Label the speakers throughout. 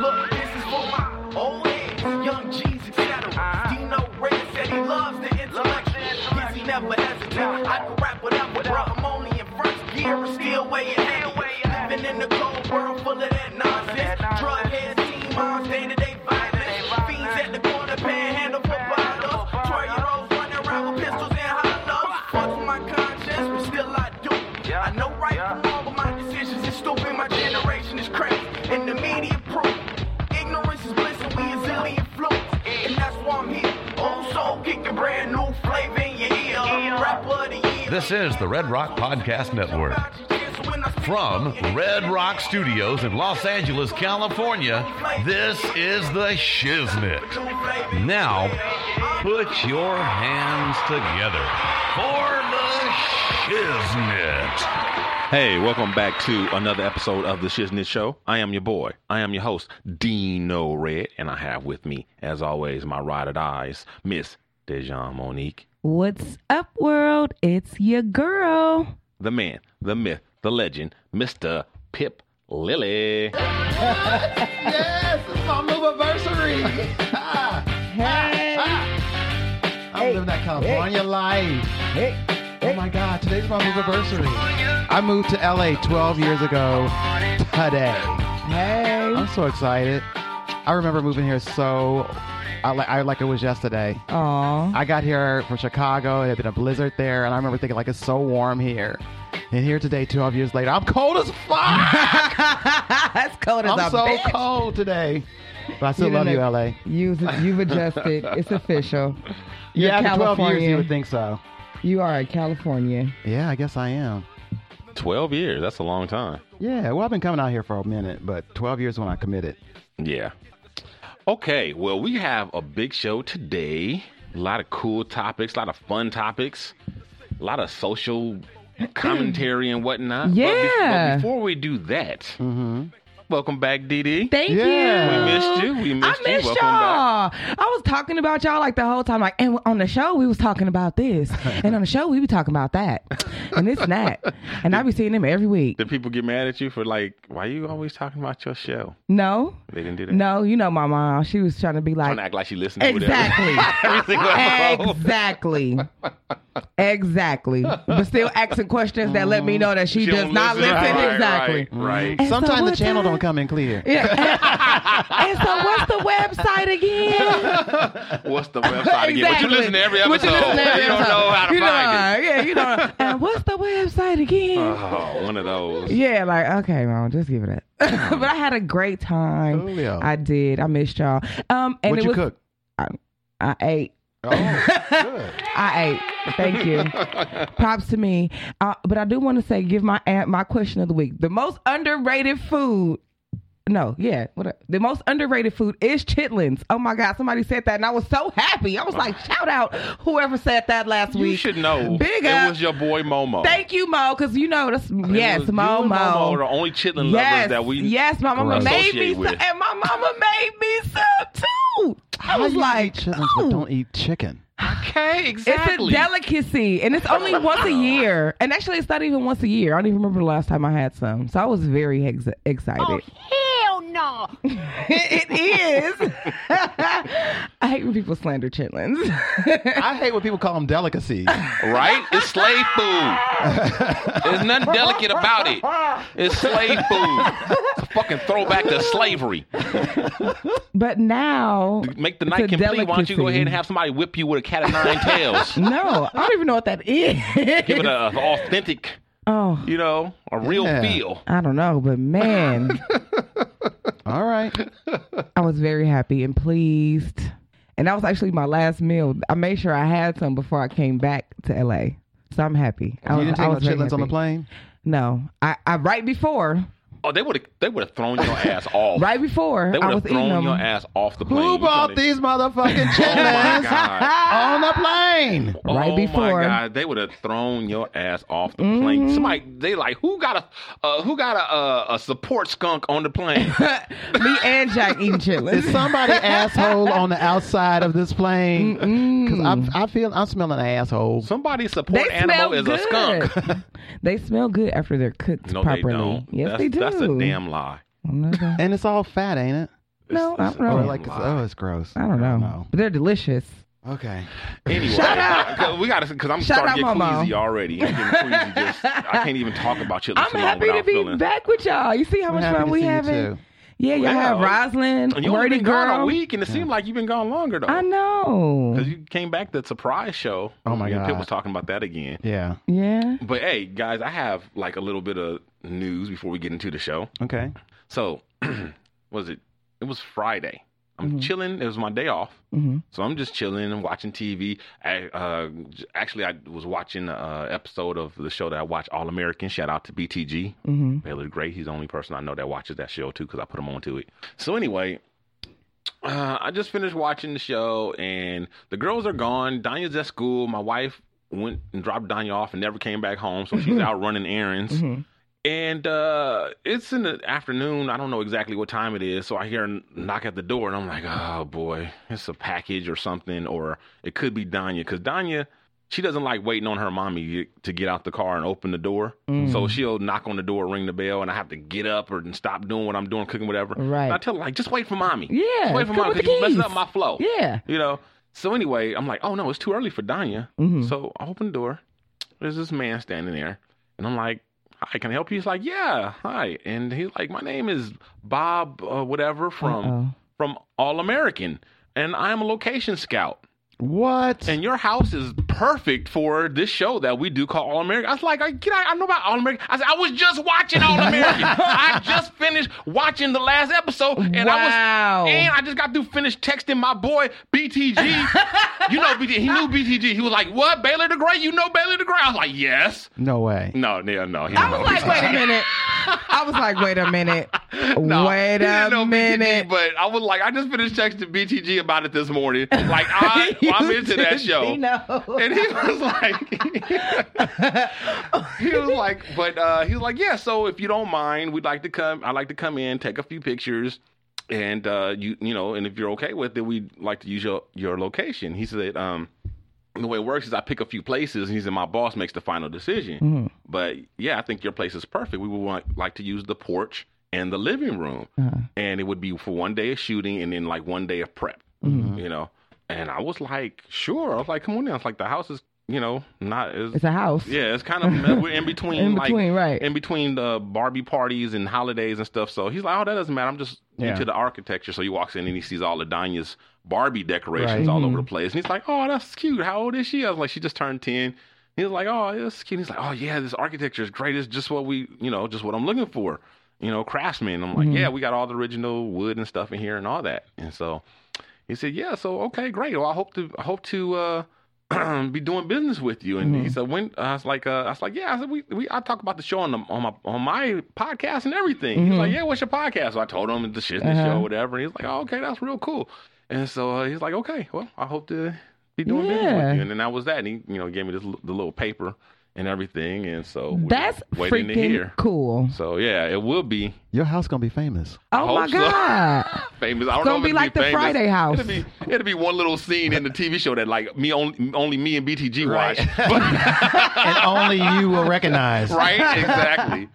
Speaker 1: Look, this is for my old heads, young G's, etc. Dino Red said he Uh-huh. loves the intellectual. Yes, he never hesitates. I can rap whatever, bruh. I'm only in first gear and still weighing heavy. Living in the cold world full of that nonsense. Drug heads, teen moms, day-to-day violence. Fiends at the corner, panhandle for bottles. Twelve-year-olds running around with pistols and hollows. Fucks my conscience, but still I do. I know right from wrong, but my decisions is stupid. My generation is crazy, and the media proof. Ignorance is bliss, and we a zillion flukes. And that's why I'm here. Old soul kicking brand new flavor in your ear. Rapper of the year.
Speaker 2: This is the Red Rock Podcast Network. from Red Rock Studios in Los Angeles, California. This is the Shiznit. Now, put your hands together for the Shiznit.
Speaker 3: Hey, welcome back to another episode of the Shiznit Show. I am your boy. I am your host, Dino Red, and I have with me, as always, my rotted eyes, Miss Dejan Monique,
Speaker 4: What's up, world? It's your girl.
Speaker 3: the man, the myth, the legend, Mr. Pip Lilly.
Speaker 5: Yes, it's my move anniversary. I'm living that California life. Oh my God, today's my move anniversary. I moved to LA 12 years ago today.
Speaker 4: Hey.
Speaker 5: I'm so excited. I remember moving here so I like I like it was yesterday.
Speaker 4: Aw.
Speaker 5: I got here from Chicago. It had been a blizzard there, and I remember thinking like it's so warm here. And here today, 12 years later, I'm cold as fuck.
Speaker 4: That's cold as
Speaker 5: I'm
Speaker 4: a
Speaker 5: so
Speaker 4: bitch.
Speaker 5: cold today. But I still
Speaker 4: You
Speaker 5: love
Speaker 4: done
Speaker 5: you,
Speaker 4: a-
Speaker 5: LA.
Speaker 4: You've, you've adjusted. It's official. You're
Speaker 5: Yeah, after 12 years, you
Speaker 4: Californian.
Speaker 5: would think so.
Speaker 4: You are a Californian.
Speaker 5: Yeah, I guess I am.
Speaker 3: 12 years, that's a long time.
Speaker 5: Yeah, well, I've been coming out here for a minute, but 12 years when I committed.
Speaker 3: Yeah. Okay, well, we have a big show today. A lot of cool topics, a lot of fun topics, a lot of social commentary and whatnot. But be-
Speaker 4: Yeah.
Speaker 3: but before we do that, welcome back, DD.
Speaker 4: Thank
Speaker 5: Yeah.
Speaker 4: you.
Speaker 3: We missed you. We
Speaker 4: I
Speaker 3: missed you.
Speaker 4: missed
Speaker 3: Welcome
Speaker 4: y'all. I was talking about y'all like the whole time. Like, and on the show we was talking about this, and on the show we be talking about that, and this and that. And I be seeing them every week.
Speaker 3: Did people get mad at you for like, why you always talking about your show?
Speaker 4: No,
Speaker 3: They didn't do that.
Speaker 4: no, you know my mom. She was trying to be like,
Speaker 3: Don't act like she listened to it every-
Speaker 4: exactly.
Speaker 3: every single episode.
Speaker 4: Exactly. exactly. But still asking questions that let me know that she,
Speaker 3: She
Speaker 4: does
Speaker 3: don't
Speaker 4: not listen.
Speaker 3: Right, right,
Speaker 4: exactly.
Speaker 3: Right.
Speaker 4: And so
Speaker 5: Sometimes the
Speaker 4: what
Speaker 5: channel
Speaker 4: time-
Speaker 5: don't come in clear.
Speaker 4: Yeah. And, and so what's the website again?
Speaker 3: What's the website again? But you listen to every episode.
Speaker 4: What you listen to every
Speaker 3: You don't
Speaker 4: episode.
Speaker 3: know how to
Speaker 4: You know,
Speaker 3: find
Speaker 4: uh, Yeah, you know. And what's the website again?
Speaker 3: it. Oh, one of those.
Speaker 4: Yeah, like okay, mom, just give it up. but I had a great
Speaker 3: Oh,
Speaker 4: time.
Speaker 5: Julio.
Speaker 4: I did. I missed y'all. Um, and
Speaker 5: What
Speaker 4: it
Speaker 5: you
Speaker 4: was,
Speaker 5: cook?
Speaker 4: I ate.
Speaker 5: Oh, good.
Speaker 4: I ate. Thank you. Props to me. Uh, but I do want to say, give my aunt my question of the week. The most underrated food. No, yeah. What the most underrated food is chitlins. Oh my God, somebody said that, and I was so happy. I was like, shout out whoever said that last
Speaker 3: You
Speaker 4: week.
Speaker 3: should know.
Speaker 4: Big
Speaker 3: It
Speaker 4: up.
Speaker 3: was your boy Momo.
Speaker 4: Thank you, Mo, because you know that's
Speaker 3: It
Speaker 4: yes,
Speaker 3: was you
Speaker 4: Mo,
Speaker 3: and
Speaker 4: Mo.
Speaker 3: Momo are the only chitlin lovers
Speaker 4: yes,
Speaker 3: that we.
Speaker 4: yes, my mama made
Speaker 3: associate
Speaker 4: me some,
Speaker 3: with.
Speaker 4: and my mama made me some too. I
Speaker 5: How
Speaker 4: was
Speaker 5: you
Speaker 4: like,
Speaker 5: eat chitlins
Speaker 4: oh.
Speaker 5: but don't eat chicken.
Speaker 3: Okay,
Speaker 4: It's a
Speaker 3: exactly.
Speaker 4: delicacy, and it's only once a year. And actually, it's not even once a year. I don't even remember the last time I had some. So I was very ex- excited. Oh, hell no! it is. I hate when people slander chitlins.
Speaker 5: I hate when people call them delicacies.
Speaker 3: right? It's slave food. There's nothing delicate about it. It's slave food. It's a fucking throwback to slavery.
Speaker 4: but now,
Speaker 3: Make the
Speaker 4: It's
Speaker 3: night
Speaker 4: a
Speaker 3: complete. Why don't you go
Speaker 4: delicacy.
Speaker 3: ahead and have somebody whip you with a cat of nine tails? uh,
Speaker 4: no, I don't even know what that is.
Speaker 3: Give it a- an authentic,
Speaker 4: oh,
Speaker 3: you know, a real
Speaker 5: Yeah.
Speaker 3: feel.
Speaker 4: I don't know, but man,
Speaker 5: All right.
Speaker 4: I was very happy and pleased. And that was actually my last meal. I made sure I had some before I came back to LA. So I'm happy. I
Speaker 5: You
Speaker 4: was,
Speaker 5: didn't
Speaker 4: I
Speaker 5: take no
Speaker 4: was very
Speaker 5: chitlins on the
Speaker 4: happy.
Speaker 5: plane?
Speaker 4: No, I, I right before
Speaker 3: Oh, they would have they would have thrown your ass off.
Speaker 4: Right before
Speaker 3: They
Speaker 4: I
Speaker 3: would
Speaker 4: was
Speaker 3: have
Speaker 4: eating
Speaker 3: thrown
Speaker 4: them.
Speaker 3: your ass off the plane.
Speaker 5: Who
Speaker 3: You
Speaker 5: bought
Speaker 3: couldn't-
Speaker 5: these motherfucking
Speaker 3: Oh my
Speaker 5: chitlins
Speaker 3: god.
Speaker 5: on the plane?
Speaker 4: Right
Speaker 3: oh
Speaker 4: before. Mm-hmm.
Speaker 3: my god, they would have thrown your ass off the plane. Somebody they like who got a uh, who got a, uh, a support skunk on the plane?
Speaker 4: Me and Jack eating chitlins.
Speaker 5: Is somebody asshole on the outside of this plane? Because I, I feel I'm smelling an asshole.
Speaker 3: Somebody's
Speaker 4: they
Speaker 3: support
Speaker 4: smell
Speaker 3: animal is
Speaker 4: good.
Speaker 3: a skunk.
Speaker 4: they smell good after they're cooked
Speaker 3: No,
Speaker 4: properly.
Speaker 3: they don't.
Speaker 4: Yes,
Speaker 3: that's,
Speaker 4: they do.
Speaker 3: That's a damn lie.
Speaker 4: No, they don't.
Speaker 5: And it's all fat, ain't it?
Speaker 4: No, I don't know.
Speaker 5: Or
Speaker 4: Damn
Speaker 5: like, it's, oh, it's gross.
Speaker 4: I don't know. But they're delicious.
Speaker 5: Okay.
Speaker 3: Anyway,
Speaker 4: Shut up.
Speaker 3: uh, we got to because I'm
Speaker 4: Shut
Speaker 3: starting to get
Speaker 4: up, Momo.
Speaker 3: queasy already. I'm getting queasy. Just I can't even talk about chitlins
Speaker 4: I'm
Speaker 3: too long
Speaker 4: happy to
Speaker 3: without
Speaker 4: be
Speaker 3: feeling.
Speaker 4: back with y'all. You see how
Speaker 5: We're
Speaker 4: much
Speaker 5: happy
Speaker 4: fun
Speaker 5: to
Speaker 4: we
Speaker 5: see you
Speaker 4: having?
Speaker 5: too.
Speaker 4: Yeah, y'all
Speaker 3: Yeah.
Speaker 4: have Roslyn,
Speaker 3: And you only
Speaker 4: Wordy
Speaker 3: been gone a
Speaker 4: Girl.
Speaker 3: week, and it seemed like you've been gone longer though.
Speaker 4: I know.
Speaker 3: Because you came back to the surprise show.
Speaker 5: Oh, my
Speaker 3: Me and Pip
Speaker 5: God.
Speaker 3: was talking about that again.
Speaker 5: Yeah.
Speaker 4: Yeah.
Speaker 3: But hey, guys, I have like a little bit of news before we get into the show.
Speaker 5: Okay.
Speaker 3: So, was it? It was Friday. I'm
Speaker 4: Mhm.
Speaker 3: chilling. It was my day off,
Speaker 4: Mm-hmm.
Speaker 3: so I'm just chilling and watching TV. I, uh, j- actually, I was watching an episode of the show that I watch, All American. Shout out to BTG.
Speaker 4: Mm-hmm.
Speaker 3: Baylor Gray. He's the only person I know that watches that show too because I put him onto it. So anyway, uh, I just finished watching the show and the girls are gone. Danya's at school. My wife went and dropped Danya off and never came back home, so she's out running errands.
Speaker 4: Mhm.
Speaker 3: And uh, it's in the afternoon. I don't know exactly what time it is. So I hear a knock at the door, and I'm like, oh boy, it's a package or something, or it could be Danya. Because Danya, she doesn't like waiting on her mommy to get out the car and open the door.
Speaker 4: Mm.
Speaker 3: So she'll knock on the door, ring the bell, and I have to get up or stop doing what I'm doing, cooking, whatever.
Speaker 4: Right.
Speaker 3: And I tell her, like, just wait for mommy.
Speaker 4: Yeah,
Speaker 3: Just wait for
Speaker 4: come
Speaker 3: mommy
Speaker 4: with the
Speaker 3: because you're messing
Speaker 4: keys.
Speaker 3: up my flow.
Speaker 4: Yeah.
Speaker 3: You know? So anyway, I'm like, oh no, it's too early for Danya.
Speaker 4: Mhm.
Speaker 3: So I open the door. There's this man standing there. And I'm like, hi, can I help you? He's like, yeah, hi. And he's like, my name is Bob, uh, whatever, from
Speaker 4: Uh-oh.
Speaker 3: from All American. And I'm a location scout.
Speaker 5: What?
Speaker 3: And your house is perfect for this show that we do called All American. I was like, I, get out, I know about All American. I said, I was just watching All American. I just finished watching the last episode, and I
Speaker 4: Wow.
Speaker 3: was, and I just got through finished texting my boy BTG. you know, BTG, he knew BTG. He was like, "What, Baylor the Great? You know Baylor the Great?" I was like, "Yes."
Speaker 5: no way.
Speaker 3: No, no, no. He
Speaker 4: I
Speaker 3: didn't
Speaker 4: was
Speaker 3: know
Speaker 4: like,
Speaker 3: BTG.
Speaker 4: wait a minute. I was like, wait a minute.
Speaker 3: No, he
Speaker 4: wait
Speaker 3: didn't know
Speaker 4: a minute.
Speaker 3: BTG, but I was like, I just finished texting BTG about it this morning. Like, I,
Speaker 4: You
Speaker 3: I'm into that
Speaker 4: did,
Speaker 3: show.
Speaker 4: you know.
Speaker 3: And he was like, he was like, but uh, he was like, yeah. So if you don't mind, we'd like to come. I'd like to come in, take a few pictures, and uh, you you know, and if you're okay with it, we'd like to use your your location. He said, um, the way it works is I pick a few places, and he said my boss makes the final decision.
Speaker 4: Mm,
Speaker 3: But yeah, I think your place is perfect. We would want like to use the porch and the living room,
Speaker 4: uh,
Speaker 3: and it would be for one day of shooting and then like one day of prep.
Speaker 4: Mm-hmm.
Speaker 3: You know, and I was like, sure. I was like, come on down. It's like the house is, you know, not as
Speaker 4: It's a house.
Speaker 3: yeah, it's kind of we're in between,
Speaker 4: In
Speaker 3: like,
Speaker 4: between, right.
Speaker 3: In between the Barbie parties and holidays and stuff. So he's like, "Oh, that doesn't matter. I'm just
Speaker 5: Yeah.
Speaker 3: into the architecture." So he walks in and he sees all of Danya's Barbie decorations
Speaker 5: Right. Mm-hmm.
Speaker 3: all over the place, and he's like, "Oh, that's cute. How old is she?" I was like, "She just turned 10. He was like, "Oh, that's cute." He's like, "Oh yeah, this architecture is great. It's just what we, you know, just what I'm looking for." You know, craftsman. I'm like,
Speaker 5: Mm-hmm.
Speaker 3: "Yeah, we got all the original wood and stuff in here and all that." And so he said, "Yeah, so okay, great. Well, I hope to I hope to uh, be doing business with you."
Speaker 4: Mm-hmm.
Speaker 3: And he said, "When?" I was like, uh, "I was like, yeah." I said, "We, we I talk about the show on the on my on my podcast and everything." He's
Speaker 4: Mm-hmm.
Speaker 3: like, "Yeah, what's your podcast?" So I told him the shit, the
Speaker 4: Uh-huh.
Speaker 3: show, whatever. And he's like, "Oh, okay, that's real cool." And so uh, he's like, "Okay, well, I hope to be doing business
Speaker 4: Yeah.
Speaker 3: with you." And then that was that. And he, you know, gave me this l- the little paper and everything. And so we're
Speaker 4: That's
Speaker 3: waiting to
Speaker 4: freaking
Speaker 3: hear.
Speaker 4: cool.
Speaker 3: So yeah, it will be
Speaker 5: Your house gonna be famous.
Speaker 4: Oh
Speaker 3: hope
Speaker 4: my
Speaker 3: so.
Speaker 4: God.
Speaker 3: famous. I don't
Speaker 4: It's gonna
Speaker 3: know if
Speaker 4: be
Speaker 3: it'd
Speaker 4: like the
Speaker 3: famous.
Speaker 4: Friday House.
Speaker 3: It'll be, it'll be one little scene in the TV show that like me only, only me and BTG
Speaker 5: Right.
Speaker 3: watch. But-
Speaker 5: and only you will recognize.
Speaker 3: right, exactly.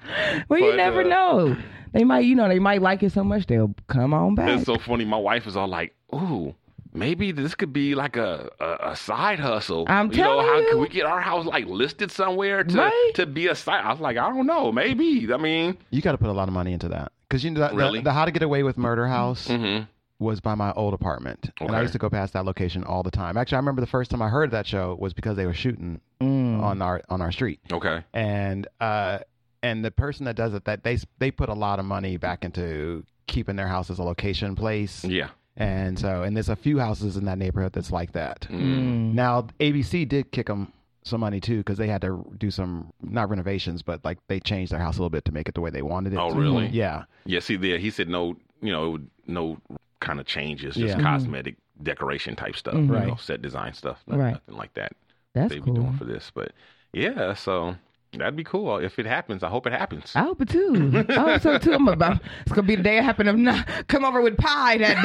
Speaker 4: Well, you
Speaker 3: But,
Speaker 4: never
Speaker 3: uh,
Speaker 4: know. They might, you know, they might like it so much they'll come on back.
Speaker 3: It's so funny. My wife is all like, "Ooh, maybe this could be like a a, a side hustle."
Speaker 4: I'm
Speaker 3: you know,
Speaker 4: telling
Speaker 3: how
Speaker 4: you.
Speaker 3: can we get our house like listed somewhere to
Speaker 4: Right.
Speaker 3: to be a side? I was like, I don't know, maybe. I mean,
Speaker 5: You got to put a lot of money into that because you know that, the-
Speaker 3: Really?
Speaker 5: the, How to Get Away with Murder house
Speaker 3: Mm-hmm.
Speaker 5: was by my old apartment, and I
Speaker 3: Okay.
Speaker 5: used to go past that location all the time. Actually, I remember the first time I heard that show was because they were shooting
Speaker 4: Mm,
Speaker 5: on our on our street,
Speaker 3: okay,
Speaker 5: and uh, and the person that does it that they they put a lot of money back into keeping their house as a location place.
Speaker 3: yeah,
Speaker 5: And so, and there's a few houses in that neighborhood that's like that.
Speaker 3: Mm.
Speaker 5: Now, ABC did kick them some money too because they had to do some not renovations, but like they changed their house a little bit to make it the way they wanted it.
Speaker 3: Oh, really?
Speaker 5: Yeah.
Speaker 3: Yeah, see, there he said no, you know, no kind of changes, just
Speaker 4: Mm-hmm.
Speaker 5: Yeah.
Speaker 3: cosmetic decoration type stuff, you know,
Speaker 5: Right.
Speaker 3: set design stuff, not,
Speaker 4: Right.
Speaker 3: nothing like that.
Speaker 4: That's
Speaker 3: they be
Speaker 4: cool.
Speaker 3: doing for this, but yeah, so that'd be cool if it happens. I hope it happens.
Speaker 4: I hope it too. I hope so too. I'm about. It's gonna be the day I happen to not come over with pie that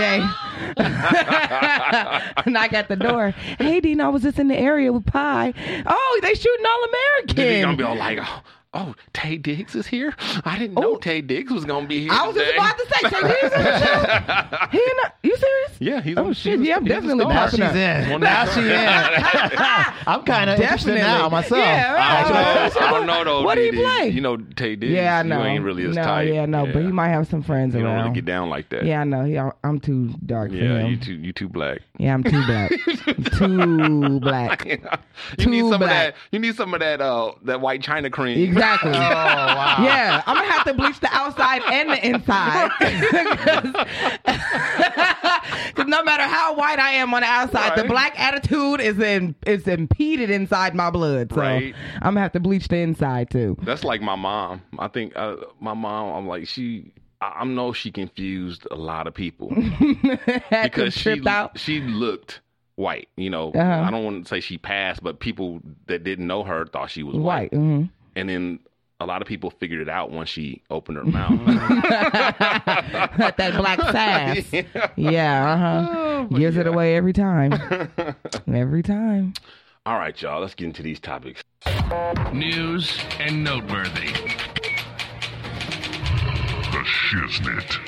Speaker 4: day. Knock at the door. Hey, Dean, I was just in the area with pie. Oh, they shooting all
Speaker 3: They're
Speaker 4: American.
Speaker 3: gonna be all like, oh, oh, Tay Diggs is here. I didn't know
Speaker 4: Oh.
Speaker 3: Tay Diggs was gonna be here.
Speaker 4: I was just
Speaker 3: today."
Speaker 4: about to say, so he's on the show. He in the- you serious?
Speaker 3: Yeah, he's
Speaker 4: Oh
Speaker 3: on-
Speaker 4: shit!
Speaker 3: he's-
Speaker 4: yeah, I'm
Speaker 3: he's a
Speaker 4: definitely
Speaker 3: star.
Speaker 5: Now
Speaker 4: popping
Speaker 5: she's
Speaker 4: up.
Speaker 5: in. Now she's in. I'm kind of interested
Speaker 4: Definitely
Speaker 5: now myself.
Speaker 4: Yeah,
Speaker 3: I don't
Speaker 4: right.
Speaker 3: know. I don't know though.
Speaker 4: What do he
Speaker 3: Tay Diggs.
Speaker 4: play?
Speaker 3: You know, Tay Diggs.
Speaker 4: Yeah, I know.
Speaker 3: You ain't really his
Speaker 4: no,
Speaker 3: type.
Speaker 4: yeah, no, but he might have some friends
Speaker 3: You don't
Speaker 4: around.
Speaker 3: really get down like that.
Speaker 4: yeah, I know. He, I'm too dark for
Speaker 3: Yeah,
Speaker 4: him.
Speaker 3: you too. You too black.
Speaker 4: Yeah, I'm too black. too black.
Speaker 3: you
Speaker 4: Too
Speaker 3: need some
Speaker 4: black.
Speaker 3: of that. You need some of that. Uh, that white China cream.
Speaker 4: Exactly.
Speaker 5: Oh, wow.
Speaker 4: Yeah, I'm gonna have to bleach the outside and the inside. Because no matter how white I am on the outside, the
Speaker 3: Right.
Speaker 4: black attitude is in, is impeded inside my blood. So
Speaker 3: Right.
Speaker 4: I'm gonna have to bleach the inside too.
Speaker 3: That's like my mom. I think uh, my mom. I'm like she. I, I know she confused a lot of people
Speaker 4: Had
Speaker 3: because
Speaker 4: them
Speaker 3: she
Speaker 4: tripped out.
Speaker 3: she looked white. You know,
Speaker 4: Uh-huh.
Speaker 3: I don't want to say she passed, but people that didn't know her thought she was
Speaker 4: White.
Speaker 3: white,
Speaker 4: mhm.
Speaker 3: and then. A lot of people figured it out once she opened her mouth.
Speaker 4: Got that black sass. yeah. Uh
Speaker 3: Oh,
Speaker 4: huh. Gives it away every time. every time.
Speaker 3: All right, y'all, let's get into these topics.
Speaker 2: News and noteworthy.
Speaker 6: The Shiznit.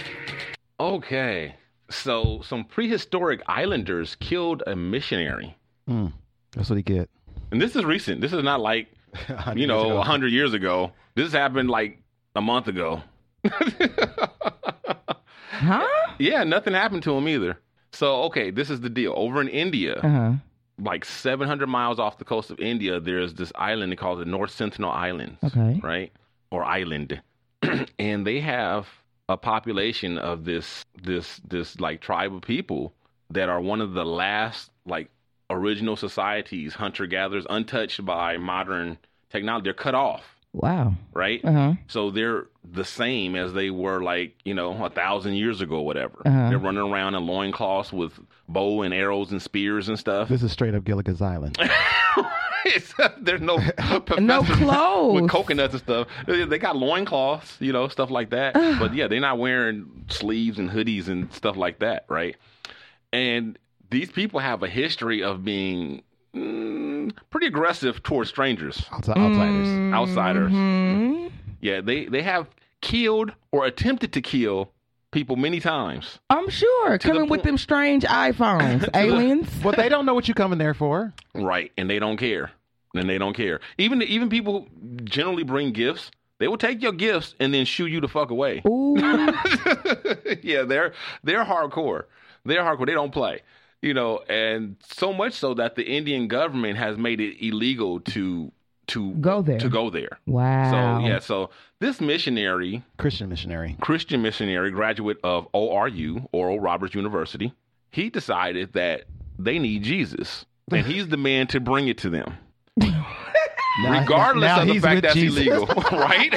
Speaker 3: Okay. So some prehistoric islanders killed a missionary.
Speaker 5: That's what he get.
Speaker 3: And this is recent. This is not like, you
Speaker 5: years
Speaker 3: know,
Speaker 5: ago.
Speaker 3: a 100 years ago. This happened like a month ago.
Speaker 4: Huh?
Speaker 3: Yeah, nothing happened to him either. So, okay, this is the deal. Over in India,
Speaker 4: Uh huh.
Speaker 3: like 700 miles off the coast of India, there's this island. They call it the North Sentinel Islands.
Speaker 4: Okay.
Speaker 3: Right? Or island. and they have a population of this, this, this like tribe of people that are one of the last like original societies, hunter gatherers, untouched by modern technology. They're cut off,
Speaker 4: Wow.
Speaker 3: right?
Speaker 4: Uh huh.
Speaker 3: So they're the same as they were like, you know, a thousand years ago, whatever.
Speaker 4: Uh-huh.
Speaker 3: They're running around in loincloths with bow and arrows and spears and stuff.
Speaker 5: This is straight up Gilligan's Island.
Speaker 3: It's- There's no
Speaker 4: No
Speaker 3: professors
Speaker 4: clothes.
Speaker 3: with coconuts and stuff. They they got loincloths, you know, stuff like that. but yeah, they're not wearing sleeves and hoodies and stuff like that, right? And these people have a history of being mm, pretty aggressive towards strangers,
Speaker 5: Outside, outsiders.
Speaker 4: Mm-hmm.
Speaker 3: outsiders.
Speaker 4: Hmm.
Speaker 3: Yeah, they they have killed or attempted to kill people many times.
Speaker 4: I'm sure.
Speaker 3: the
Speaker 4: Coming with
Speaker 3: point-
Speaker 4: them strange iPhones, aliens.
Speaker 5: Well, they don't know what you coming there for.
Speaker 3: Right, and they don't care. And they don't care. Even even people who generally bring gifts. They will take your gifts and then shoo you the fuck away.
Speaker 4: Ooh,
Speaker 3: yeah, they're they're hardcore. They're hardcore. They don't play. You know, and so much so that the Indian government has made it illegal to to
Speaker 4: Go there.
Speaker 3: To go there.
Speaker 4: wow.
Speaker 3: So yeah, so this missionary,
Speaker 5: Christian missionary.
Speaker 3: Christian missionary, graduate of ORU, Oral Roberts University, he decided that they need Jesus. And he's the man to bring it to them
Speaker 5: Now-
Speaker 3: regardless
Speaker 5: now
Speaker 3: of the
Speaker 5: he's
Speaker 3: fact
Speaker 5: with
Speaker 3: that's
Speaker 5: Jesus.
Speaker 3: illegal, right?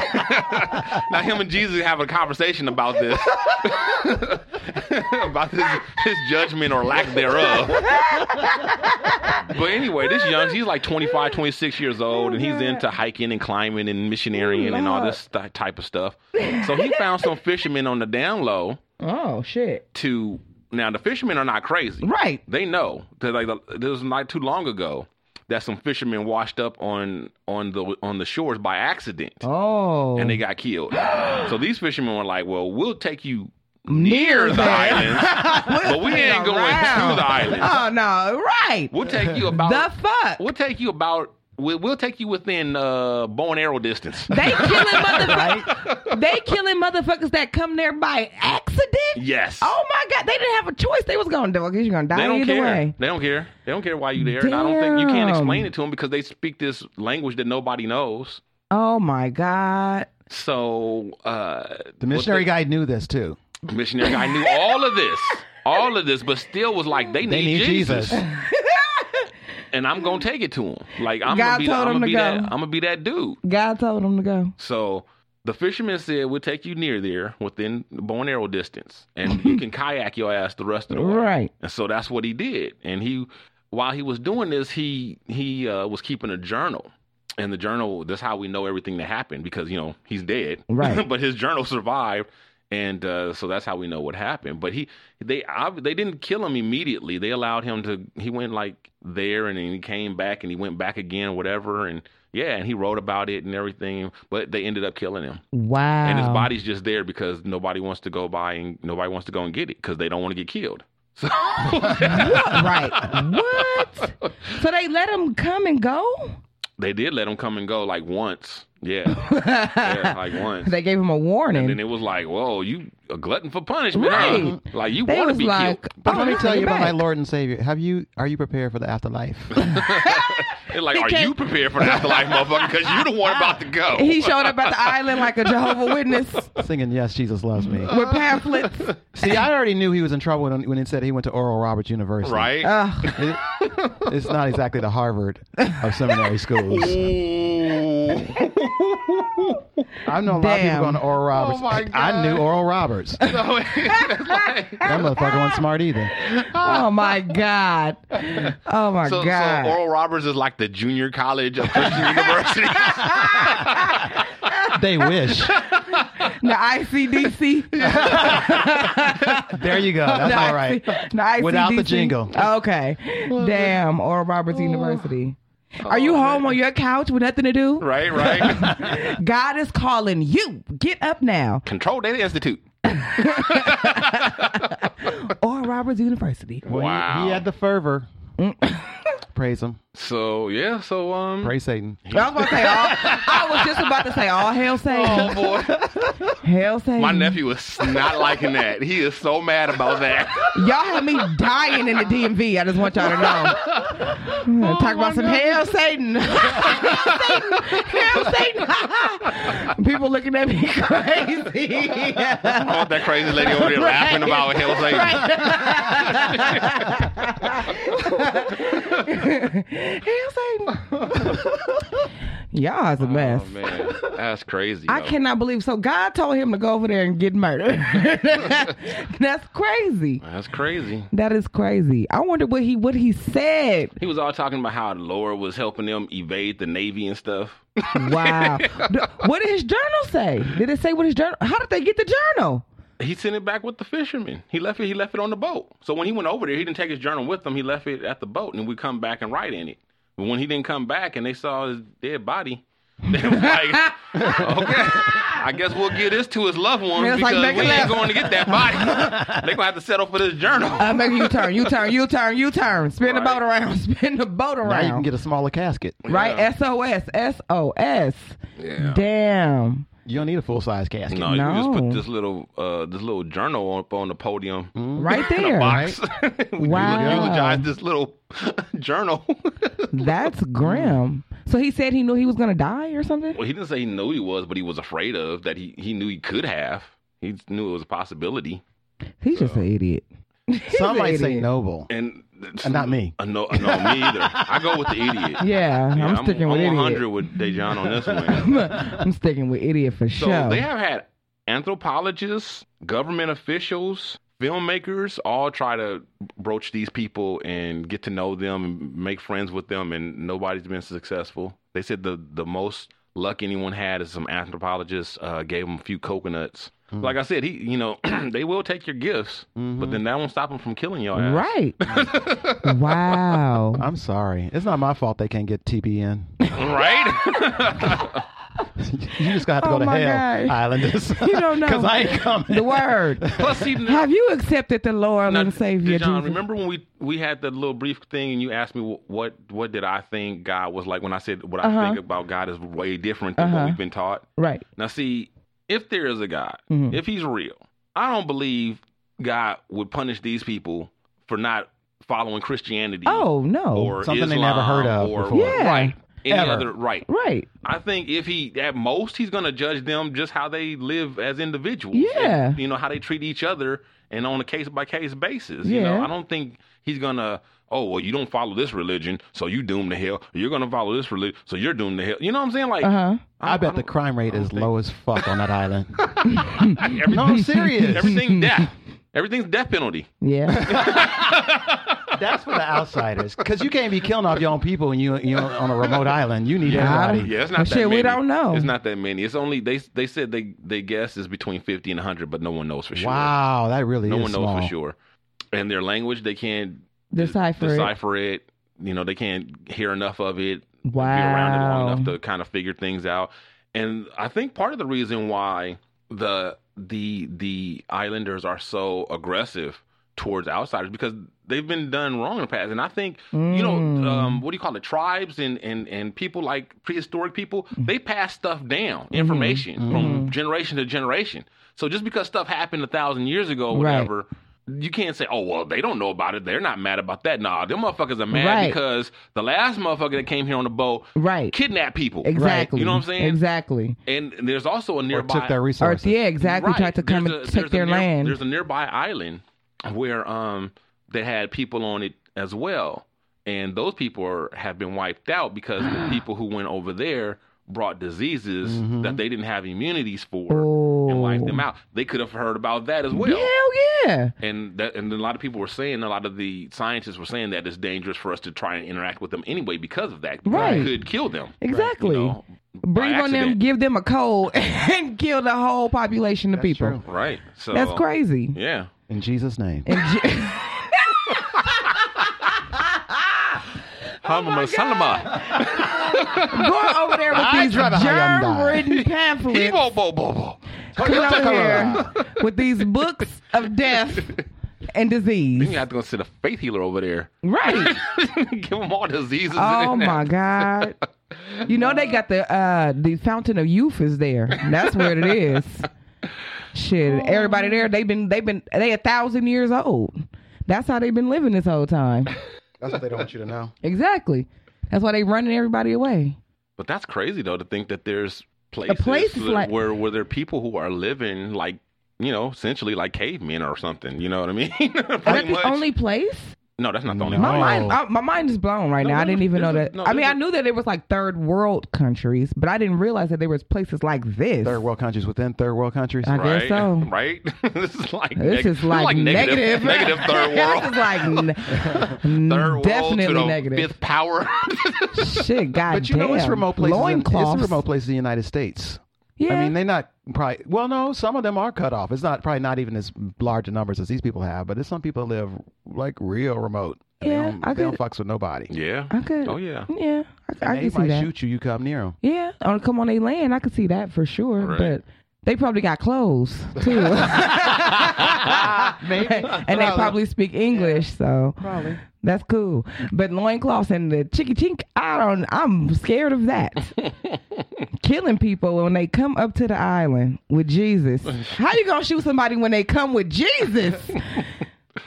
Speaker 3: now him and Jesus have a conversation about this, about his, his judgment or lack thereof. but anyway, this young, he's like 25, 26 years old, and he's into hiking and climbing and missionarying and all this th- type of stuff. So he found some fishermen on the down low
Speaker 4: Oh shit.
Speaker 3: to. Now the fishermen are not crazy,
Speaker 4: Right.
Speaker 3: they know because like this was not too long ago that some fishermen washed up on on the on the shores by accident
Speaker 4: Oh.
Speaker 3: and they got killed. so these fishermen were like, "Well, we'll take you near the islands, but we ain't going to the islands.
Speaker 4: Oh no. Right.
Speaker 3: We'll take you about
Speaker 4: the fuck.
Speaker 3: we'll take you about we'll, we'll take you within uh, bow and arrow distance."
Speaker 4: They killing motherfuckers. they killing motherfuckers that come there by accident.
Speaker 3: yes.
Speaker 4: Oh my god. They didn't have a choice. They was gonna do it. 'cause You're gonna die
Speaker 3: They don't
Speaker 4: either
Speaker 3: care.
Speaker 4: way.
Speaker 3: They don't care. They don't care why you there. And I don't think you can't
Speaker 4: Damn.
Speaker 3: explain it to them because they speak this language that nobody knows.
Speaker 4: Oh my god.
Speaker 3: So uh,
Speaker 5: The missionary guy knew this too.
Speaker 3: guy, missionary guy knew all of this, all of this, but still was like, they need,
Speaker 5: They need
Speaker 3: Jesus.
Speaker 5: Jesus.
Speaker 3: and I'm gonna take it to him. Like I'm
Speaker 4: God
Speaker 3: gonna be, I'm
Speaker 4: told him
Speaker 3: gonna
Speaker 4: to
Speaker 3: be
Speaker 4: go.
Speaker 3: that, I'm gonna be that dude.
Speaker 4: God told him to go.
Speaker 3: So the fisherman said, "We'll take you near there, within bow and arrow distance, and you can kayak your ass the rest of the way."
Speaker 4: Right.
Speaker 3: And so that's what he did. And he, while he was doing this, he he uh, was keeping a journal. And the journal, that's how we know everything that happened because you know he's dead.
Speaker 4: Right.
Speaker 3: but his journal survived, and uh, so that's how we know what happened. But he, they, I, they didn't kill him immediately. They allowed him to. He went like there, and then he came back, and he went back again, whatever, and yeah, and he wrote about it and everything. But they ended up killing him
Speaker 4: Wow.
Speaker 3: and his body's just there because nobody wants to go by and nobody wants to go and get it because they don't want to get killed. So
Speaker 4: right. What? So they let him come and go?
Speaker 3: they did let him come and go like once, yeah, yeah like once.
Speaker 4: They gave him a warning.
Speaker 3: and then it was like, whoa, you a glutton for punishment, huh?
Speaker 4: Right.
Speaker 3: Like you
Speaker 4: they
Speaker 3: want to
Speaker 4: was
Speaker 3: be
Speaker 4: like,
Speaker 3: killed.
Speaker 5: But
Speaker 4: oh,
Speaker 5: let me
Speaker 4: now
Speaker 5: tell
Speaker 4: you're
Speaker 5: you about my
Speaker 4: back.
Speaker 5: Lord and Savior. Have you are you prepared for the afterlife?
Speaker 3: They're like,
Speaker 4: he
Speaker 3: are
Speaker 4: came-
Speaker 3: you prepared for the afterlife, motherfucker? Because you the one about to go.
Speaker 4: He showed up at the island like a Jehovah Witness with
Speaker 5: Singing "Yes, Jesus loves me."
Speaker 4: pamphlets.
Speaker 5: See, I already knew he was in trouble when, when he said he went to Oral Roberts University.
Speaker 3: right?
Speaker 4: Ugh.
Speaker 5: It- it's not exactly the Harvard of seminary schools. I know a lot of people
Speaker 4: Damn.
Speaker 5: going to Oral Roberts.
Speaker 3: Oh my
Speaker 5: I knew Oral Roberts. that motherfucker wasn't smart either.
Speaker 4: oh my God. Oh my
Speaker 3: so,
Speaker 4: God.
Speaker 3: so Oral Roberts is like the junior college of Christian University.
Speaker 5: They wish.
Speaker 4: the ICDC.
Speaker 5: There you go. That's all right.
Speaker 4: The ICDC.
Speaker 5: Without the jingle.
Speaker 4: Oh.
Speaker 5: oh.
Speaker 4: Okay. Damn. Oral Roberts University. Are you home on your couch with nothing to do?
Speaker 3: right, right.
Speaker 4: God is calling you. Get up now.
Speaker 3: Control Data Institute.
Speaker 4: Oral Roberts University.
Speaker 5: Well, he-
Speaker 3: Wow.
Speaker 5: He, had the fervor. Praise him.
Speaker 3: So yeah, so um,
Speaker 5: Praise Satan.
Speaker 4: I was about to say all, I was just about to say all hell Satan.
Speaker 3: Oh boy,
Speaker 4: Hell Satan.
Speaker 3: my nephew is not liking that. He is so mad about that.
Speaker 4: Y'all have me dying in the DMV. I just want y'all to know. Talk about some hell Satan. hell Satan. Hell Satan. People looking at me crazy.
Speaker 3: Oh, that crazy lady over there laughing about hell Satan.
Speaker 4: hell Satan. Y'all is a mess.
Speaker 3: Oh man, that's crazy.
Speaker 4: I
Speaker 3: though.
Speaker 4: cannot believe. So God told him to go over there and get murdered. That's crazy.
Speaker 3: That's crazy.
Speaker 4: That is crazy. I wonder what he what he said.
Speaker 3: He was all talking about how the Lord was helping them evade the Navy and stuff.
Speaker 4: Wow. The- what did his journal say? Did it say what his journal? How did they get the journal?
Speaker 3: He sent it back with the fisherman. He left it. He left it on the boat. So when he went over there, he didn't take his journal with him. He left it at the boat, and we come back and write in it. But when he didn't come back, and they saw his dead body, they was like, "Okay, I guess we'll give this to his loved ones
Speaker 4: Yeah, it's like
Speaker 3: because
Speaker 4: make
Speaker 3: we
Speaker 4: it
Speaker 3: ain't
Speaker 4: last.
Speaker 3: going to get that body. They're gonna have to settle for this journal."
Speaker 4: Uh, make a U turn, U turn, U turn, U turn. Spin the
Speaker 3: Right.
Speaker 4: boat around, spin the boat
Speaker 5: Now
Speaker 4: around.
Speaker 5: you can get a smaller casket.
Speaker 4: right? SOS, SOS.
Speaker 3: Yeah.
Speaker 4: Damn.
Speaker 5: You don't need a full size casket.
Speaker 3: No, you can just
Speaker 4: No.
Speaker 3: put this little uh, this little journal up on the podium.
Speaker 4: Right there.
Speaker 3: Mm-hmm. Box.
Speaker 4: Wow.
Speaker 3: Eulogize this little journal.
Speaker 4: That's
Speaker 3: Mm-hmm.
Speaker 4: grim. So he said he knew he was going to die or something?
Speaker 3: Well, he didn't say he knew he was, but he was afraid of that. He he knew he could have. He knew it was a possibility.
Speaker 4: He's just an idiot. He's
Speaker 5: Some
Speaker 4: an
Speaker 5: might say
Speaker 4: idiot.
Speaker 5: noble.
Speaker 3: And
Speaker 5: And not me.
Speaker 3: Uh, no, uh, no, me either. I go with the idiot.
Speaker 4: Yeah,
Speaker 3: Yeah,
Speaker 4: I'm sticking with
Speaker 3: I'm 100
Speaker 4: idiot.
Speaker 3: with Dejan on this one.
Speaker 4: I'm sticking with idiot for
Speaker 3: So
Speaker 4: sure.
Speaker 3: they have had anthropologists, government officials, filmmakers all try to broach these people and get to know them and make friends with them, and nobody's been successful. They said the the most luck anyone had is some anthropologists uh, gave them a few coconuts. Like I said, he you know they will take your gifts, but then that won't stop them from killing your ass.
Speaker 4: right. wow.
Speaker 5: I'm sorry. It's not my fault they can't get TBN.
Speaker 3: right?
Speaker 5: you just got to
Speaker 4: Oh
Speaker 5: go to
Speaker 4: my
Speaker 5: hell,
Speaker 4: God.
Speaker 5: Islanders.
Speaker 4: You don't know.
Speaker 5: Because I ain't coming.
Speaker 4: The word.
Speaker 3: Plus, he kn-
Speaker 4: Have you accepted the Lord
Speaker 3: Now,
Speaker 4: and Savior?
Speaker 3: John,
Speaker 4: Jesus?
Speaker 3: remember when we we had that little brief thing, and you asked me wh- what what did I think God was like? When I said what I think about God is way different than what
Speaker 4: Uh-huh.
Speaker 3: we've been taught.
Speaker 4: Right.
Speaker 3: Now, see, if there is a God,
Speaker 4: Mhm.
Speaker 3: if He's real, I don't believe God would punish these people for not following Christianity.
Speaker 4: Oh no.
Speaker 3: or
Speaker 5: Something they
Speaker 3: Islam
Speaker 5: never heard of
Speaker 3: or
Speaker 5: before.
Speaker 4: Yeah.
Speaker 3: right. Any
Speaker 5: Ever.
Speaker 3: other right?
Speaker 4: right.
Speaker 3: I think if he, at most, he's going to judge them just how they live as individuals.
Speaker 4: Yeah.
Speaker 3: And, you know, how they treat each other and on a case by case basis. You know,
Speaker 4: Yeah.
Speaker 3: I don't think he's going to oh well, you don't follow this religion, so you doomed to hell. You're gonna follow this religion, so you're doomed to hell. You know what I'm saying? Like
Speaker 4: Uh-huh.
Speaker 3: I-
Speaker 5: I, bet the
Speaker 3: don't-
Speaker 5: crime rate is low as fuck on that island.
Speaker 3: everything,
Speaker 5: no, I'm serious.
Speaker 3: everything death, everything's death penalty.
Speaker 4: Yeah.
Speaker 5: That's for the outsiders, because you can't be killing off your own people when you you on a remote island. You need everybody.
Speaker 3: Yeah, it's not
Speaker 4: Well,
Speaker 3: that
Speaker 4: shit, Uh, we
Speaker 3: many.
Speaker 4: don't know.
Speaker 3: It's not that many. It's only they they said they they guess is between fifty and hundred, but no one knows for sure.
Speaker 5: Wow, that really
Speaker 3: no
Speaker 5: is
Speaker 3: one knows
Speaker 5: small.
Speaker 3: for sure. And their language, they can't
Speaker 4: Decipher it.
Speaker 3: decipher it. You know, they can't hear enough of it.
Speaker 4: Wow.
Speaker 3: Be around it long enough to kind of figure things out. And I think part of the reason why the the the Islanders are so aggressive towards outsiders because they've been done wrong in the past. And I think you
Speaker 4: Mm.
Speaker 3: know um, what do you call it? Tribes and and and people like prehistoric people
Speaker 4: Mm-hmm.
Speaker 3: they pass stuff down, information from generation to generation. So just because stuff happened a thousand years ago, or
Speaker 4: Right.
Speaker 3: whatever whatever, You can't say, oh well, they don't know about it. They're not mad about that. Nah, them motherfuckers are mad
Speaker 4: Right.
Speaker 3: because the last motherfucker that came here on the boat
Speaker 4: Right.
Speaker 3: kidnapped people.
Speaker 4: Exactly.
Speaker 3: You know what I'm saying?
Speaker 4: Exactly.
Speaker 3: And there's also a
Speaker 5: Or
Speaker 3: nearby
Speaker 5: took their
Speaker 4: Or
Speaker 5: resources.
Speaker 4: yeah, exactly.
Speaker 3: Right.
Speaker 4: Tried to come
Speaker 3: There's
Speaker 4: and
Speaker 3: a-
Speaker 4: take
Speaker 3: there's a
Speaker 4: their
Speaker 3: near-
Speaker 4: land.
Speaker 3: There's a nearby island where um they had people on it as well, and those people are, have been wiped out because the people who went over there brought diseases
Speaker 4: Mm-hmm.
Speaker 3: that they didn't have immunities for and wiped
Speaker 4: Oh.
Speaker 3: them out. They could have heard about that as well.
Speaker 4: Hell yeah.
Speaker 3: And that, and a lot of people were saying, a lot of the scientists were saying that it's dangerous for us to try and interact with them anyway because of that. Because
Speaker 4: Right.
Speaker 3: It could kill them.
Speaker 4: Exactly.
Speaker 3: You know, by
Speaker 4: Breathe on them,
Speaker 3: accident.
Speaker 4: give them a cold, and kill the whole population of people.
Speaker 5: true.
Speaker 3: Right. So
Speaker 4: That's crazy.
Speaker 3: Yeah.
Speaker 5: In Jesus' name.
Speaker 4: And j-
Speaker 3: Hama Salama.
Speaker 4: going over there with
Speaker 5: I
Speaker 4: these
Speaker 5: drive a Hyundai.
Speaker 4: germ-ridden pamphlets.
Speaker 3: Evo bo bo bo.
Speaker 4: Coming
Speaker 5: Toyota
Speaker 4: over here
Speaker 5: Corolla.
Speaker 4: with these books of death and
Speaker 3: Then
Speaker 4: disease.
Speaker 3: you have to go sit a faith healer over there.
Speaker 4: Right.
Speaker 3: Give them all diseases.
Speaker 4: Oh
Speaker 3: and
Speaker 4: my God. You know they got the uh the fountain of youth is there. That's what it is. Shit. Everybody there, they've been they've been they a thousand years old. That's how they've been living this whole time.
Speaker 5: That's what they don't want you to know.
Speaker 4: Exactly. That's why they running everybody away.
Speaker 3: But that's crazy though to think that there's places
Speaker 4: place is
Speaker 3: where,
Speaker 4: like-
Speaker 3: where where there are people who are living like you know essentially like cavemen or something. You know what I mean?
Speaker 4: Is
Speaker 3: Pretty
Speaker 4: that the
Speaker 3: much.
Speaker 4: only place?
Speaker 3: No, that's not the only.
Speaker 5: No.
Speaker 4: My
Speaker 5: Oh.
Speaker 4: mind, I, my mind is blown right
Speaker 3: No,
Speaker 4: now. I
Speaker 3: there's
Speaker 4: didn't
Speaker 3: a-
Speaker 4: even know
Speaker 3: there's a-
Speaker 4: that.
Speaker 3: no,
Speaker 4: I mean,
Speaker 3: there's
Speaker 4: I
Speaker 3: a-
Speaker 4: knew that it was like third world countries, but I didn't realize that there was places like this.
Speaker 5: Third world countries within third world countries.
Speaker 4: I guess
Speaker 3: Right,
Speaker 4: so.
Speaker 3: right. this is like
Speaker 4: This
Speaker 3: neg-
Speaker 4: is like, negative,
Speaker 3: negative, negative third world,
Speaker 4: this is like n-
Speaker 3: third world
Speaker 4: definitely
Speaker 3: to the
Speaker 4: negative.
Speaker 3: fifth power.
Speaker 4: Shit, goddamn.
Speaker 5: But you know, it's remote places. in-
Speaker 4: Loincloths.
Speaker 5: It's remote places in the United States.
Speaker 4: Yeah.
Speaker 5: I mean, they're not probably. Well, no, some of them are cut off. It's not probably not even as large a numbers as these people have, but it's some people live like real remote. They
Speaker 4: Yeah,
Speaker 5: don't,
Speaker 4: I
Speaker 5: they don't
Speaker 4: could-
Speaker 5: fucks with nobody.
Speaker 3: yeah.
Speaker 4: I could.
Speaker 3: Oh yeah.
Speaker 4: Yeah, I, I
Speaker 5: they
Speaker 4: can see
Speaker 5: might
Speaker 4: that.
Speaker 5: shoot you. You come near them.
Speaker 4: Yeah, on come on they land, I can see that for sure.
Speaker 3: Right.
Speaker 4: But they probably got clothes too,
Speaker 5: Maybe.
Speaker 4: and they probably speak English, so
Speaker 5: Probably.
Speaker 4: that's cool. But loincloths and the chicky chink, I don't. I'm scared of that. Killing people when they come up to the island with Jesus. How you gonna shoot somebody when they come with Jesus?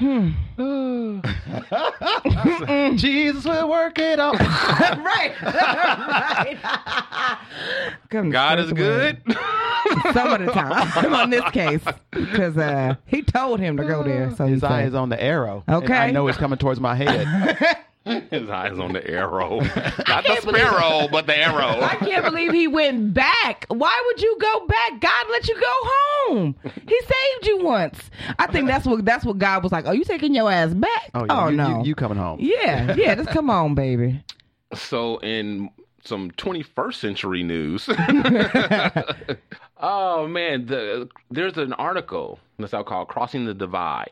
Speaker 5: Jesus will work it out.
Speaker 4: right. Come
Speaker 3: God
Speaker 4: to
Speaker 3: is
Speaker 4: the word.
Speaker 3: good.
Speaker 4: some of the time on this case because uh, he told him to go there. So
Speaker 5: His
Speaker 4: he
Speaker 5: eye
Speaker 4: said.
Speaker 5: is on the arrow. and
Speaker 4: Okay.
Speaker 5: I know it's coming towards my head.
Speaker 3: His eyes on the arrow, not the sparrow, but the arrow.
Speaker 4: I can't believe he went back. Why would you go back? God let you go home. He saved you once. I think that's what that's what God was like. Oh, you taking your ass back?
Speaker 5: Oh, yeah. you,
Speaker 4: no.
Speaker 5: You, you coming home.
Speaker 4: yeah, yeah. Just come on, baby.
Speaker 3: So, in some 21st century news, oh man, the, there's an article that's out called "Crossing the Divide,"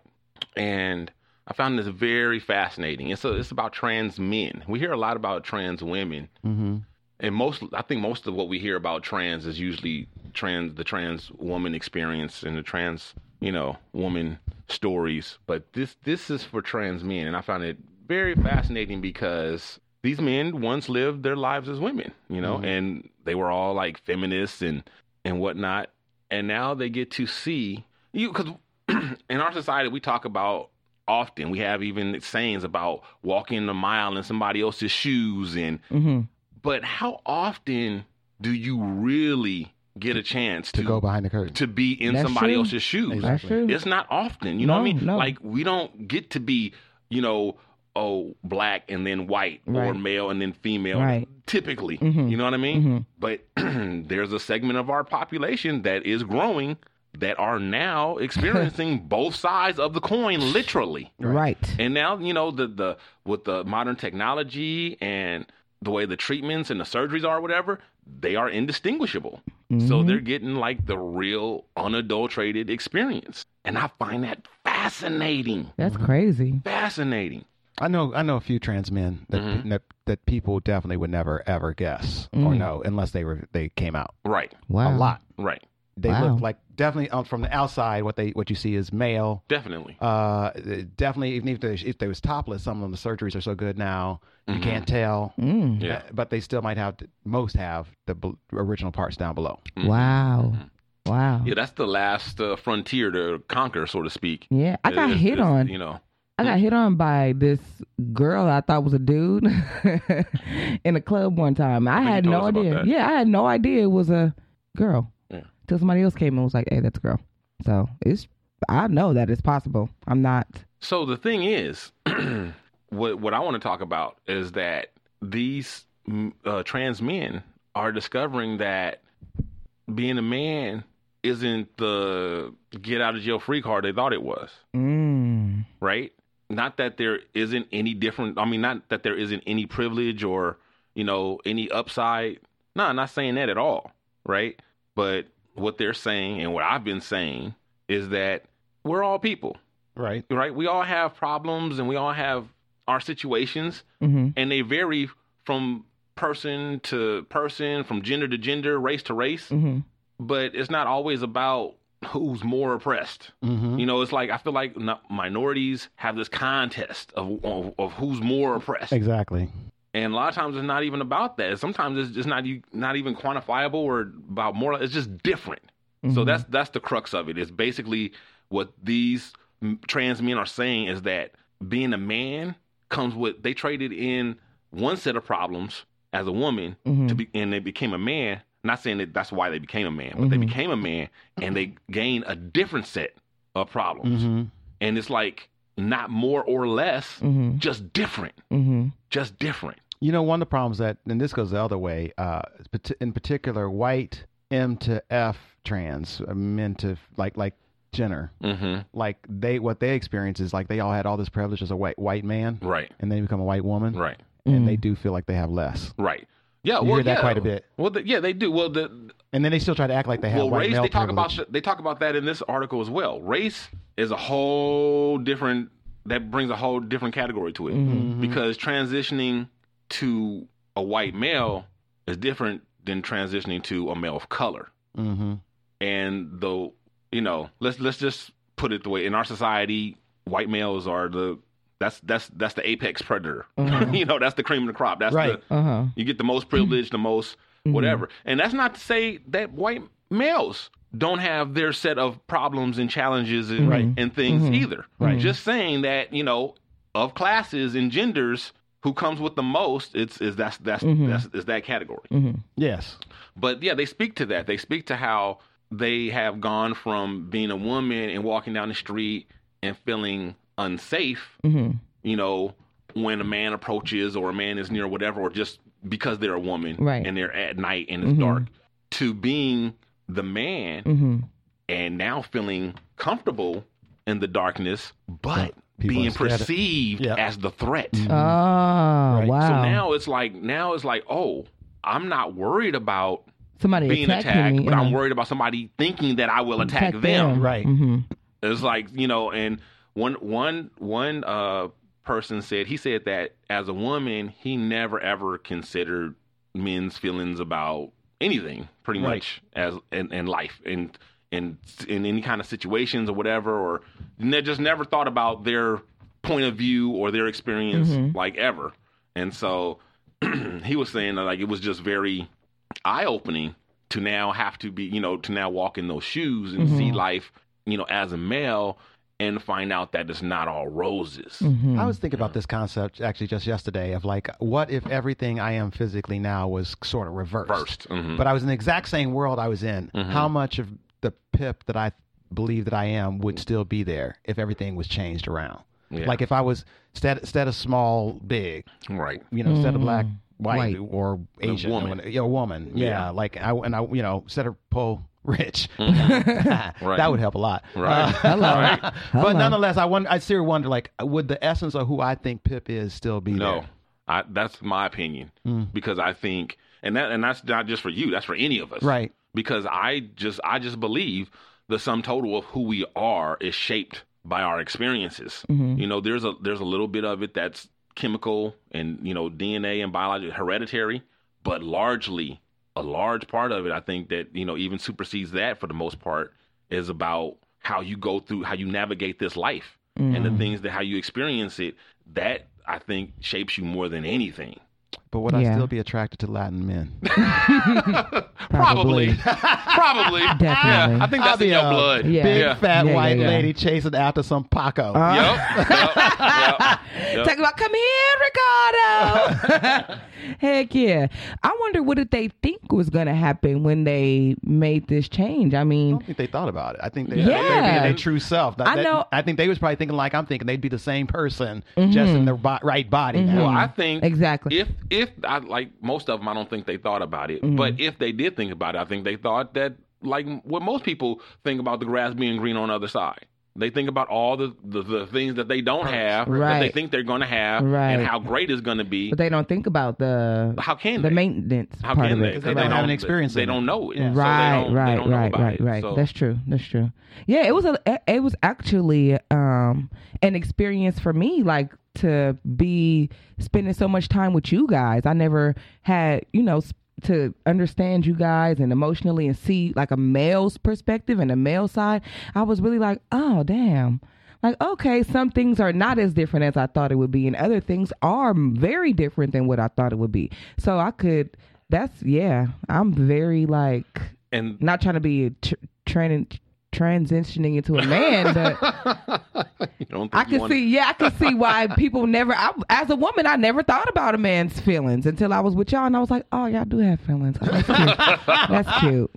Speaker 3: and I found this very fascinating. It's a, it's about trans men. We hear a lot about trans women,
Speaker 5: Mhm.
Speaker 3: and most I think most of what we hear about trans is usually trans the trans woman experience and the trans you know woman stories. But this this is for trans men, and I found it very fascinating because these men once lived their lives as women, you know, and they were all like feminists and and whatnot, and now they get to see you because in our society we talk about often we have even sayings about walking a mile in somebody else's shoes and
Speaker 4: hmm
Speaker 3: but how often do you really get a chance to
Speaker 5: To go behind the curtain.
Speaker 3: to be in
Speaker 4: That's
Speaker 3: somebody
Speaker 4: true.
Speaker 3: else's shoes?
Speaker 4: That's true.
Speaker 3: It's not often, you know what I
Speaker 4: No,
Speaker 3: mean?
Speaker 4: no.
Speaker 3: Like we don't get to be, you know, oh, black and then white, or
Speaker 4: Right.
Speaker 3: male and then female,
Speaker 4: Right. Mm-hmm.
Speaker 3: typically. You know what I mean? But there's a segment of our population that is growing that are now experiencing both sides of the coin, literally.
Speaker 4: Right.
Speaker 3: And now, you know, the the with the modern technology and the way the treatments and the surgeries are, whatever, they are indistinguishable. So
Speaker 4: Mm-hmm.
Speaker 3: they're getting like the real unadulterated experience. And I find that fascinating.
Speaker 4: That's
Speaker 5: Mm-hmm.
Speaker 4: crazy.
Speaker 3: Fascinating.
Speaker 5: I know I know a few trans men that that, that people definitely would never ever guess or
Speaker 4: Mm.
Speaker 5: know unless they were they came out
Speaker 3: Right.
Speaker 5: a
Speaker 4: Wow.
Speaker 5: lot.
Speaker 3: Right.
Speaker 5: They
Speaker 4: Oh. Wow.
Speaker 5: look like definitely um, from the outside what they what you see is male.
Speaker 3: Definitely.
Speaker 5: Uh, definitely even if they if they was topless, some of them the surgeries are so good now you can't tell. Uh,
Speaker 4: Mm.
Speaker 3: Mm-hmm. Yeah.
Speaker 5: But they still might have most have the bl- original parts down below.
Speaker 4: Wow. Wow.
Speaker 3: Yeah, that's the last uh, frontier to conquer, so to speak.
Speaker 4: Yeah, I got
Speaker 3: It's-
Speaker 4: hit
Speaker 3: it's,
Speaker 4: on.
Speaker 3: You know.
Speaker 4: I got hit on by this girl I thought was a dude in a club one time. I
Speaker 3: you
Speaker 4: had
Speaker 3: told
Speaker 4: no
Speaker 3: us about
Speaker 4: idea.
Speaker 3: that.
Speaker 4: Yeah, I had no idea it was a girl.
Speaker 3: Yeah.
Speaker 4: Till somebody else came and was like, "Hey, that's a girl." So it's I know that it's possible. I'm not.
Speaker 3: So the thing is, what what I want to talk about is that these mm, uh, trans men are discovering that being a man isn't the get out of jail free card they thought it was,
Speaker 4: Mm.
Speaker 3: right? Not that there isn't any different. I mean, not that there isn't any privilege or you know any upside. No, I'm not saying that at all, right? But what they're saying and what I've been saying is that we're all people
Speaker 5: Right.
Speaker 3: right? We all have problems and we all have our situations,
Speaker 4: Mhm.
Speaker 3: and they vary from person to person, from gender to gender, race to race.
Speaker 4: Mhm.
Speaker 3: But it's not always about who's more oppressed.
Speaker 5: Mm-hmm.
Speaker 3: You know, it's like I feel like no- minorities have this contest of, of of who's more oppressed,
Speaker 5: Exactly.
Speaker 3: and a lot of times it's not even about that. Sometimes it's just not e- not even quantifiable or about more. It's just different.
Speaker 4: mm-hmm,
Speaker 5: Mm-hmm.
Speaker 3: So that's that's the crux of it. It's basically what these m- trans men are saying is that being a man comes with they traded in one set of problems as a woman
Speaker 4: mm-hmm,
Speaker 3: to
Speaker 5: Mm.
Speaker 3: be, and they became a man. Not saying that that's why they became a man, but they
Speaker 5: Mm-hmm.
Speaker 3: became a man and they gained a different set of problems.
Speaker 5: Mm-hmm.
Speaker 3: And it's like not more or less,
Speaker 4: mm-hmm,
Speaker 3: just different,
Speaker 4: Mhm.
Speaker 3: just different.
Speaker 5: You know, one of the problems that, and this goes the other way, uh, pat- in particular, white M to F trans uh, men to like like Jenner,
Speaker 3: Mm-hmm.
Speaker 5: like they what they experience is like they all had all this privilege as a white white man,
Speaker 3: Right.
Speaker 5: and then they become a white woman,
Speaker 3: Right.
Speaker 5: and they do feel like they have less,
Speaker 3: Right. Yeah.
Speaker 5: You
Speaker 3: well,
Speaker 5: hear that
Speaker 3: yeah.
Speaker 5: quite a bit.
Speaker 3: Well, the, yeah, they do. Well, the
Speaker 5: and then they still try to act like they have
Speaker 3: well,
Speaker 5: white
Speaker 3: race.
Speaker 5: male
Speaker 3: They talk
Speaker 5: privilege.
Speaker 3: about they talk about that in this article as well. Race is a whole different. That brings a whole different category to it
Speaker 5: Mm-hmm.
Speaker 3: because transitioning to a white male is different than transitioning to a male of color.
Speaker 5: mm-hmm.
Speaker 3: And the you know, let's let's just put it the way in our society, white males are the that's that's that's the apex predator. you know, that's the cream of the crop. That's
Speaker 5: Mm-hmm. Right.
Speaker 3: the
Speaker 4: Uh huh.
Speaker 3: you get the most privilege, the most whatever. And that's not to say that white males don't have their set of problems and challenges and, and things either. Right. Just saying that, you know, of classes and genders, who comes with the most, it's is that's that's that's is that category.
Speaker 4: mm-hmm,
Speaker 5: Yes,
Speaker 3: But yeah, they speak to that. They speak to how they have gone from being a woman and walking down the street and feeling unsafe,
Speaker 4: mm-hmm.
Speaker 3: you know, when a man approaches or a man is near, whatever, or just because they're a woman
Speaker 4: Right.
Speaker 3: and they're at night and it's dark, to being the man and now feeling comfortable in the darkness, but
Speaker 5: people
Speaker 3: being
Speaker 5: instead of-
Speaker 3: perceived
Speaker 5: Yeah.
Speaker 3: as the threat.
Speaker 4: Oh wow.
Speaker 3: So now it's like now it's like, oh, I'm not worried about
Speaker 4: somebody
Speaker 3: being
Speaker 4: attacking
Speaker 3: attacked,
Speaker 4: me.
Speaker 3: but I'm
Speaker 4: uh,
Speaker 3: worried about somebody thinking that I will attack,
Speaker 4: attack
Speaker 3: them.
Speaker 5: right.
Speaker 4: Mm-hmm,
Speaker 3: It's like you know, and one one one uh person said he said that as a woman he never ever considered men's feelings about anything pretty
Speaker 5: Right.
Speaker 3: much as in, in life and in, in any kind of situations or whatever or ne- just never thought about their point of view or their experience like ever and so he was saying that like it was just very eye opening to now have to be, you know, to now walk in those shoes and see life, you know, as a male and find out that it's not all roses.
Speaker 4: Hmm. mm-hmm.
Speaker 5: I was thinking about this concept actually just yesterday of like, what if everything I am physically now was sort of reversed?
Speaker 3: First. Mhm.
Speaker 5: But I was in the exact same world I was in.
Speaker 3: Mm-hmm.
Speaker 5: How much of the pip that I believe that I am would still be there if everything was changed around?
Speaker 3: Yeah.
Speaker 5: Like if I was instead instead of small, big,
Speaker 3: Right.
Speaker 5: you know, instead of black, white,
Speaker 4: Mm, White.
Speaker 5: or Asian,
Speaker 3: woman.
Speaker 5: yeah, a woman, yeah.
Speaker 3: Yeah.
Speaker 5: Like I and I, you know, instead of po rich,
Speaker 3: Mm-hmm. Right.
Speaker 5: that would help a lot. Uh,
Speaker 3: Right.
Speaker 4: Hello.
Speaker 3: Right.
Speaker 4: Hello.
Speaker 5: But nonetheless, I wonder, I still wonder, like, would the essence of who I think Pip is still be
Speaker 3: No,
Speaker 5: there?
Speaker 3: I, that's my opinion because I think, and that, and that's not just for you. That's for any of us,
Speaker 5: Right.
Speaker 3: Because I just, I just believe the sum total of who we are is shaped by our experiences.
Speaker 4: Mm-hmm.
Speaker 3: You know, there's a, there's a little bit of it that's chemical and you know DNA and biological hereditary, but largely a large part of it, I think that you know even supersedes that for the most part is about how you go through, how you navigate this life, and
Speaker 4: Mm-hmm.
Speaker 3: the things that how you experience it. That I think shapes you more than anything.
Speaker 5: But would
Speaker 4: Yeah.
Speaker 5: I still be attracted to Latin men?
Speaker 3: Probably, probably,
Speaker 4: Definitely.
Speaker 3: Yeah, I think that's
Speaker 5: I'll be
Speaker 3: in your
Speaker 5: a
Speaker 3: blood.
Speaker 4: Yeah.
Speaker 5: Big
Speaker 3: Yeah.
Speaker 5: fat
Speaker 4: Yeah, yeah,
Speaker 5: white
Speaker 4: yeah. Uh-huh.
Speaker 5: lady chasing after some Paco.
Speaker 3: Yep. yep, yep.
Speaker 4: Talking about, come here, Ricardo. Heck yeah. I wonder what did they think was going to happen when they made this change. I
Speaker 5: I
Speaker 4: mean,
Speaker 5: don't think they thought about it. I think they,
Speaker 4: Yeah.
Speaker 5: they were being their true self. That-
Speaker 4: I
Speaker 5: that-
Speaker 4: know- Mm-hmm.
Speaker 5: I think they was probably thinking like I'm thinking. They'd be the same person, just in their bo- right body now.
Speaker 3: Well, I think
Speaker 4: Exactly.
Speaker 3: If if I like most of them, I don't think they thought about it.
Speaker 4: Mm-hmm.
Speaker 3: But if they did think about it, I think they thought that like what most people think about the grass being green on the other side. They think about all the the, the things that they don't have that they
Speaker 4: Right.
Speaker 3: think they're going to have,
Speaker 4: Right.
Speaker 3: and how great it's going to be.
Speaker 4: but they don't think about the
Speaker 3: How can
Speaker 4: the
Speaker 3: they?
Speaker 4: maintenance
Speaker 3: How
Speaker 4: part
Speaker 3: can
Speaker 4: of
Speaker 3: they?
Speaker 4: it.
Speaker 5: 'Cause they don't have an experience
Speaker 3: They,
Speaker 5: in it.
Speaker 3: don't know it.
Speaker 5: Yeah.
Speaker 3: So they
Speaker 4: right,
Speaker 3: don't- they
Speaker 4: right,
Speaker 3: don't know
Speaker 4: right,
Speaker 3: about
Speaker 4: right,
Speaker 3: it.
Speaker 4: right.
Speaker 3: So-
Speaker 4: That's true. That's true. Yeah, it was a, it was actually um an experience for me, like to be spending so much time with you guys. I never had, you know. s- To understand you guys and emotionally and see like a male's perspective and a male side, I was really like, oh damn, like okay, some things are not as different as I thought it would be, and other things are very different than what I thought it would be. So I could, that's yeah, I'm very like
Speaker 3: and
Speaker 4: not trying to be tr- training transitioning into a man but
Speaker 3: you don't think
Speaker 4: i
Speaker 3: you
Speaker 4: can
Speaker 3: wanna-
Speaker 4: see yeah i can see why people never I, as a woman i never thought about a man's feelings until i was with y'all and i was like oh y'all do have feelings Oh, that's cute that's cute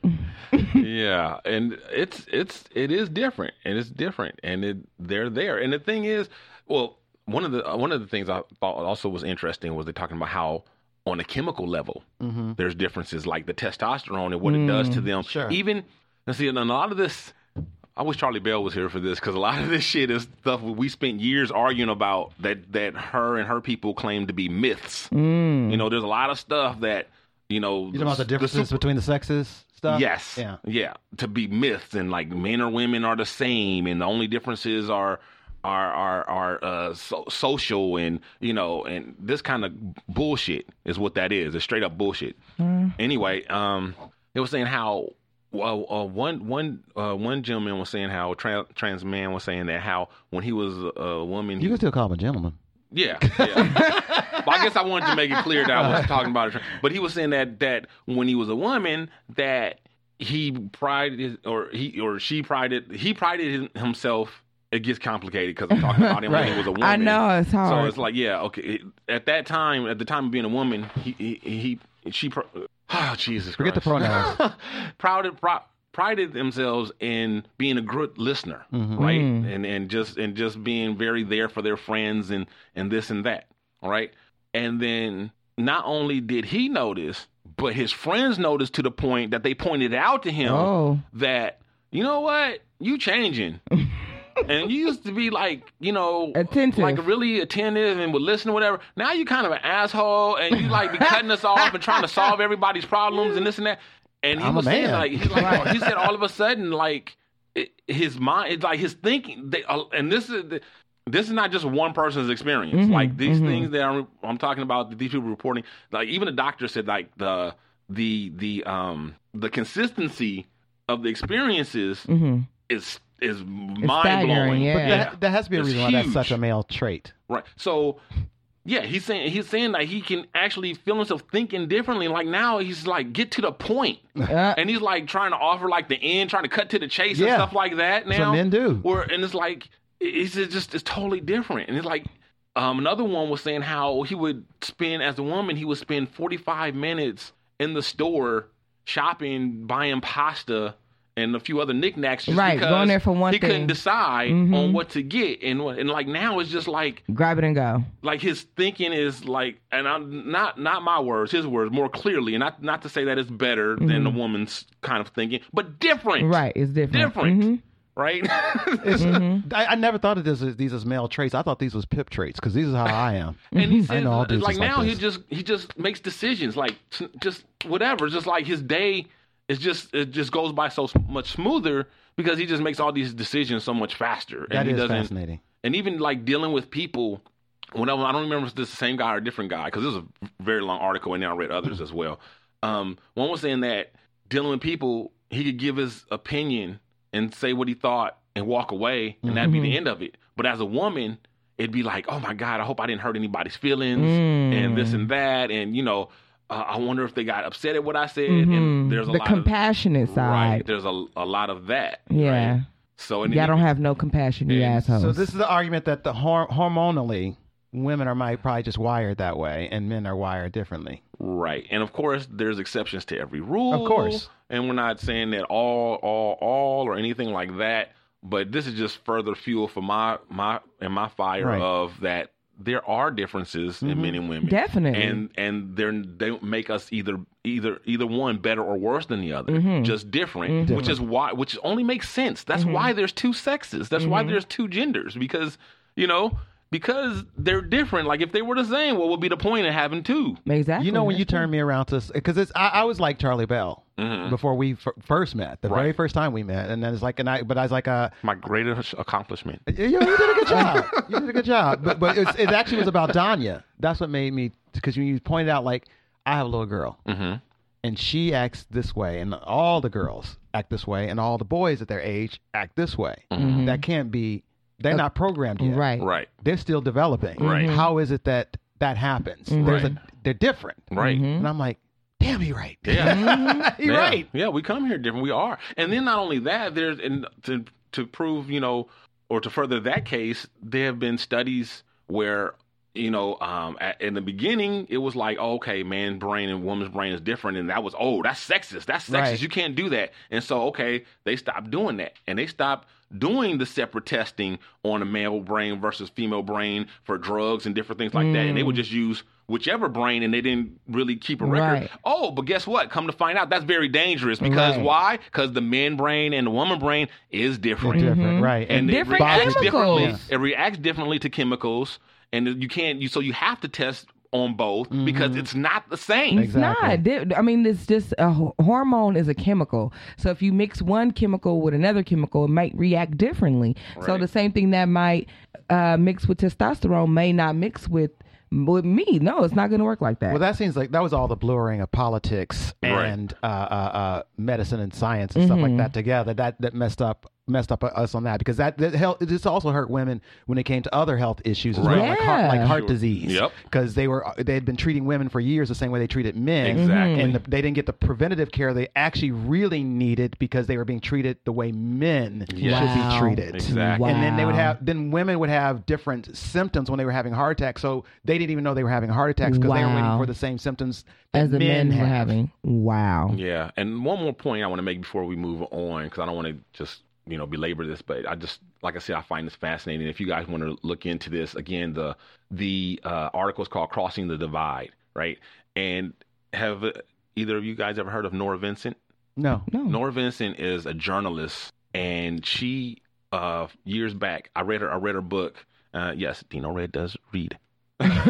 Speaker 3: yeah and it's it's it is different and it's different and it they're there and the thing is well one of the uh, one of the things i thought also was interesting was they talking about how on a chemical level there's differences like the testosterone and what it does to them
Speaker 5: Sure.
Speaker 3: even and see and a lot of this I wish Charlie Bell was here for this because a lot of this shit is stuff we spent years arguing about that that her and her people claim to be myths. You know, there's a lot of stuff that you know
Speaker 5: You know about the differences
Speaker 3: super-
Speaker 5: between the sexes stuff?
Speaker 3: Yes.
Speaker 5: Yeah.
Speaker 3: To be myths and like men or women are the same, and the only differences are are are are uh, so, social and you know and this kind of bullshit is what that is. It's straight up bullshit.
Speaker 5: Mm.
Speaker 3: Anyway, um, they were saying how. Well, uh, one one uh, one gentleman was saying how a trans, trans man was saying that how when he was a, a woman, he
Speaker 5: You can still call him a gentleman.
Speaker 3: yeah. yeah. well, I guess I wanted to make it clear that I wasn't talking about it. But he was saying that that when he was a woman, that he prided his, or he or she prided he prided his, himself. It gets complicated because I'm talking about him when he was a woman.
Speaker 4: i know it's
Speaker 3: So
Speaker 4: hard
Speaker 3: it's like, yeah, okay. it- at that time, at the time of being a woman, he he, he she. Pro- oh Jesus
Speaker 5: Forget the
Speaker 3: Christ!
Speaker 5: pronouns.
Speaker 3: prided pro, prided themselves in being a good listener,
Speaker 5: Mm-hmm.
Speaker 3: right?
Speaker 5: Mm.
Speaker 3: And and just and just being very there for their friends and and this and that, all right? And then not only did he notice, but his friends noticed to the point that they pointed out to him
Speaker 4: oh
Speaker 3: that you know what you changing. And you used to be like, you know,
Speaker 4: Attentive.
Speaker 3: like really attentive and would listen to whatever. Now you kind of an asshole and you like be cutting us off and trying to solve everybody's problems and this and that. And he
Speaker 5: I'm a
Speaker 3: was saying
Speaker 5: man.
Speaker 3: like, he, like he said all of a sudden like it, his mind, it's like his thinking. They uh, and this is the, this is not just one person's experience.
Speaker 5: Mm-hmm.
Speaker 3: like these things that I'm, I'm talking about, that these people reporting. Like even the doctor said like the the the um the consistency of the experiences
Speaker 4: Mm-hmm.
Speaker 5: Mm-hmm.
Speaker 3: is is mind blowing.
Speaker 4: yeah.
Speaker 5: That, that has to be a
Speaker 3: It's
Speaker 5: reason why that's
Speaker 3: huge.
Speaker 5: such a male trait.
Speaker 3: Right. So yeah, he's saying he's saying that he can actually feel himself thinking differently. Like now he's like get to the point.
Speaker 4: Yeah.
Speaker 3: and he's like trying to offer like the end, trying to cut to the chase and
Speaker 5: Yeah.
Speaker 3: stuff like that now.
Speaker 5: That's what men do.
Speaker 3: Where and it's like it's it's just it's totally different. And it's like um, another one was saying how he would spend as a woman, he would spend forty five minutes in the store shopping, buying pasta and a few other knickknacks. Just
Speaker 4: Right,
Speaker 3: because
Speaker 4: going there for one
Speaker 3: He
Speaker 4: thing.
Speaker 3: couldn't decide
Speaker 4: Mhm.
Speaker 3: on what to get, and what- and like now it's just like
Speaker 4: Grab it and go.
Speaker 3: like his thinking is like, and I'm not not my words, his words more clearly, and not not to say that it's better than the
Speaker 5: Mm-hmm.
Speaker 3: woman's kind of thinking, but different,
Speaker 4: Right. It's different.
Speaker 3: Different.
Speaker 4: Mhm.
Speaker 5: Mm-hmm.
Speaker 3: Right?
Speaker 5: It's- I, I never thought of this as these as male traits. I thought these was pip traits because these is how I am.
Speaker 3: and he
Speaker 5: Mm-hmm. I
Speaker 3: says,
Speaker 5: know all
Speaker 3: like,
Speaker 5: dudes is like
Speaker 3: now he
Speaker 5: this.
Speaker 3: just he just makes decisions like t- just whatever just like his day is just it just goes by so s- much smoother because he just makes all these decisions so much faster and
Speaker 5: That
Speaker 3: he
Speaker 5: is
Speaker 3: doesn't
Speaker 5: fascinating.
Speaker 3: and even like dealing with people whenever I don't remember if this is the same guy or a different guy because this is a very long article and then I read others as well. Um, one was saying that dealing with people, he could give his opinion and say what he thought and walk away, and that'd be
Speaker 4: Mm-hmm.
Speaker 3: the end of it. But as a woman, it'd be like, oh my god, I hope I didn't hurt anybody's feelings
Speaker 4: Mm.
Speaker 3: and this and that, and you know, uh, I wonder if they got upset at what I said.
Speaker 4: Mhm.
Speaker 3: And there's a
Speaker 4: the
Speaker 3: lot
Speaker 4: compassionate
Speaker 3: of right,
Speaker 4: side.
Speaker 3: there's a, a lot of that.
Speaker 4: Yeah.
Speaker 3: right? So and
Speaker 4: Y'all
Speaker 3: then
Speaker 4: don't have no compassion, you
Speaker 3: And
Speaker 4: assholes.
Speaker 5: So this is the argument that the hor- hormonally women are might probably just wired that way, and men are wired differently.
Speaker 3: Right. And of course, there's exceptions to every rule.
Speaker 5: Of course.
Speaker 3: And we're not saying that all, all, all, or anything like that. But this is just further fuel for my, my, and my fire
Speaker 5: Right. Mm-hmm.
Speaker 3: of that there are differences in men and women.
Speaker 4: Definitely.
Speaker 3: And, and they're, they make us either, either, either one better or worse than the other.
Speaker 5: Mm-hmm.
Speaker 3: Just different, which is why, which only makes sense. That's why there's two sexes. That's why
Speaker 5: Mm-hmm.
Speaker 3: there's two genders because, you know, because they're different. Like if they were the same, what would be the point of having two?
Speaker 4: exactly.
Speaker 5: You know when you turned me around to because it's I, I was like Charlie Bell before we f- first met, the very
Speaker 3: Mm-hmm. Right.
Speaker 5: first time we met, and then it's like and I but I was like uh
Speaker 3: my greatest accomplishment.
Speaker 5: you, you did a good job, you did a good job, but but it's, it actually was about Danya. That's what made me because you pointed out like I have a little girl,
Speaker 3: Mm-hmm.
Speaker 5: and she acts this way, and all the girls act this way, and all the boys at their age act this way.
Speaker 3: Mm-hmm.
Speaker 5: That can't be. They're not programmed yet.
Speaker 4: Right.
Speaker 3: Right,
Speaker 5: They're still developing.
Speaker 3: Right.
Speaker 5: How is it that that happens? There's
Speaker 3: Right.
Speaker 5: a, they're different.
Speaker 3: right.
Speaker 5: And I'm like, damn, he right.
Speaker 3: Yeah,
Speaker 5: he
Speaker 3: yeah.
Speaker 5: right.
Speaker 3: Yeah, we come here different. We are, and then not only that, there's and to to prove you know, or to further that case, there have been studies where you know, um, at, in the beginning, it was like, oh, okay, man brain and woman's brain is different, and that was oh, that's sexist. That's sexist.
Speaker 5: Right.
Speaker 3: You can't do that. And so, okay, they stopped doing that, and they stopped doing the separate testing on a male brain versus female brain for drugs and different things like that, and they
Speaker 5: Mm.
Speaker 3: would just use whichever brain, and they didn't really keep a record.
Speaker 4: Right.
Speaker 3: Oh, but guess what? Come to find out, that's very dangerous because
Speaker 4: Right.
Speaker 3: why? Because the men brain and the woman brain is different,
Speaker 5: Different, right.
Speaker 3: and
Speaker 5: And
Speaker 3: it
Speaker 4: Different
Speaker 3: reacts
Speaker 4: chemicals.
Speaker 3: differently. It reacts differently to chemicals, and you can't. You so you have to test on both because it's not the same.
Speaker 4: It's not. Di- I mean, it's just a h- hormone is a chemical. So if you mix one chemical with another chemical, it might react differently. So
Speaker 3: Right.
Speaker 4: the same thing that might uh, mix with testosterone may not mix with with me. No, it's not going to work like that.
Speaker 5: Well, that seems like that was all the blurring of politics
Speaker 3: Right. Mm-hmm.
Speaker 5: and uh, uh, uh, medicine and science and stuff like that together. That that messed up messed up uh, us on that because that, that hel- this also hurt women when it came to other health issues as well, like heart,
Speaker 4: Yeah.
Speaker 5: like heart
Speaker 3: Sure.
Speaker 5: disease.
Speaker 3: Yep.
Speaker 5: Because they were they had been treating women for years the same way they treated men,
Speaker 3: Exactly.
Speaker 5: and the, they didn't get the preventative care they actually really needed because they were being treated the way men should be
Speaker 4: Wow.
Speaker 5: treated.
Speaker 3: Exactly.
Speaker 5: And then they would
Speaker 4: Wow.
Speaker 5: have then women would have different symptoms when they were having heart attacks. So they didn't even know they were having heart attacks because they were waiting
Speaker 4: Wow.
Speaker 5: for the same symptoms that
Speaker 4: as the men, were
Speaker 5: have.
Speaker 4: having. Wow.
Speaker 3: Yeah, and one more point I want to make before we move on, because I don't want to just you know belabor this, but I just like I said, I find this fascinating. If you guys want to look into this again, the the uh, article is called "Crossing the Divide," right? And have uh, either of you guys ever heard of Nora Vincent?
Speaker 5: No.
Speaker 4: No.
Speaker 3: Nora Vincent is a journalist, and she uh, years back I read her I read her book. Uh, yes, Dino Red does read.
Speaker 5: He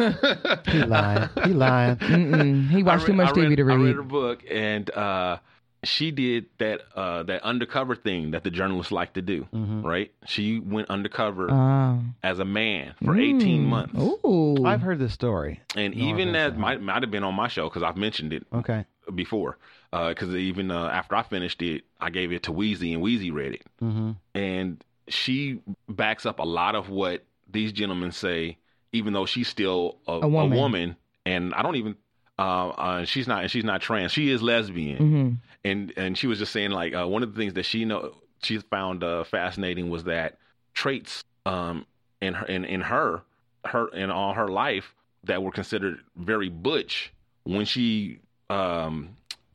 Speaker 5: lying. He lying.
Speaker 4: Mm-mm. He watched
Speaker 3: I
Speaker 4: too
Speaker 3: read-
Speaker 4: much
Speaker 3: I
Speaker 4: TV
Speaker 3: read-
Speaker 4: to read.
Speaker 3: I read her book, and uh, she did that uh, that undercover thing that the journalists like to do.
Speaker 5: Mm-hmm.
Speaker 3: Right? She went undercover
Speaker 4: Oh.
Speaker 3: as a man for 18 months,
Speaker 4: Mm. Ooh.
Speaker 5: I've heard this story.
Speaker 3: and
Speaker 5: No, I
Speaker 3: even
Speaker 5: haven't
Speaker 3: that
Speaker 5: seen
Speaker 3: might might have been on my show because I've mentioned it
Speaker 5: Okay.
Speaker 3: before. Because even uh, after I finished it, I gave it to Wheezy, and Wheezy read it,
Speaker 5: Mhm.
Speaker 3: and she backs up a lot of what these gentlemen say, even though she's still a, a woman.
Speaker 4: woman.
Speaker 3: and I don't even. Uh, uh, she's not. She's not trans. She is lesbian,
Speaker 4: Mhm.
Speaker 3: and and she was just saying like uh, one of the things that she know she found uh, fascinating was that traits um in her in, in her her in all her life that were considered very butch when she um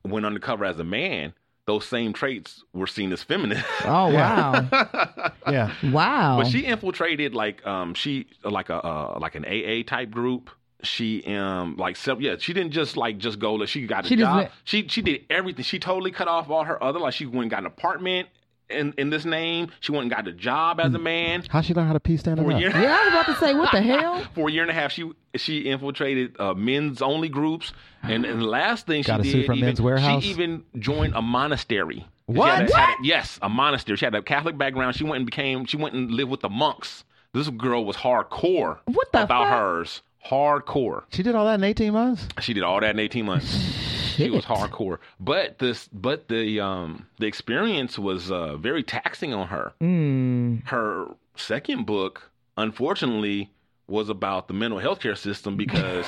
Speaker 3: went undercover as a man those same traits were seen as feminine.
Speaker 4: Oh wow, Uh,
Speaker 5: Yeah.
Speaker 4: wow.
Speaker 3: But she infiltrated like um she like a uh, like an AA type group. She um like self yeah she didn't just like just go like she got a
Speaker 4: She just
Speaker 3: job
Speaker 4: went-
Speaker 3: she she did everything she totally cut off all her other like she went and got an apartment in in this name she went and got a job as a man
Speaker 5: How she learn how to pee standing
Speaker 3: for a
Speaker 5: up?
Speaker 3: year
Speaker 4: Mm. yeah, I was about to say, what the hell?
Speaker 3: for a year and a half she she infiltrated uh, men's only groups and, and the last thing
Speaker 5: Got a
Speaker 3: she
Speaker 5: suit
Speaker 3: did
Speaker 5: from
Speaker 3: even,
Speaker 5: Men's Warehouse?
Speaker 3: she even joined a monastery She
Speaker 5: What?
Speaker 3: had a- had a- yes a monastery she had a Catholic background she went and became she went and lived with the monks this girl was hardcore
Speaker 4: What the
Speaker 3: about
Speaker 4: fuck?
Speaker 3: hers hardcore
Speaker 5: She did all that in 18 months?
Speaker 3: she did all that in 18 months she was hardcore but this but the um the experience was uh very taxing on her
Speaker 4: Mm,
Speaker 3: her second book, unfortunately, was about the mental health care system because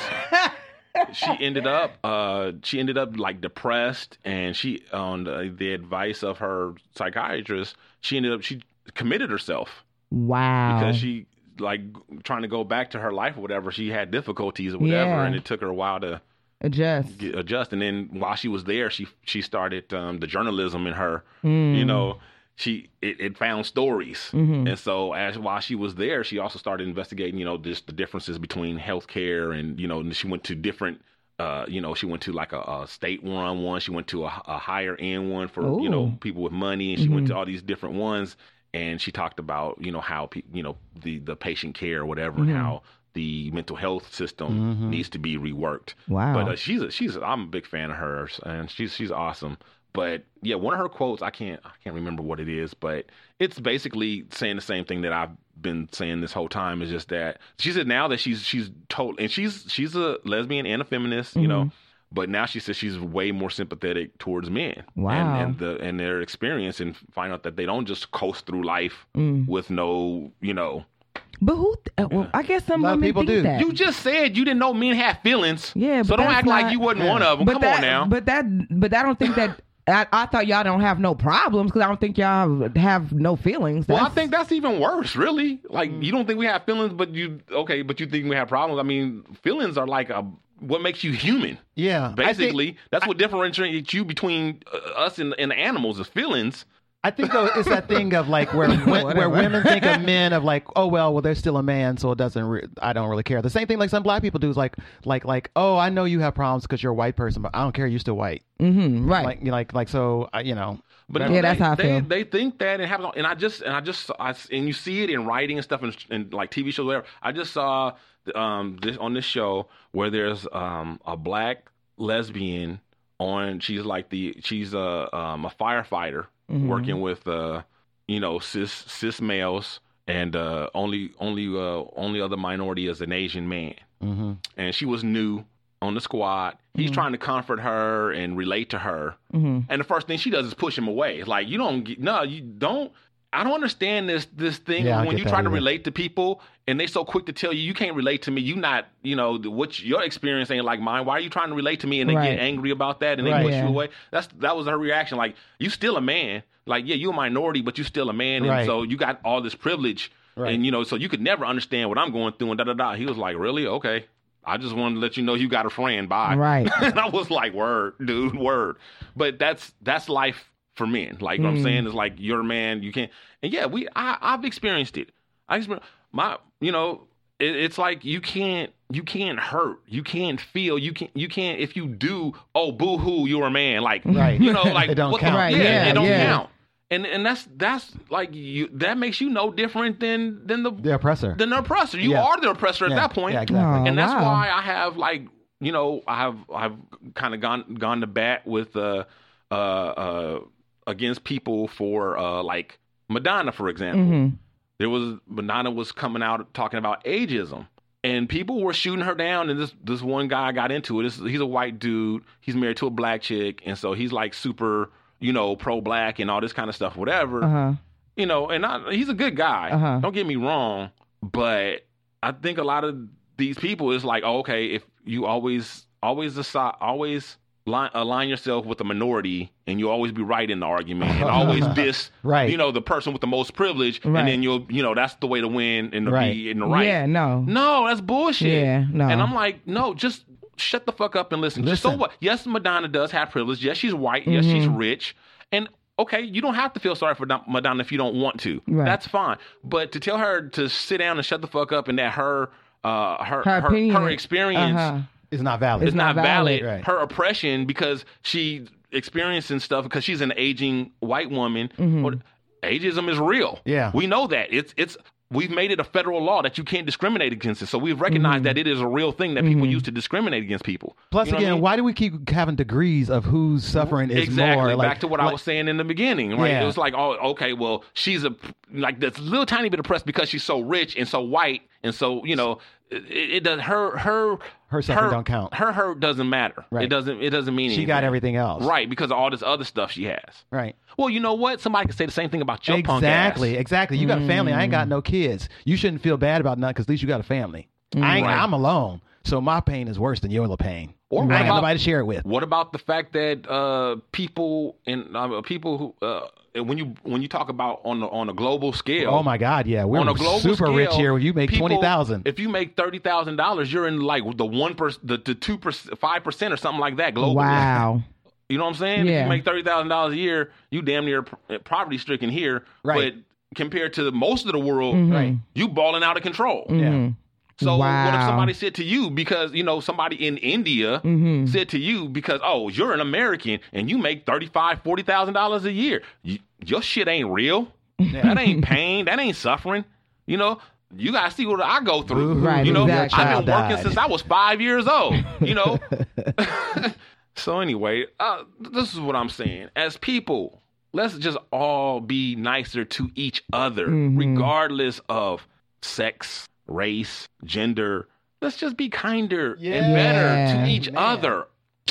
Speaker 3: she ended up uh, she ended up like depressed, and she on the, the advice of her psychiatrist, she ended up she committed herself
Speaker 4: wow.
Speaker 3: because she like trying to go back to her life or whatever. She had difficulties or whatever,
Speaker 4: Yeah.
Speaker 3: and it took her a while to
Speaker 4: Adjust.
Speaker 3: get, adjust. And then while she was there, she she started um, the journalism in her.
Speaker 4: Mm-hmm. Hmm.
Speaker 3: You know, she it, it found stories, and so as while she was there, she also started investigating. You know, just the differences between healthcare and you know, and she went to different. Uh, you know, she went to like a, a state one one. She went to a, a higher end one for you know
Speaker 4: Ooh.
Speaker 3: people with money, and she went to all these different ones. And she talked about you know how pe- you know the the patient care or whatever, and how the mental health system needs to be reworked.
Speaker 4: Wow.
Speaker 3: But uh, she's a, she's a, I'm a big fan of hers, and she's she's awesome. But yeah, one of her quotes I can't I can't remember what it is, but it's basically saying the same thing that I've been saying this whole time. Is just that she said now that she's she's told and she's she's a lesbian and a feminist, you know.
Speaker 4: Mm-hmm.
Speaker 3: But now she says she's way more sympathetic towards men
Speaker 4: Wow.
Speaker 3: and, and the and their experience and find out that they don't just coast through life
Speaker 4: Mm.
Speaker 3: with no you know.
Speaker 4: But who? Th- uh, well, I guess some
Speaker 5: A lot of
Speaker 4: women
Speaker 5: people
Speaker 4: think
Speaker 5: do.
Speaker 4: that.
Speaker 3: You just said you didn't know men had feelings.
Speaker 4: Yeah,
Speaker 3: so
Speaker 4: but
Speaker 3: don't
Speaker 4: that's
Speaker 3: act like
Speaker 4: not-
Speaker 3: you wasn't one of them.
Speaker 4: but
Speaker 3: Come
Speaker 4: that,
Speaker 3: on now.
Speaker 4: But that. But I don't think that. I, I thought y'all don't have no problems because I don't think y'all have no feelings.
Speaker 3: Well, I
Speaker 4: That's-
Speaker 3: think that's even worse, really. Like you don't think we have feelings, but you okay, but you think we have problems. I mean, feelings are like a what makes you human.
Speaker 5: Yeah.
Speaker 3: Basically, that's what differentiates you between uh, us and, and the animals is feelings.
Speaker 5: I think, I think though, it's that thing of like where wo- where
Speaker 4: Whatever.
Speaker 5: women think of men of like, oh well, well they're still a man, so it doesn't. Re- I don't really care. The same thing like some black people do is like like like, oh, I know you have problems because you're a white person, but I don't care. You're still white.
Speaker 4: Mhm, right.
Speaker 5: Like you like like so uh, you know.
Speaker 3: But
Speaker 4: Yeah, that's
Speaker 3: they,
Speaker 4: how I
Speaker 3: they,
Speaker 4: feel.
Speaker 3: They think that it happens, and I just and I just I, and you see it in writing and stuff, and, and like TV shows, whatever. I just saw um this on this show where there's um a black lesbian on. She's like the she's a um a firefighter
Speaker 4: Mm-hmm.
Speaker 3: working with uh you know cis cis males, and uh only only uh only other minority is an Asian man
Speaker 5: Mm-hmm.
Speaker 3: and she was new on the squad. He's trying to comfort her and relate to her.
Speaker 5: Mm-hmm.
Speaker 3: And the first thing she does is push him away. It's Like you don't get no, you don't. I don't understand this this thing
Speaker 5: Yeah, I
Speaker 3: when
Speaker 5: get
Speaker 3: you
Speaker 5: that
Speaker 3: try to
Speaker 5: either.
Speaker 3: relate to people and they so quick to tell you you can't relate to me. You not you know the- what your experience ain't like mine. Why are you trying to relate to me? And they
Speaker 4: Right.
Speaker 3: get angry about that and they
Speaker 5: Right.
Speaker 3: push
Speaker 4: Yeah.
Speaker 3: you away. That's that was her reaction. Like you still a man. Like yeah, you a minority, but you still a man,
Speaker 5: Right.
Speaker 3: and so you got all this privilege.
Speaker 5: Right.
Speaker 3: And you know, so you could never understand what I'm going through and da da da. He was like, Really? Okay. I just wanted to let you know you got a friend. Bye.
Speaker 4: Right.
Speaker 3: and I was like, Word, dude, word. But that's that's life for men. Like you know what I'm saying? It's like you're a man, you can't and yeah, we I, I've experienced it. I experienced my you know, it, it's like you can't you can't hurt. You can't feel. You can't you can't if you do, oh boo hoo, you're a man. Like
Speaker 5: Right.
Speaker 3: you know, like
Speaker 5: It don't
Speaker 3: what the-
Speaker 5: count.
Speaker 4: Right,
Speaker 3: yeah,
Speaker 4: yeah,
Speaker 3: it don't
Speaker 4: yeah.
Speaker 3: count. And and that's that's like you that makes you no different than than the
Speaker 5: The oppressor.
Speaker 3: than the oppressor. You
Speaker 5: Yeah.
Speaker 3: are the oppressor at
Speaker 5: Yeah,
Speaker 3: that point.
Speaker 5: yeah, exactly.
Speaker 4: Aw,
Speaker 3: And that's
Speaker 4: wow.
Speaker 3: why I have like you know I have I've kind of gone gone to bat with uh uh uh against people for uh like Madonna for example. There was Madonna was coming out talking about ageism. And people were shooting her down, and this this one guy got into it. This, he's a white dude. He's married to a black chick, and so he's like super, you know, pro black and all this kind of stuff, whatever
Speaker 4: Uh huh.
Speaker 3: you know, and I, he's a good guy.
Speaker 4: Uh-huh.
Speaker 3: Don't get me wrong, but I think a lot of these people is like, oh, okay, if you always always decide, always line, align yourself with the minority, and you always be right in the argument, and always diss,
Speaker 5: Right.
Speaker 3: You know, the person with the most privilege,
Speaker 4: Right.
Speaker 3: and then you'll, you know, that's the way to win and to
Speaker 5: Right.
Speaker 3: be in the right.
Speaker 4: Yeah. No.
Speaker 3: No, that's bullshit.
Speaker 4: Yeah, no.
Speaker 3: And I'm like, no, just shut the fuck up and listen. Just so
Speaker 5: Listen.
Speaker 4: Mm-hmm.
Speaker 3: what? Yes, Madonna does have privilege. Yes, she's white. Yes, she's rich. And okay, you don't have to feel sorry for Dom- Madonna if you don't want to.
Speaker 4: Right.
Speaker 3: That's fine. But to tell her to sit down and shut the fuck up and that her uh her
Speaker 4: Her
Speaker 3: her, her,
Speaker 4: opinion.
Speaker 3: experience
Speaker 4: Uh-huh.
Speaker 5: It's not valid.
Speaker 3: is not,
Speaker 4: not
Speaker 3: valid.
Speaker 4: valid.
Speaker 5: Right.
Speaker 3: Her oppression because she experiencing stuff because she's an aging white woman. Well, ageism is real.
Speaker 5: Yeah.
Speaker 3: we know that. It's it's we've made it a federal law that you can't discriminate against it. So we've recognized that it is a real thing that people use to discriminate against people.
Speaker 5: Plus,
Speaker 3: You know what I
Speaker 5: again,
Speaker 3: mean?
Speaker 5: why do we keep having degrees of who's suffering is
Speaker 3: exactly
Speaker 5: more?
Speaker 3: back to what, I was saying in the beginning, right?
Speaker 5: Yeah.
Speaker 3: It was like, oh, okay, well, she's a like this little tiny bit oppressed because she's so rich and so white and so you know, it, it does her her
Speaker 5: Her suffering don't count.
Speaker 3: Her hurt doesn't matter.
Speaker 5: Right.
Speaker 3: It doesn't it doesn't mean
Speaker 5: She got
Speaker 3: anything.
Speaker 5: everything else.
Speaker 3: right because of all this other stuff she has.
Speaker 5: Right.
Speaker 3: Well, you know what? Somebody could say the same thing about your punk ass.
Speaker 5: Exactly. Exactly. You got family. I ain't got no kids. You shouldn't feel bad about nothing because at least you got a family. I ain't,
Speaker 3: Right.
Speaker 5: I'm alone. So my pain is worse than your little pain.
Speaker 3: Or
Speaker 5: I
Speaker 3: what
Speaker 5: ain't got
Speaker 3: about-
Speaker 5: nobody to share it with.
Speaker 3: What about the fact that uh, people and uh, people who uh, when you when you talk about on the, on a global scale?
Speaker 5: Oh my God! Yeah, we're
Speaker 3: on a global
Speaker 5: super
Speaker 3: scale,
Speaker 5: rich here. Where you make
Speaker 3: people-
Speaker 5: twenty thousand.
Speaker 3: If you make thirty thousand dollars, you're in like the one percent, the the two percent, five percent, or something like that globally.
Speaker 4: Wow.
Speaker 3: You know what I'm saying? If
Speaker 4: Yeah.
Speaker 3: you make thirty thousand dollars a year, you damn near p- poverty stricken here.
Speaker 5: Right. Mm-hmm.
Speaker 3: But compared to the, most of the world,
Speaker 5: Right.
Speaker 3: you balling out of control.
Speaker 4: Mm.
Speaker 5: Yeah.
Speaker 3: So what if
Speaker 4: Wow.
Speaker 3: somebody said to you because you know somebody in India
Speaker 4: Mm-hmm.
Speaker 3: said to you because oh you're an American and you make thirty five forty thousand dollars a year you, your shit ain't real that ain't pain that ain't suffering you know you gotta see what I go through
Speaker 5: Boo-hoo,
Speaker 4: Right,
Speaker 3: you know
Speaker 4: exactly. your
Speaker 3: I've
Speaker 5: child
Speaker 3: been working
Speaker 5: died.
Speaker 3: since I was five years old you know so anyway uh, this is what I'm saying as people let's just all be nicer to each other,
Speaker 4: Mm-hmm.
Speaker 3: regardless of sex, race, gender. Let's just be kinder and better
Speaker 4: Yeah.
Speaker 3: to each other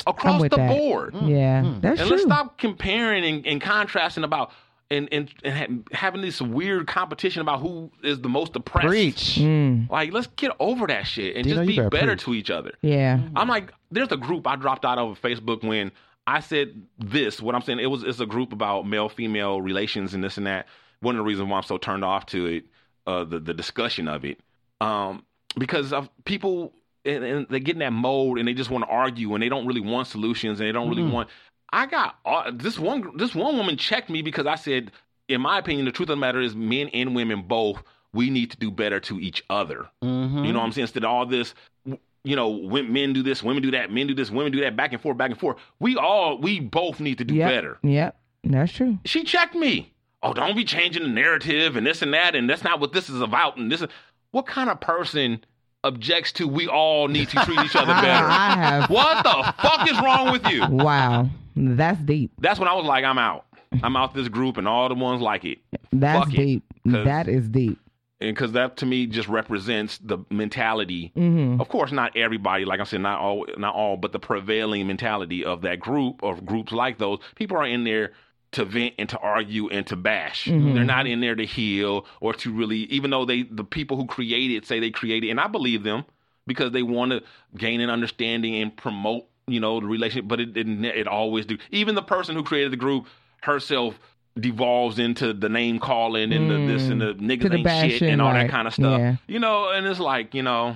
Speaker 3: across
Speaker 4: with
Speaker 3: the
Speaker 4: that.
Speaker 3: board.
Speaker 4: Yeah. That's
Speaker 3: Mm. And
Speaker 4: true.
Speaker 3: let's stop comparing and, and contrasting about and and, and ha- having this weird competition about who is the most oppressed.
Speaker 5: Preach.
Speaker 4: Mm.
Speaker 3: Like, let's get over that shit and
Speaker 5: Dino,
Speaker 3: just
Speaker 5: you
Speaker 3: be
Speaker 5: better
Speaker 3: better,
Speaker 5: preach.
Speaker 3: to each other.
Speaker 4: Yeah.
Speaker 3: I'm like, there's a group I dropped out of Facebook when I said this. What I'm saying, it was it's a group about male female relations and this and that. One of the reasons why I'm so turned off to it, uh, the the discussion of it, um, because of people and, and they get in that mode and they just want to argue and they don't really want solutions and they don't really want. I got uh, this one. This one woman checked me because I said, in my opinion, the truth of the matter is, men and women both we need to do better to each other.
Speaker 5: Mm-hmm.
Speaker 3: You know what I'm saying? Instead of all this, w- you know, when men do this, women do that, men do this, women do that, back and forth, back and forth. We all, we both need to do
Speaker 4: Yep.
Speaker 3: better.
Speaker 4: Yep. That's true.
Speaker 3: She checked me. Oh, don't be changing the narrative and this and that, and that's not what this is about. And this is what kind of person objects to we all need to treat each other better.
Speaker 4: I, I have.
Speaker 3: what the fuck is wrong with you?
Speaker 4: Wow. That's deep.
Speaker 3: That's when I was like, I'm out. I'm out this group and all the ones like it.
Speaker 4: That's
Speaker 3: Fuck it,
Speaker 4: deep.
Speaker 3: 'cause-
Speaker 4: That is deep.
Speaker 3: and because that to me just represents the mentality.
Speaker 4: Mm-hmm.
Speaker 3: Of course, not everybody, like I said, not all, not all, but the prevailing mentality of that group of groups like those. People are in there to vent and to argue and to bash.
Speaker 4: Mm-hmm.
Speaker 3: They're not in there to heal or to really, even though they the people who created say they created, and I believe them because they want to gain an understanding and promote, you know, the relationship. But it it, ne- it always do. Even the person who created the group herself devolves into the name calling and the this and the niggas
Speaker 4: Mm. To the
Speaker 3: ain't shit
Speaker 4: bashing,
Speaker 3: and all
Speaker 4: right.
Speaker 3: that kind of stuff.
Speaker 4: Yeah.
Speaker 3: You know, and it's like you know,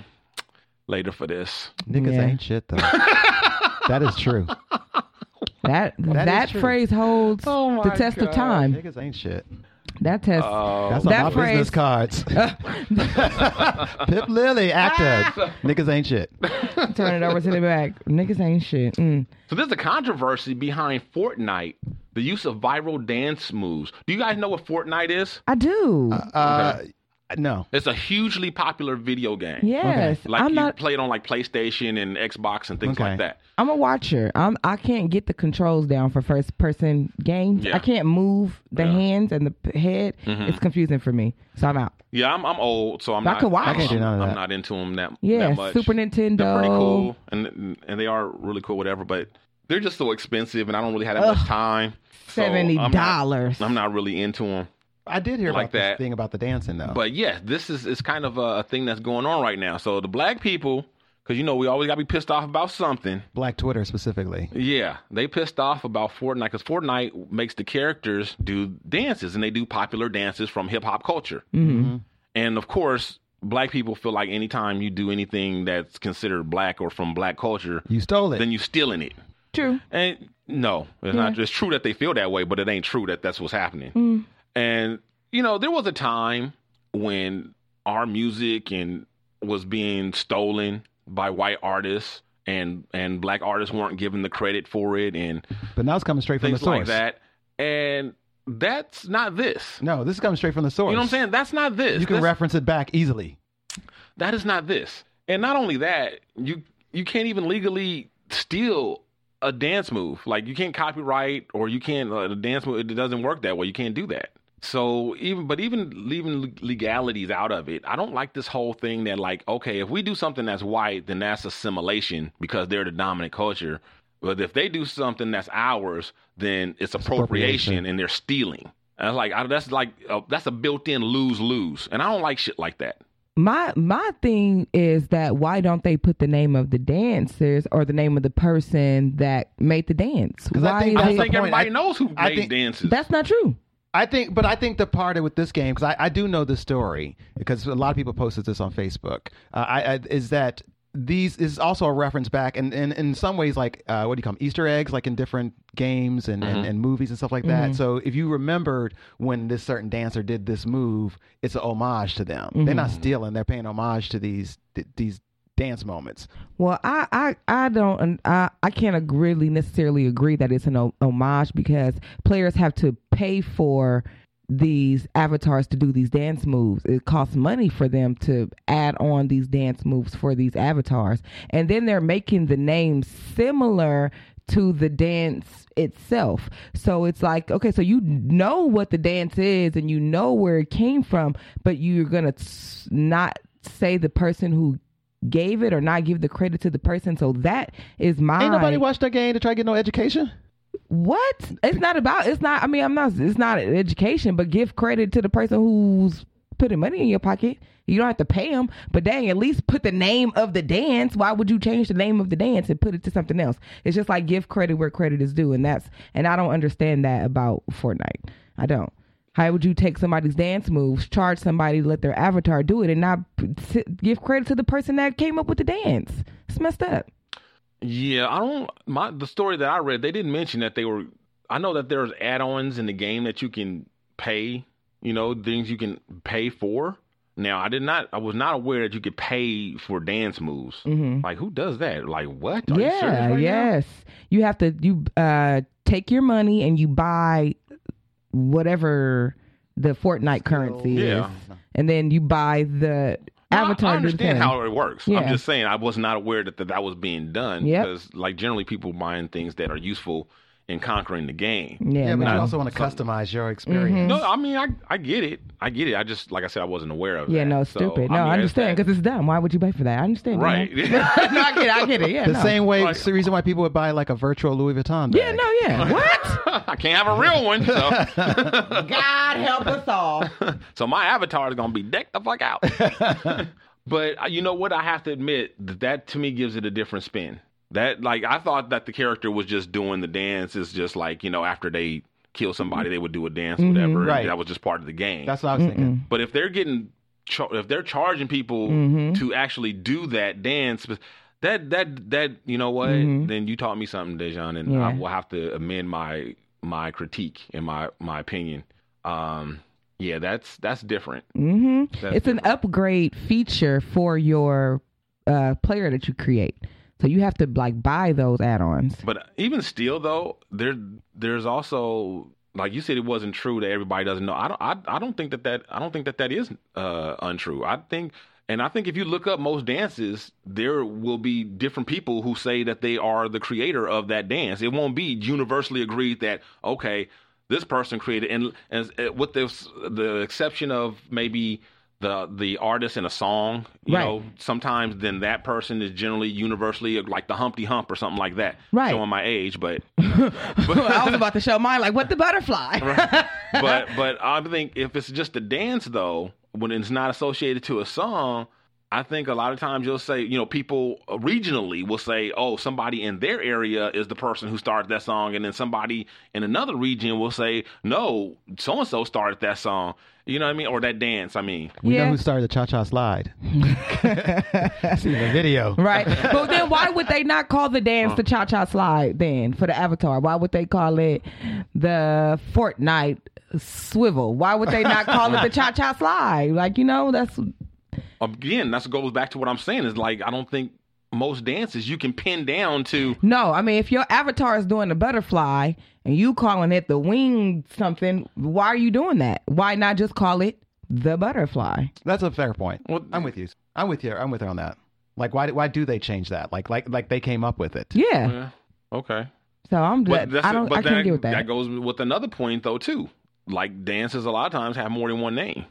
Speaker 3: later for this.
Speaker 5: Niggas
Speaker 4: Yeah.
Speaker 5: ain't shit though. that is true.
Speaker 4: That that,
Speaker 5: true. Oh
Speaker 4: phrase holds the test of time.
Speaker 5: Niggas ain't shit.
Speaker 4: That test.
Speaker 3: Uh, Oh.
Speaker 5: That's
Speaker 4: That
Speaker 5: on my business
Speaker 4: phrase-
Speaker 5: cards. Pip Lilly, actor.
Speaker 4: Ah!
Speaker 5: Niggas ain't shit.
Speaker 4: Turn it over to the back. Niggas ain't shit. Mm.
Speaker 3: So there's a controversy behind Fortnite, the use of viral dance moves. Do you guys know what Fortnite is?
Speaker 4: I do.
Speaker 5: Uh, no.
Speaker 3: It's a hugely popular video game.
Speaker 4: yes.
Speaker 3: Like
Speaker 4: I'm
Speaker 3: you
Speaker 4: not.
Speaker 3: play it on like PlayStation and Xbox and things
Speaker 5: Okay.
Speaker 3: like that.
Speaker 4: I'm a watcher. I'm. I can't get the controls down for first person games.
Speaker 3: Yeah. Mm-hmm.
Speaker 4: I can't move the hands and the p- head. It's confusing for me. So I'm out.
Speaker 3: Yeah, I'm I'm old, so I'm
Speaker 4: I
Speaker 3: not.
Speaker 4: could watch.
Speaker 3: I'm-
Speaker 4: I can't
Speaker 5: do none of
Speaker 3: I'm
Speaker 5: that.
Speaker 3: not into them that.
Speaker 4: Yeah.
Speaker 3: that much.
Speaker 4: Super Nintendo.
Speaker 3: They're pretty cool, and and they are really cool, whatever. But they're just so expensive, and I don't really have that much time. So
Speaker 4: Seventy
Speaker 3: I'm not-
Speaker 4: dollars.
Speaker 3: I'm not really into them.
Speaker 5: I did hear
Speaker 3: Like
Speaker 5: about this
Speaker 3: that.
Speaker 5: thing about the dancing though.
Speaker 3: But yes, this is it's kind of a, a thing that's going on right now. So the black people, because you know we always got to be pissed off about something.
Speaker 5: Black Twitter specifically.
Speaker 3: Yeah, they pissed off about Fortnite because Fortnite makes the characters do dances, and they do popular dances from hip hop culture. Mm-hmm.
Speaker 4: Mhm.
Speaker 3: And of course, black people feel like anytime you do anything that's considered black or from black culture,
Speaker 5: You stole it.
Speaker 3: then you're stealing it.
Speaker 4: True.
Speaker 3: And No, it's not. It's true that they feel that way, but it ain't true that that's what's happening.
Speaker 5: Mm.
Speaker 3: And you know, there was a time when our music and was being stolen by white artists, and and black artists weren't given the credit for it, and
Speaker 5: But now it's coming straight from the
Speaker 3: things
Speaker 5: source.
Speaker 3: like that. And that's not this.
Speaker 5: No, this is coming straight from the source.
Speaker 3: You know what I'm saying? That's not this.
Speaker 5: You can
Speaker 3: That's-
Speaker 5: reference it back easily.
Speaker 3: that is not this. And not only that, you you can't even legally steal a dance move. Like you can't copyright or you can't uh, the dance move. It doesn't work that way. You can't do that. So even but even leaving le- legalities out of it, I don't like this whole thing that like okay, if we do something that's white, then that's assimilation because they're the dominant culture. But if they do something that's ours, then it's appropriation,
Speaker 5: appropriation.
Speaker 3: and they're stealing. And it's like I, that's like uh that's a built-in lose-lose, and I don't like shit like that.
Speaker 4: My my thing is that why don't they put the name of the dancers or the name of the person that made the dance?
Speaker 5: 'Cause I
Speaker 4: Why
Speaker 5: think
Speaker 4: do
Speaker 5: that's
Speaker 3: I
Speaker 4: they-
Speaker 5: the
Speaker 3: think
Speaker 5: point.
Speaker 3: everybody
Speaker 5: I-
Speaker 3: knows who
Speaker 5: I
Speaker 3: made
Speaker 5: think-
Speaker 3: dances.
Speaker 4: that's not true.
Speaker 5: I think, but I think the part with this game because I, I do know the story because a lot of people posted this on Facebook. Uh, I, I is that these is also a reference back and, and in some ways like uh, what do you call them Easter eggs like in different games and, and, and movies and stuff like that. So if you remembered when this certain dancer did this move, it's an homage to them. They're not stealing; they're paying homage to these th- these dance moments.
Speaker 4: Well, I I, I don't I, I can't ag- really necessarily agree that it's an o- homage because players have to pay for these avatars to do these dance moves. It costs money for them to add on these dance moves for these avatars. And then they're making the names similar to the dance itself. So it's like, okay, so you know what the dance is and you know where it came from, but you're going to not say the person who gave it or not give the credit to the person. So that is my
Speaker 5: Ain't nobody watched that game to try to get no education.
Speaker 4: what? It's not about it's not I mean I'm not it's not an education, but give credit to the person who's putting money in your pocket. You don't have to pay them, but dang, at least put the name of the dance. Why would you change the name of the dance and put it to something else? It's just like give credit where credit is due and that's and I don't understand that about Fortnite. I don't. How would you take somebody's dance moves, charge somebody, let their avatar do it, and not p- s- give credit to the person that came up with the dance? It's messed up.
Speaker 3: yeah, I don't. My the story that I read, they didn't mention that they were. I know that there's add-ons in the game that you can pay. You know, things you can pay for. Now, I did not. I was not aware that you could pay for dance moves. Like, who does that? Like, what? Are you serious
Speaker 4: yeah
Speaker 3: right now?
Speaker 4: yes you have to you uh take your money and you buy whatever the fortnite currency
Speaker 3: Yeah.
Speaker 4: is and then you buy the
Speaker 3: No, I-
Speaker 4: avatar
Speaker 3: I
Speaker 4: to do the
Speaker 3: understand
Speaker 4: thing.
Speaker 3: how it works. I'm
Speaker 4: Yeah.
Speaker 3: just saying I was not aware that that, that was being done
Speaker 4: Yep.
Speaker 3: because, like, generally people buying things that are useful in conquering the game.
Speaker 4: yeah,
Speaker 5: Yeah, but
Speaker 4: no.
Speaker 5: you also want to customize your experience.
Speaker 3: No, I mean I I get it. I get it. I just like I said, I wasn't aware of it.
Speaker 4: yeah no stupid no i, understand because it's dumb why would you pay for that i understand you know?
Speaker 3: Right.
Speaker 4: no i get it i get it yeah
Speaker 5: The
Speaker 4: no.
Speaker 5: same way,
Speaker 3: Like-
Speaker 5: it's the reason why people would buy like a virtual Louis Vuitton. Bag.
Speaker 4: yeah no yeah what
Speaker 3: I can't have a real one. So,
Speaker 4: god help us all
Speaker 3: so my avatar is gonna be decked the fuck out. but uh, you know what? I have to admit that that to me gives it a different spin. That like I thought that the character was just doing the dance. It's just like you know after they kill somebody they would do a dance
Speaker 4: Mm-hmm.
Speaker 3: or whatever. and
Speaker 5: Right.
Speaker 3: That was just part of the game.
Speaker 5: That's what I was thinking.
Speaker 3: But if they're getting, char- if they're charging people
Speaker 4: Mm. Mm-hmm.
Speaker 3: to actually do that dance, that that that you know what? Then you taught me something, Dejan, and I
Speaker 4: Yeah.
Speaker 3: will have to amend my my critique and my my opinion. Um, yeah, that's that's different.
Speaker 4: hmm
Speaker 3: That's
Speaker 4: It's an upgrade feature for your uh, player that you create. So you have to like buy those add-ons.
Speaker 3: But even still, though, there there's also like you said, it wasn't true that everybody doesn't know. I don't I, I don't think that that I don't think that that is uh, untrue. I think. And I think if you look up most dances, there will be different people who say that they are the creator of that dance. It won't be universally agreed that okay, this person created, and, and uh, with this, the exception of maybe the the artist in a song, you
Speaker 4: Right.
Speaker 3: know, sometimes then that person is generally universally like the Humpty Hump or something like that.
Speaker 4: Right.
Speaker 3: Showing my age, but
Speaker 4: I was about to show mine like what the butterfly.
Speaker 3: but but I think if it's just a dance though, when it's not associated to a song, I think a lot of times you'll say, you know, people regionally will say, oh, somebody in their area is the person who started that song. And then somebody in another region will say, no, so and so started that song. You know what I mean? Or that dance, I mean.
Speaker 5: We
Speaker 4: Yeah.
Speaker 5: know who started the Cha Cha Slide. See the video.
Speaker 4: Right. but then why would they not call the dance the cha cha slide then for the avatar? Why would they call it the Fortnite swivel? Why would they not call it the cha cha slide? Like, you know, that's
Speaker 3: Again, that's goes back to what I'm saying is like, I don't think most dances you can pin down to.
Speaker 4: no, I mean if your avatar is doing the butterfly and you calling it the wing something, why are you doing that? Why not just call it the butterfly?
Speaker 5: That's a fair point.
Speaker 3: Well-
Speaker 5: I'm with you. I'm with you. I'm with her on that. Like, why? Why do they change that? Like, like, like they came up with it.
Speaker 4: Yeah.
Speaker 3: Okay.
Speaker 4: So I'm
Speaker 3: Mm. But
Speaker 4: just
Speaker 3: that's
Speaker 4: I don't
Speaker 3: but
Speaker 4: I can't
Speaker 3: that,
Speaker 4: get with that.
Speaker 3: that goes with another point though too. Like dances, a lot of times have more than one name.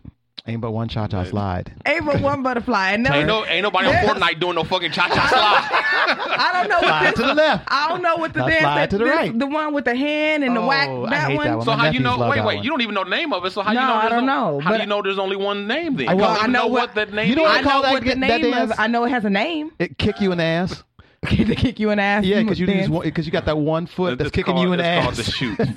Speaker 5: Ain't but one Cha Cha Slide.
Speaker 4: Ain't but one butterfly and
Speaker 3: Ain't
Speaker 4: no,
Speaker 3: no, ain't nobody on Fortnite doing no fucking cha cha slide.
Speaker 4: I don't know
Speaker 5: Slide
Speaker 4: what
Speaker 5: to
Speaker 4: this
Speaker 5: the left.
Speaker 4: I don't know what the
Speaker 5: Now
Speaker 4: dance
Speaker 5: slide
Speaker 4: that,
Speaker 5: to the
Speaker 4: this-
Speaker 5: right.
Speaker 4: the one with the hand and the
Speaker 5: Oh,
Speaker 4: whack.
Speaker 5: I
Speaker 4: That
Speaker 5: hate
Speaker 4: one.
Speaker 5: that one.
Speaker 3: So
Speaker 5: My
Speaker 3: how you
Speaker 5: nephews
Speaker 3: know?
Speaker 5: love
Speaker 3: Wait,
Speaker 5: that
Speaker 3: wait.
Speaker 5: one.
Speaker 3: You don't even know the name of it. So how
Speaker 4: No,
Speaker 3: you know?
Speaker 4: I
Speaker 3: there's
Speaker 4: don't
Speaker 3: no-
Speaker 4: know,
Speaker 3: How do
Speaker 4: but-
Speaker 3: you know there's only one name then?
Speaker 5: I- well,
Speaker 3: 'Cause
Speaker 5: I
Speaker 3: you
Speaker 4: know
Speaker 3: know
Speaker 4: what-
Speaker 3: what that name.
Speaker 5: You know
Speaker 3: is.
Speaker 5: what
Speaker 4: I
Speaker 5: They call
Speaker 4: know
Speaker 5: that
Speaker 4: what the
Speaker 5: get- that
Speaker 4: name
Speaker 5: dance?
Speaker 4: of. I know it has a name.
Speaker 5: It kick you in the ass.
Speaker 4: to kick you in the ass.
Speaker 5: Yeah, because you
Speaker 4: dance.
Speaker 5: use one, because you got that one foot that's
Speaker 3: It's
Speaker 5: kicking
Speaker 3: called-
Speaker 5: you in the
Speaker 3: it's
Speaker 5: ass.
Speaker 3: called the shoot. It's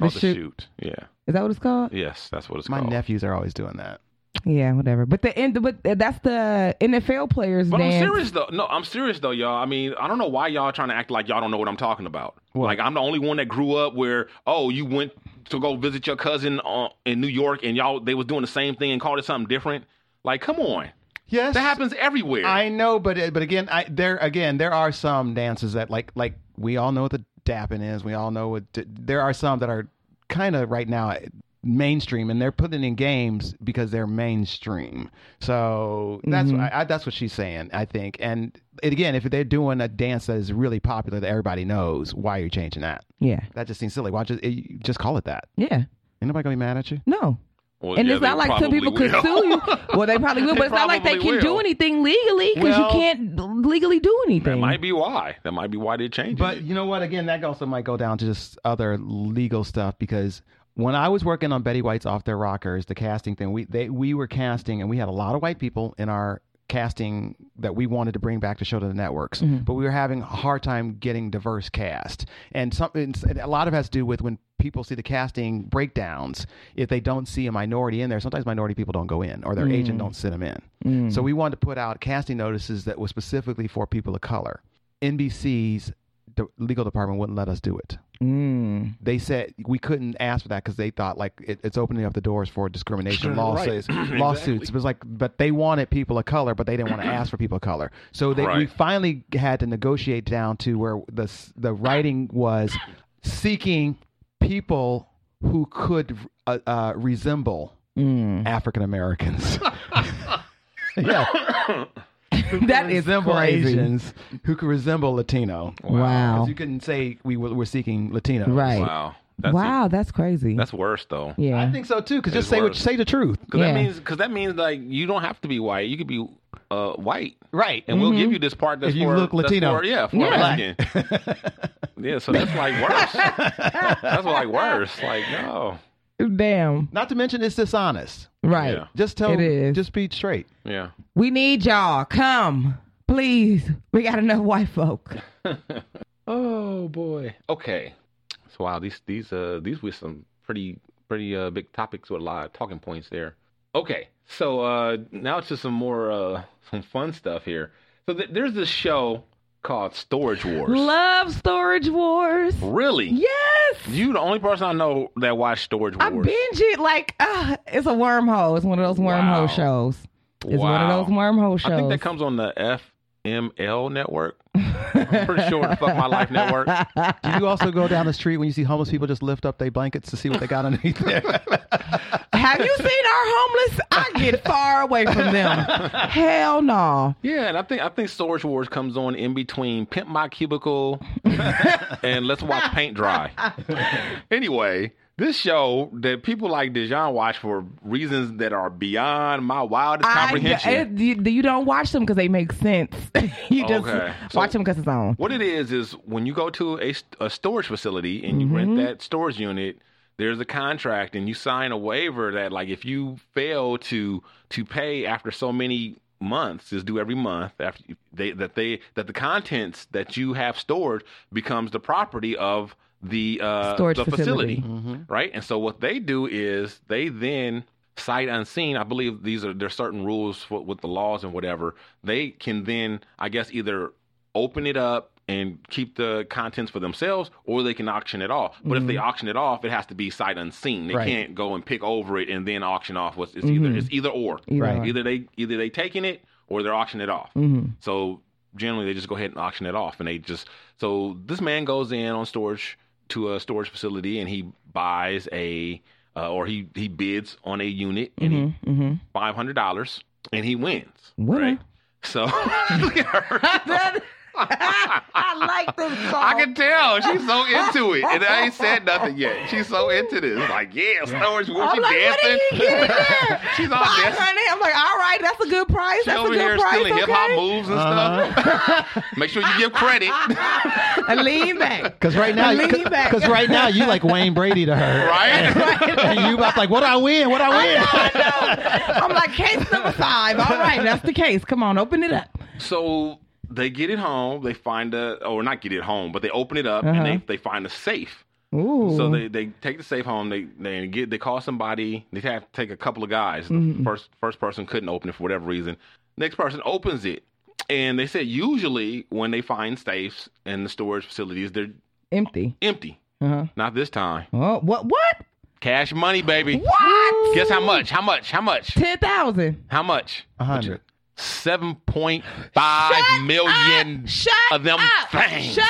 Speaker 3: called the
Speaker 4: shoot.
Speaker 3: shoot. Yeah.
Speaker 4: Is that what it's called?
Speaker 3: Yes, that's what it's
Speaker 5: My
Speaker 3: called.
Speaker 5: nephews are always doing that.
Speaker 4: Yeah, whatever. But the end. But that's the NFL players
Speaker 3: But
Speaker 4: dance.
Speaker 3: I'm serious though. No, I'm serious though, y'all. I mean, I don't know why y'all trying to act like y'all don't know what I'm talking about. Like I'm the only one that grew up where oh you went to go visit your cousin uh, in New York and y'all they was doing the same thing and called it something different. Like come on,
Speaker 5: Yes,
Speaker 3: that happens everywhere.
Speaker 5: I know, but but again, I there again, there are some dances that like like we all know what the dapping is. We all know what d- there are some that are kind of right now uh, mainstream, and they're putting in games because they're mainstream. So that's what I, I, that's what she's saying, I think. And it, again, if they're doing a dance that is really popular that everybody knows, why are you changing that?
Speaker 4: Yeah.
Speaker 5: That just seems silly. Why just it, just call it that?
Speaker 4: Yeah.
Speaker 5: Ain't nobody gonna be mad at you?
Speaker 4: No.
Speaker 3: Well,
Speaker 4: And
Speaker 3: yeah,
Speaker 4: it's
Speaker 3: they
Speaker 4: not like some
Speaker 3: probably
Speaker 4: people could
Speaker 3: will.
Speaker 4: sue you. Well, they probably will, but
Speaker 3: They
Speaker 4: it's not like they
Speaker 3: probably
Speaker 4: can do
Speaker 3: will.
Speaker 4: anything legally because
Speaker 5: Well-
Speaker 4: you can't legally do
Speaker 3: That
Speaker 4: anything.
Speaker 3: might be why. That might be why they changed
Speaker 5: But
Speaker 3: it.
Speaker 5: you know what? Again, that also might go down to just other legal stuff because when I was working on Betty White's Off Their Rockers, the casting thing, we they we were casting and we had a lot of white people in our casting that we wanted to bring back to show to the networks, but we were having a hard time getting diverse cast, and something and a lot of it has to do with when people see the casting breakdowns if they don't see a minority in there sometimes minority people don't go in or their agent don't send them in so we wanted to put out casting notices that were specifically for people of color NBC's de- legal department wouldn't let us do it.
Speaker 4: Mm.
Speaker 5: They said we couldn't ask for that because they thought like it, it's opening up the doors for discrimination
Speaker 3: Right.
Speaker 5: lawsuits. Lawsuits. It was like, but they wanted people of color, but they didn't want to ask for people of color. So they, we
Speaker 3: Right.
Speaker 5: finally had to negotiate down to where the s- the writing was seeking people who could uh, uh, resemble
Speaker 4: mm.
Speaker 5: African Americans. yeah,
Speaker 4: That is
Speaker 5: resemble
Speaker 4: crazy.
Speaker 5: Asians who could resemble Latino.
Speaker 4: Wow.
Speaker 5: Because you couldn't say we were, were seeking Latinos.
Speaker 4: Oh. Right.
Speaker 3: Wow. That's
Speaker 4: wow. That's crazy.
Speaker 3: That's worse though.
Speaker 4: yeah.
Speaker 5: I think so too. Because just
Speaker 3: It's
Speaker 5: say what,
Speaker 3: worse.
Speaker 5: say the truth.
Speaker 3: Because
Speaker 4: Yeah.
Speaker 3: that means because that means like you don't have to be white. You could be uh, white,
Speaker 5: Right.
Speaker 3: and we'll give you this part that's
Speaker 5: Mm-hmm. If you
Speaker 3: for,
Speaker 5: look
Speaker 3: that's
Speaker 5: Latino.
Speaker 3: for- yeah, for
Speaker 4: Yeah.
Speaker 3: Mexican. yeah, so that's like worse. that's like worse. Like no,
Speaker 4: Damn.
Speaker 5: Not to mention it's dishonest.
Speaker 4: Right.
Speaker 3: Yeah.
Speaker 5: Just tell.
Speaker 4: It is.
Speaker 5: Just be straight.
Speaker 3: yeah.
Speaker 4: We need y'all. Come, please. We got enough white folk.
Speaker 3: Oh boy. Okay. So wow, these these uh these were some pretty pretty uh big topics with a lot of talking points there. Okay. So uh now to some more uh some fun stuff here. So th- there's this show called Storage Wars.
Speaker 4: Love storage wars.
Speaker 3: really?
Speaker 4: Yes.
Speaker 3: You the only person I know that watched Storage
Speaker 4: I
Speaker 3: Wars.
Speaker 4: binge it like uh, it's a wormhole. It's one of those wormhole
Speaker 3: Wow.
Speaker 4: shows. It's one
Speaker 3: Wow.
Speaker 4: of those wormhole shows.
Speaker 3: I think that comes on the FML network. I'm pretty sure the Fuck My Life network.
Speaker 5: Do you also go down the street when you see homeless people just lift up their blankets to see what they got underneath there?
Speaker 4: Have you seen our homeless? I get far away from them. Hell no.
Speaker 3: Yeah, and I think I think Storage Wars comes on in between Pimp My Cubicle and Let's Watch Paint Dry. anyway, this show that people like Dijon watch for reasons that are beyond my wildest
Speaker 4: I,
Speaker 3: comprehension.
Speaker 4: it- you, you don't watch them because they make sense. you just
Speaker 3: Okay.
Speaker 4: watch
Speaker 3: So-
Speaker 4: them because it's on.
Speaker 3: What it is is when you go to a, st- a storage facility and you rent
Speaker 4: Mm-hmm.
Speaker 3: that storage unit, there's a contract and you sign a waiver that like if you fail to to pay after so many months is due every month after you- they that they that the contents that you have stored becomes the property of the uh
Speaker 4: Storage
Speaker 3: the
Speaker 4: facility. Mm-hmm.
Speaker 3: right and so what they do is they then sight unseen i believe these are there's certain rules for, with the laws and whatever they can then i guess either open it up and keep the contents for themselves or they can auction it off but if
Speaker 4: Mm-hmm.
Speaker 3: they auction it off it has to be sight unseen they
Speaker 5: Right.
Speaker 3: can't go and pick over it and then auction off what's it's either it's either or
Speaker 4: Mm-hmm. Either
Speaker 5: Right.
Speaker 4: or.
Speaker 3: either they either they taking it or they're auctioning it off. So generally they just go ahead and auction it off, and they just so this man goes in on storage to a storage facility and he buys a uh, or he he bids on a unit and he
Speaker 4: Mm-hmm.
Speaker 3: five hundred dollars and he wins.
Speaker 4: Winner.
Speaker 3: Right. So Look at her.
Speaker 4: I like this song.
Speaker 3: I can tell she's so into it, and I ain't said nothing yet. She's so into this, like yeah, storage. What she
Speaker 4: I'm like, what
Speaker 3: dancing?
Speaker 4: are you getting there?
Speaker 3: she's all
Speaker 4: Five
Speaker 3: dancing.
Speaker 4: hundred. I'm like, all right, that's a good price.
Speaker 3: She
Speaker 4: that's a
Speaker 3: over
Speaker 4: good
Speaker 3: here
Speaker 4: price.
Speaker 3: stealing hip hop
Speaker 4: okay? Uh-huh.
Speaker 3: moves and stuff. Make sure you give credit.
Speaker 4: I lean back.
Speaker 5: Because right now,
Speaker 4: I lean back.
Speaker 5: because right now you like Wayne Brady to her,
Speaker 3: Right?
Speaker 5: and you about like, what I win, what I win.
Speaker 4: I know. I'm like, case number five. All right, that's the case. Come on, open it up.
Speaker 3: so they get it home. They find a, or not get it home, but they open it up
Speaker 4: Uh-huh.
Speaker 3: and they, they find a safe.
Speaker 4: Ooh.
Speaker 3: So they, they take the safe home. They they get they call somebody. They have to take a couple of guys. The
Speaker 4: Mm-hmm.
Speaker 3: First first person couldn't open it for whatever reason. Next person opens it, and they said usually when they find safes in the storage facilities, they're
Speaker 4: empty.
Speaker 3: empty.
Speaker 4: Uh-huh.
Speaker 3: Not this time.
Speaker 4: Oh, what? What?
Speaker 3: Cash money, baby.
Speaker 4: What?
Speaker 3: Guess how much? How much? How much?
Speaker 4: Ten thousand.
Speaker 3: How much?
Speaker 4: Uh-huh.
Speaker 5: A hundred.
Speaker 3: Seven point five million
Speaker 4: Shut
Speaker 3: of them
Speaker 4: up.
Speaker 3: things.
Speaker 4: Shut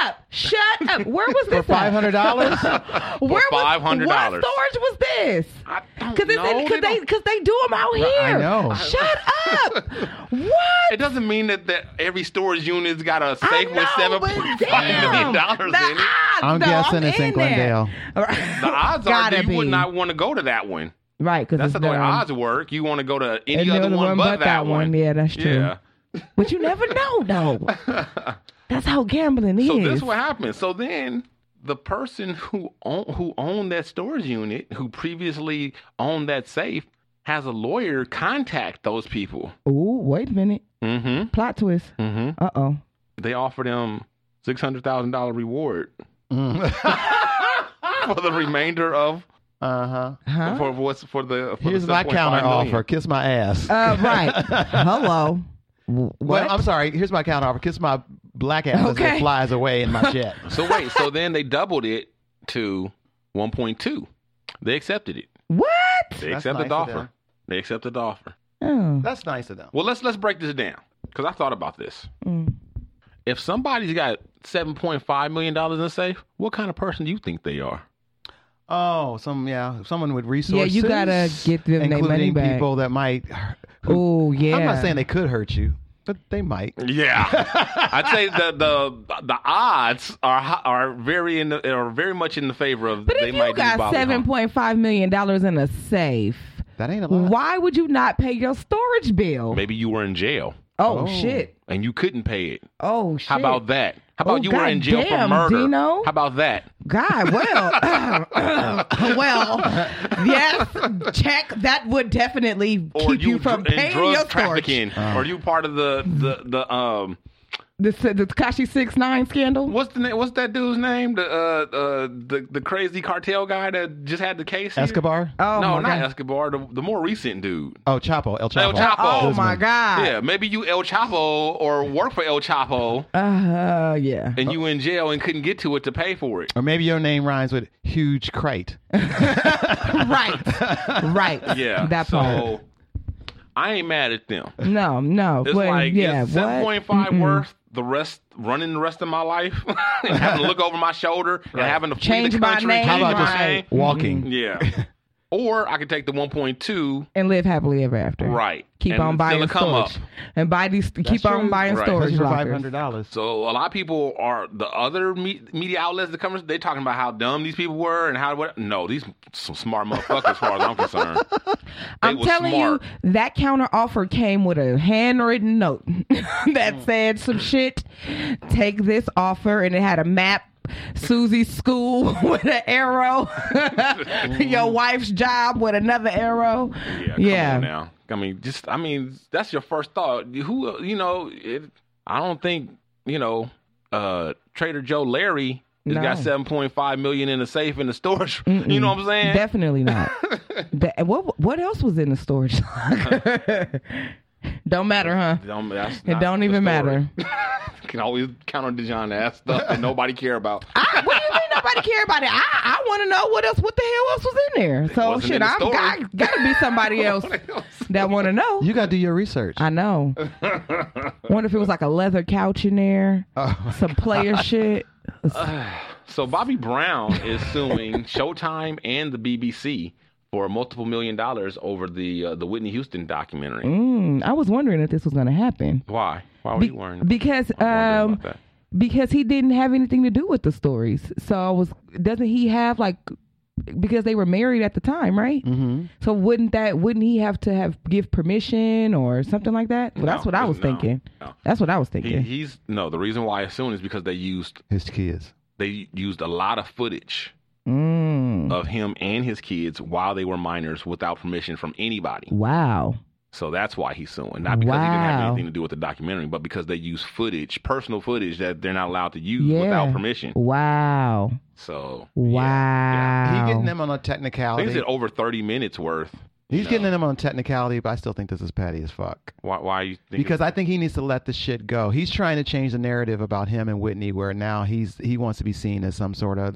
Speaker 4: up. Shut up. Where was this?
Speaker 5: For five hundred dollars,
Speaker 4: At? Where was
Speaker 3: $500.
Speaker 4: What storage was this?
Speaker 3: I don't
Speaker 4: Because
Speaker 3: know. They
Speaker 4: they
Speaker 3: don't-
Speaker 4: because they do them out here.
Speaker 5: I know.
Speaker 4: Shut up. what?
Speaker 3: it doesn't mean that, that every storage unit's got a
Speaker 4: I
Speaker 3: safe with
Speaker 4: know,
Speaker 3: seven
Speaker 4: but
Speaker 3: point five
Speaker 4: damn.
Speaker 3: million dollars
Speaker 4: The
Speaker 3: in it.
Speaker 4: odds,
Speaker 5: I'm
Speaker 4: though,
Speaker 5: guessing it's in
Speaker 4: there.
Speaker 5: Glendale.
Speaker 4: All right.
Speaker 3: The odds are
Speaker 4: Gotta
Speaker 3: that you would
Speaker 4: be.
Speaker 3: not want to go to that one.
Speaker 4: Right, because
Speaker 3: That's how the way odds work. You want to go to any
Speaker 4: Any
Speaker 3: other
Speaker 4: other
Speaker 3: one, but, that one.
Speaker 4: Yeah, that's true.
Speaker 3: Yeah.
Speaker 4: But you never know, though. That's how gambling is.
Speaker 3: So this is what happened. So then the person who own, who owned that storage unit, who previously owned that safe, has a lawyer contact those people.
Speaker 4: Ooh, wait a minute.
Speaker 3: Mm-hmm.
Speaker 4: Plot twist.
Speaker 3: Mm-hmm.
Speaker 4: Uh oh.
Speaker 3: They offered him six hundred thousand dollar reward for the remainder of
Speaker 5: uh
Speaker 3: Uh-huh.
Speaker 5: huh.
Speaker 4: Huh?
Speaker 3: for what's for the for
Speaker 5: Here's
Speaker 3: the
Speaker 5: my
Speaker 3: 7.5
Speaker 5: counter
Speaker 3: million.
Speaker 5: offer. Kiss my ass.
Speaker 4: Uh, right. Hello. What?
Speaker 5: Well, I'm sorry. Here's my counter offer. Kiss my black ass as
Speaker 4: Okay.
Speaker 5: it flies away in my jet.
Speaker 3: So wait, so then they doubled it to one point two. They accepted it.
Speaker 4: what?
Speaker 3: They
Speaker 5: That's
Speaker 3: accepted the
Speaker 5: nice of
Speaker 3: offer.
Speaker 5: them.
Speaker 3: They accepted the offer.
Speaker 4: Oh.
Speaker 5: That's nice of them.
Speaker 3: Well, let's let's break this down because I thought about this.
Speaker 4: Mm.
Speaker 3: If somebody's got seven point five million dollars in a safe, what kind of person do you think they are?
Speaker 5: Oh, some yeah, someone with
Speaker 4: Yeah,
Speaker 5: resources.
Speaker 4: you gotta get them their money
Speaker 5: including
Speaker 4: back.
Speaker 5: people that might. Who,
Speaker 4: Oh yeah.
Speaker 5: I'm not saying they could hurt you, but they might.
Speaker 3: Yeah, I'd say the the the odds are hi- are very in the, are very much in the favor of
Speaker 4: But
Speaker 3: they
Speaker 4: if
Speaker 3: might
Speaker 4: you
Speaker 3: do
Speaker 4: got
Speaker 3: bodily harm.
Speaker 4: seven point five million dollars in a safe,
Speaker 5: That ain't a lot.
Speaker 4: why would you not pay your storage bill?
Speaker 3: Maybe you were in jail
Speaker 4: Oh,
Speaker 5: Oh.
Speaker 4: shit.
Speaker 3: and you couldn't pay it.
Speaker 4: Oh shit.
Speaker 3: How about that? How
Speaker 4: Oh,
Speaker 3: about you were in jail for
Speaker 4: goddamn,
Speaker 3: murder? How
Speaker 4: Dino.
Speaker 3: about that?
Speaker 4: God, well, well, yes, check. That would definitely keep you, from
Speaker 3: dr- in
Speaker 4: paying
Speaker 3: drug
Speaker 4: your Uh. storage.
Speaker 3: trafficking? Are you part of the the the um?
Speaker 4: The the Takashi six nine scandal.
Speaker 3: What's the name? What's that dude's name? The uh uh the the crazy cartel guy that just had the case. here?
Speaker 5: Escobar.
Speaker 4: Oh
Speaker 3: no,
Speaker 4: my
Speaker 3: not
Speaker 4: God.
Speaker 3: Escobar. The, the more recent dude.
Speaker 5: Oh, Chapo. El Chapo.
Speaker 3: El Chapo.
Speaker 4: Oh
Speaker 3: Guzman.
Speaker 4: my god.
Speaker 3: yeah, maybe you El Chapo or work for El Chapo
Speaker 4: Uh, yeah.
Speaker 3: and you in jail and couldn't get to it to pay for it.
Speaker 5: Or maybe your name rhymes with huge crate.
Speaker 4: right. Right.
Speaker 3: Yeah,
Speaker 4: That
Speaker 3: so
Speaker 4: part.
Speaker 3: I ain't mad at them.
Speaker 4: No, no.
Speaker 3: It's
Speaker 4: Well,
Speaker 3: like
Speaker 4: yeah.
Speaker 3: it's
Speaker 4: what?
Speaker 3: seven point five worth. The rest, running the rest of my life, and having to look over my shoulder and having to flee
Speaker 4: Change
Speaker 3: the
Speaker 4: my
Speaker 3: country,
Speaker 4: name.
Speaker 3: change
Speaker 5: How about
Speaker 3: my
Speaker 5: just
Speaker 3: name.
Speaker 4: Mm-hmm.
Speaker 5: walking?
Speaker 3: Yeah. or I could take the 1.2.
Speaker 4: And live happily ever after.
Speaker 3: Right.
Speaker 4: Keep
Speaker 3: And
Speaker 4: on
Speaker 3: it's still
Speaker 4: buying
Speaker 3: a come up.
Speaker 4: storage. And buy these. keep on
Speaker 5: true.
Speaker 4: buying
Speaker 3: Right.
Speaker 4: storage
Speaker 5: Especially for five
Speaker 4: lockers.
Speaker 5: hundred dollars.
Speaker 3: So a lot of people are the other me- media outlets that come. They talking about how dumb these people were and how what. No, these some smart motherfuckers, as far as I'm concerned. They
Speaker 4: I'm
Speaker 3: was
Speaker 4: telling
Speaker 3: smart.
Speaker 4: you, that counter offer came with a handwritten note
Speaker 5: Mm.
Speaker 4: that said some shit. Take this offer, and it had a map. Susie's school with an
Speaker 5: Mm.
Speaker 4: arrow. Your wife's job with another arrow.
Speaker 3: Yeah, come on now. I mean, just I mean, that's your first thought. Who you know? It, I don't think you know. uh Trader Joe Larry has
Speaker 4: No.
Speaker 3: got seven point five million in the safe in the storage. You know what I'm saying?
Speaker 4: Definitely not. That- what what else was in the storage locker? don't matter, huh?
Speaker 3: Don't- that's
Speaker 4: It
Speaker 3: not
Speaker 4: don't
Speaker 3: the
Speaker 4: even
Speaker 3: story.
Speaker 4: matter.
Speaker 3: Can always count on Dijon to ask stuff that nobody care about.
Speaker 4: I, what do you mean nobody care about it? I, I want to know what else, what the hell else was in there. So
Speaker 3: wasn't
Speaker 4: shit,
Speaker 3: in the
Speaker 4: I'm
Speaker 3: story.
Speaker 4: I, gotta be somebody else that want to know.
Speaker 5: You got to do your research.
Speaker 4: I know. Wonder if it was like a leather couch in there,
Speaker 3: Oh.
Speaker 4: some player shit.
Speaker 3: So Bobby Brown is suing Showtime and the BBC for multiple million dollars over the uh, the Whitney Houston documentary.
Speaker 4: Mm, I was wondering if this was gonna happen
Speaker 3: Why? Why were
Speaker 4: Be-
Speaker 3: you worrying?
Speaker 4: because
Speaker 3: I'm wondering
Speaker 4: um
Speaker 3: about that.
Speaker 4: because he didn't have anything to do with the stories. So I was doesn't he have like because they were married at the time, right? Mm-hmm. So wouldn't that wouldn't he have to have give permission or something like that? Well, that's
Speaker 3: No,
Speaker 4: what I was
Speaker 3: no,
Speaker 4: thinking.
Speaker 3: no.
Speaker 4: That's what I was
Speaker 3: He,
Speaker 4: thinking.
Speaker 3: He's no. The reason why I assume is because they used
Speaker 5: His kids.
Speaker 3: they used a lot of footage
Speaker 4: mm,
Speaker 3: of him and his kids while they were minors without permission from anybody.
Speaker 4: wow.
Speaker 3: So that's why he's suing, not because he didn't have
Speaker 4: Wow.
Speaker 3: anything to do with the documentary, but because they used footage, personal footage that they're not allowed to use
Speaker 4: Yeah.
Speaker 3: without permission.
Speaker 4: Wow.
Speaker 3: So
Speaker 4: Wow.
Speaker 5: He getting them on a
Speaker 3: I think
Speaker 5: technicality.
Speaker 3: it's over thirty minutes worth.
Speaker 5: He's getting them on a technicality, but I still think this is petty as fuck.
Speaker 3: Why? Why you think?
Speaker 5: Because I think he needs to let the shit go. He's trying to change the narrative about him and Whitney, where now he's he wants to be seen as some sort of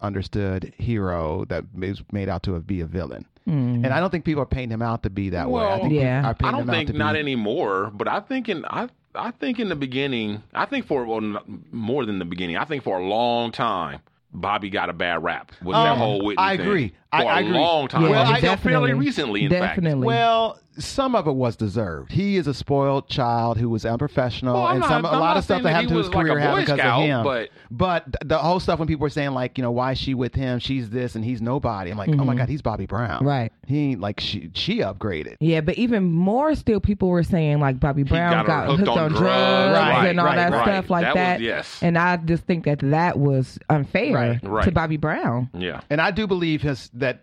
Speaker 5: misunderstood hero that is made out to be a villain. And I don't think people are painting him out to be that way. I
Speaker 3: Well,
Speaker 5: think people
Speaker 4: Hmm. Yeah.
Speaker 5: are painting
Speaker 3: I don't
Speaker 5: him out
Speaker 3: think
Speaker 5: to be-
Speaker 3: not anymore, but I think in I I think in the beginning, I think for well, n- more than the beginning, I think for a long time, Bobby got a bad rap with that
Speaker 5: Um,
Speaker 3: whole Whitney
Speaker 5: I
Speaker 3: thing.
Speaker 5: agree. I-
Speaker 3: For a
Speaker 5: I agree.
Speaker 3: long time,
Speaker 4: Yeah,
Speaker 3: well, I know
Speaker 4: definitely.
Speaker 3: fairly recently, in fact.
Speaker 4: Definitely.
Speaker 5: Well, some of it was deserved. He is a spoiled child who was unprofessional,
Speaker 3: Well, I'm
Speaker 5: and
Speaker 3: not-
Speaker 5: some a
Speaker 3: I'm
Speaker 5: lot
Speaker 3: not
Speaker 5: of stuff
Speaker 3: saying
Speaker 5: that
Speaker 3: that
Speaker 5: happened
Speaker 3: he
Speaker 5: to his
Speaker 3: was like
Speaker 5: career
Speaker 3: a
Speaker 5: happened
Speaker 3: Boy
Speaker 5: because
Speaker 3: Scout,
Speaker 5: of him.
Speaker 3: but-
Speaker 5: but th- the whole stuff when people were saying like, you know, why is she with him? She's this and he's nobody. I'm like, oh my god, he's Bobby Brown.
Speaker 4: Mm-hmm. Right.
Speaker 5: He ain't like she she upgraded.
Speaker 4: Yeah, but even more still, people were saying like Bobby Brown got,
Speaker 3: got
Speaker 4: hooked, on, drugs
Speaker 5: Right,
Speaker 4: and all
Speaker 5: right,
Speaker 4: that
Speaker 5: right.
Speaker 4: stuff like that.
Speaker 3: That was- yes.
Speaker 4: And I just think that that was unfair
Speaker 5: Right,
Speaker 3: right.
Speaker 4: to Bobby Brown.
Speaker 3: Yeah.
Speaker 5: And I do believe his that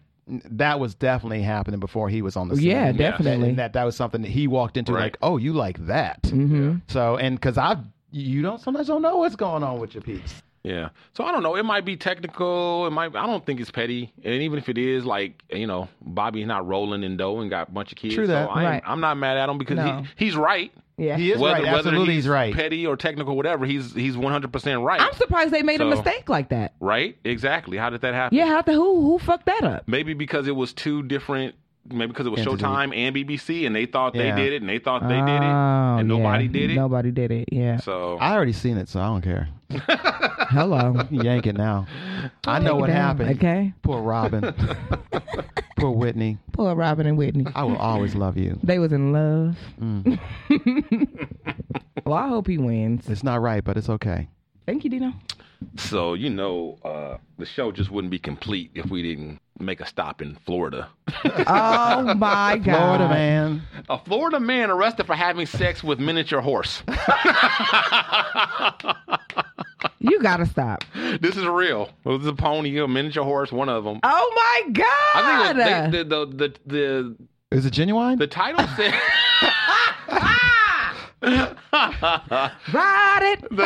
Speaker 5: that was definitely happening before he was on the scene.
Speaker 4: Yeah,
Speaker 5: And that-
Speaker 4: definitely.
Speaker 5: And that that was something that he walked into
Speaker 3: Right.
Speaker 5: like, oh, you like that.
Speaker 4: Mm-hmm.
Speaker 5: So and because I you don't sometimes don't know what's going on with your piece.
Speaker 3: Yeah. So I don't know. It might be technical. It might. I don't think it's petty. And even if it is, like you know, Bobby's not rolling in dough and got a bunch of kids.
Speaker 5: True that.
Speaker 3: So I
Speaker 4: Right.
Speaker 3: ain't, I'm not mad at him because
Speaker 4: No.
Speaker 3: he, he's right.
Speaker 4: Yeah,
Speaker 5: He is right. Absolutely, he's right.
Speaker 3: petty or technical, whatever, he's he's 100 percent right.
Speaker 4: I'm surprised they made a
Speaker 3: So-
Speaker 4: mistake like that.
Speaker 3: right? Exactly. How did that happen?
Speaker 4: Yeah, how the who who fucked that up?
Speaker 3: Maybe because it was two different. Maybe because it was
Speaker 5: Entity.
Speaker 3: Showtime and BBC, and they thought
Speaker 5: Yeah.
Speaker 3: they did it, and they thought they
Speaker 4: oh,
Speaker 3: did it, and
Speaker 4: yeah.
Speaker 3: nobody did it.
Speaker 4: Nobody did it. Yeah.
Speaker 3: So
Speaker 5: I already seen it, so I don't care.
Speaker 4: Hello.
Speaker 5: Yank it now. I know
Speaker 4: Take it
Speaker 5: what
Speaker 4: down,
Speaker 5: happened.
Speaker 4: Okay.
Speaker 5: Poor Robin. Poor Whitney.
Speaker 4: Poor Robin and Whitney.
Speaker 5: I will always love you.
Speaker 4: They was in love.
Speaker 5: Mm.
Speaker 4: well, I hope he wins.
Speaker 5: It's not right, but it's okay.
Speaker 4: Thank you, Dino.
Speaker 3: So you know, uh, the show just wouldn't be complete if we didn't make a stop in Florida.
Speaker 4: Oh my God.
Speaker 5: Florida man.
Speaker 3: A Florida man arrested for having sex with miniature horse.
Speaker 4: You gotta stop.
Speaker 3: this is real. It was a pony, a miniature horse, one of them.
Speaker 4: Oh my God.
Speaker 3: I think it was-
Speaker 4: Ah!
Speaker 3: they, the, the the the
Speaker 5: Is it genuine?
Speaker 3: the title said.
Speaker 4: Ride it.
Speaker 3: the,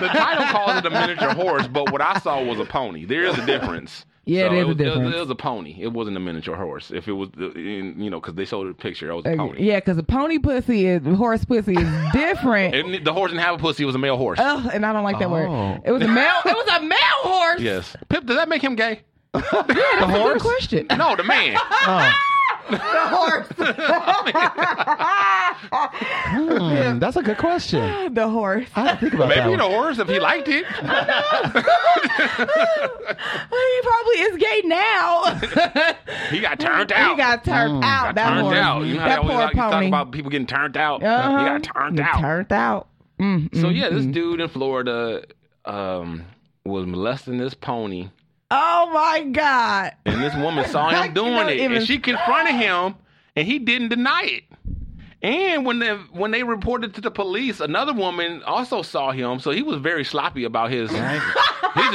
Speaker 3: the title calls it a miniature horse, but what I saw was a pony. There is a difference.
Speaker 4: Yeah,
Speaker 3: So
Speaker 4: there's
Speaker 3: it was,
Speaker 4: a
Speaker 3: it was-
Speaker 4: difference.
Speaker 3: It was a pony. It wasn't a miniature horse. If it was, uh, in, you know, because they showed a picture, it was a
Speaker 4: Okay,
Speaker 3: pony.
Speaker 4: Uh, Yeah, because a pony pussy is horse pussy is different.
Speaker 3: And the horse didn't have a pussy. It was a male horse.
Speaker 4: Ugh, and I don't like that
Speaker 5: Oh.
Speaker 4: word. It was a male. It was a male horse.
Speaker 3: yes. Pip, does that make him gay?
Speaker 4: the horse. question.
Speaker 3: No, the man.
Speaker 4: The horse.
Speaker 5: Hmm, that's a good question.
Speaker 4: the horse.
Speaker 5: I didn't think about that.
Speaker 3: Maybe
Speaker 5: one.
Speaker 3: the horse if he liked it.
Speaker 4: He probably is gay now.
Speaker 3: He got turned out. Mm.
Speaker 4: he got turned out. That
Speaker 3: turned
Speaker 4: horse.
Speaker 3: out. You know how
Speaker 4: that
Speaker 3: they always
Speaker 4: poor
Speaker 3: like to talk
Speaker 4: pony.
Speaker 3: about people getting turned out.
Speaker 4: Uh-huh.
Speaker 3: He got turned
Speaker 4: He
Speaker 3: out.
Speaker 4: Turned out. Mm-hmm.
Speaker 3: so yeah, this dude in Florida um, was molesting this pony.
Speaker 4: Oh my God.
Speaker 3: And this woman saw
Speaker 4: I
Speaker 3: him
Speaker 4: cannot
Speaker 3: doing it.
Speaker 4: even-
Speaker 3: And she confronted him, and he didn't deny it. And when they when they reported to the police, another woman also saw him, so he was very sloppy about his. He's just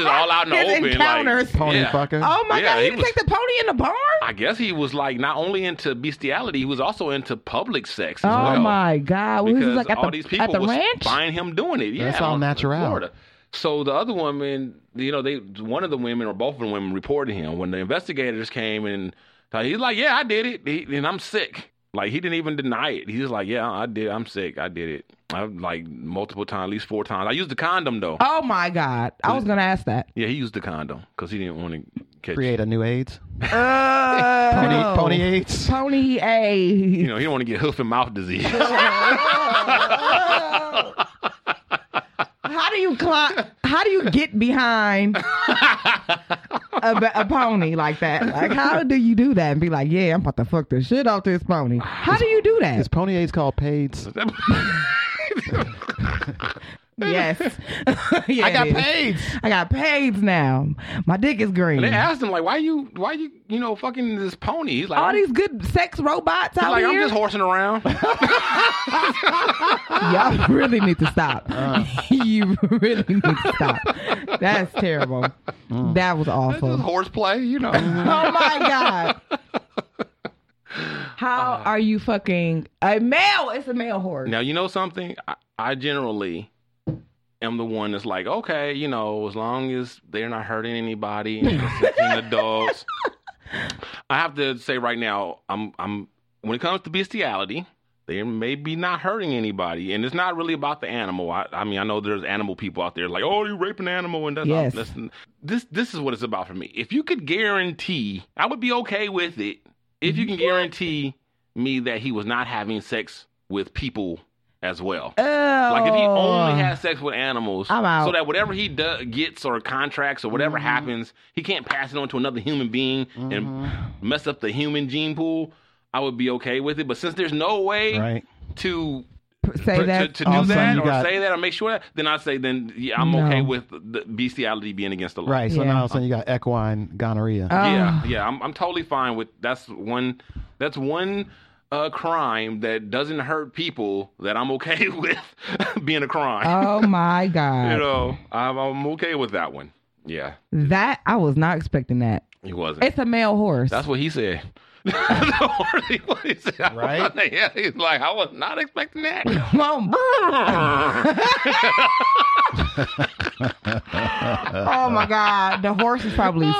Speaker 3: all out in the
Speaker 4: His
Speaker 3: open, like-
Speaker 4: encounters.
Speaker 5: Pony
Speaker 3: Yeah.
Speaker 5: fucker.
Speaker 4: Oh my
Speaker 3: Yeah,
Speaker 4: god,
Speaker 3: he
Speaker 4: he didn't
Speaker 3: was-
Speaker 4: take the pony in the barn?
Speaker 3: I guess he was like not only into bestiality, he was also into public sex. As
Speaker 4: Oh
Speaker 3: well.
Speaker 4: my god. Well, he
Speaker 3: Because
Speaker 4: was like at
Speaker 3: all
Speaker 4: the,
Speaker 3: these people
Speaker 4: at the
Speaker 3: was
Speaker 4: ranch?
Speaker 3: buying him doing it. Yeah,
Speaker 5: That's all
Speaker 3: on-
Speaker 5: natural.
Speaker 3: Florida. So the other woman, you know, they one of the women or both of the women reported him when the investigators came and he's like, "Yeah, I did it," he, and I'm sick. Like he didn't even deny it. He's like, "Yeah, I did. I'm sick. I did it. I like multiple times, at least four times. I used the condom though.
Speaker 4: Oh my god. I was gonna ask that.
Speaker 3: Yeah, he used the condom because he didn't want to catch.
Speaker 5: Create a new AIDS. Pony,
Speaker 4: Oh.
Speaker 5: pony AIDS.
Speaker 4: Pony A.
Speaker 3: You know, he didn't want to get hoof and mouth disease.
Speaker 4: How do you climb? How do you get behind a, b- a pony like that? Like, how do you do that and be like, yeah, I'm about to fuck the shit off this pony? How do you do
Speaker 5: Is
Speaker 4: that?
Speaker 5: pony AIDS called PAIDS?
Speaker 4: Yes. Yeah,
Speaker 5: I got
Speaker 4: it is.
Speaker 5: PAIDS.
Speaker 4: I got paids now. My dick is green.
Speaker 3: they asked him like, "Why you? Why you? You know, fucking this pony?" He's like,
Speaker 4: All
Speaker 3: "I'm-
Speaker 4: these good sex robots
Speaker 3: He's
Speaker 4: out
Speaker 3: like, I'm
Speaker 4: here.
Speaker 3: just horsing around.
Speaker 4: Y'all really need to stop.
Speaker 3: Uh.
Speaker 4: you really need to stop. That's terrible.
Speaker 3: Mm.
Speaker 4: That was
Speaker 3: That's just
Speaker 4: awful.
Speaker 3: horseplay, you know.
Speaker 4: Oh my god. How
Speaker 3: Uh.
Speaker 4: are you fucking a male? It's a male horse.
Speaker 3: now you know something. I, I generally am the one that's like, okay, you know, as long as they're not hurting anybody and protecting adults. I have to say right now, I'm I'm when it comes to bestiality, they may be not hurting anybody, and it's not really about the animal. I, I mean, I know there's animal people out there like, oh, you rape an animal, and that's
Speaker 4: Yes.
Speaker 3: that's- this this is what it's about for me. If you could guarantee, I would be okay with it. If you can guarantee me that he was not having sex with people as well.
Speaker 4: Oh.
Speaker 3: Like if he only has sex with animals,
Speaker 4: I'm out. Mm-hmm.
Speaker 3: so that whatever he do- gets or contracts or whatever happens, he can't pass it on to another human being
Speaker 4: Mm-hmm.
Speaker 3: and mess up the human gene pool. I would be okay with it, but since there's no way
Speaker 5: Right.
Speaker 3: to
Speaker 4: say
Speaker 3: to,
Speaker 4: that.
Speaker 3: to
Speaker 5: all
Speaker 3: do
Speaker 5: of a sudden
Speaker 3: that
Speaker 5: you
Speaker 3: or
Speaker 5: got-
Speaker 3: say that or make sure that, then I say then yeah, I'm
Speaker 4: No.
Speaker 3: okay with the bestiality being against the law.
Speaker 5: Right. So
Speaker 4: Yeah. Uh,
Speaker 5: now all of a sudden you got equine gonorrhea.
Speaker 4: Oh, Ah.
Speaker 3: Yeah, yeah, I'm I'm totally fine with that's one that's one uh, crime that doesn't hurt people that I'm okay with being a crime.
Speaker 4: oh my god.
Speaker 3: you know, I'm, I'm okay with that one. Yeah,
Speaker 4: that I was not expecting that.
Speaker 3: he wasn't.
Speaker 4: It's a male horse.
Speaker 3: That's what he said. That's already what he said. I was
Speaker 5: Right?
Speaker 3: not- yeah, he's like, I was not expecting that.
Speaker 4: Well, oh my god, the horse is probably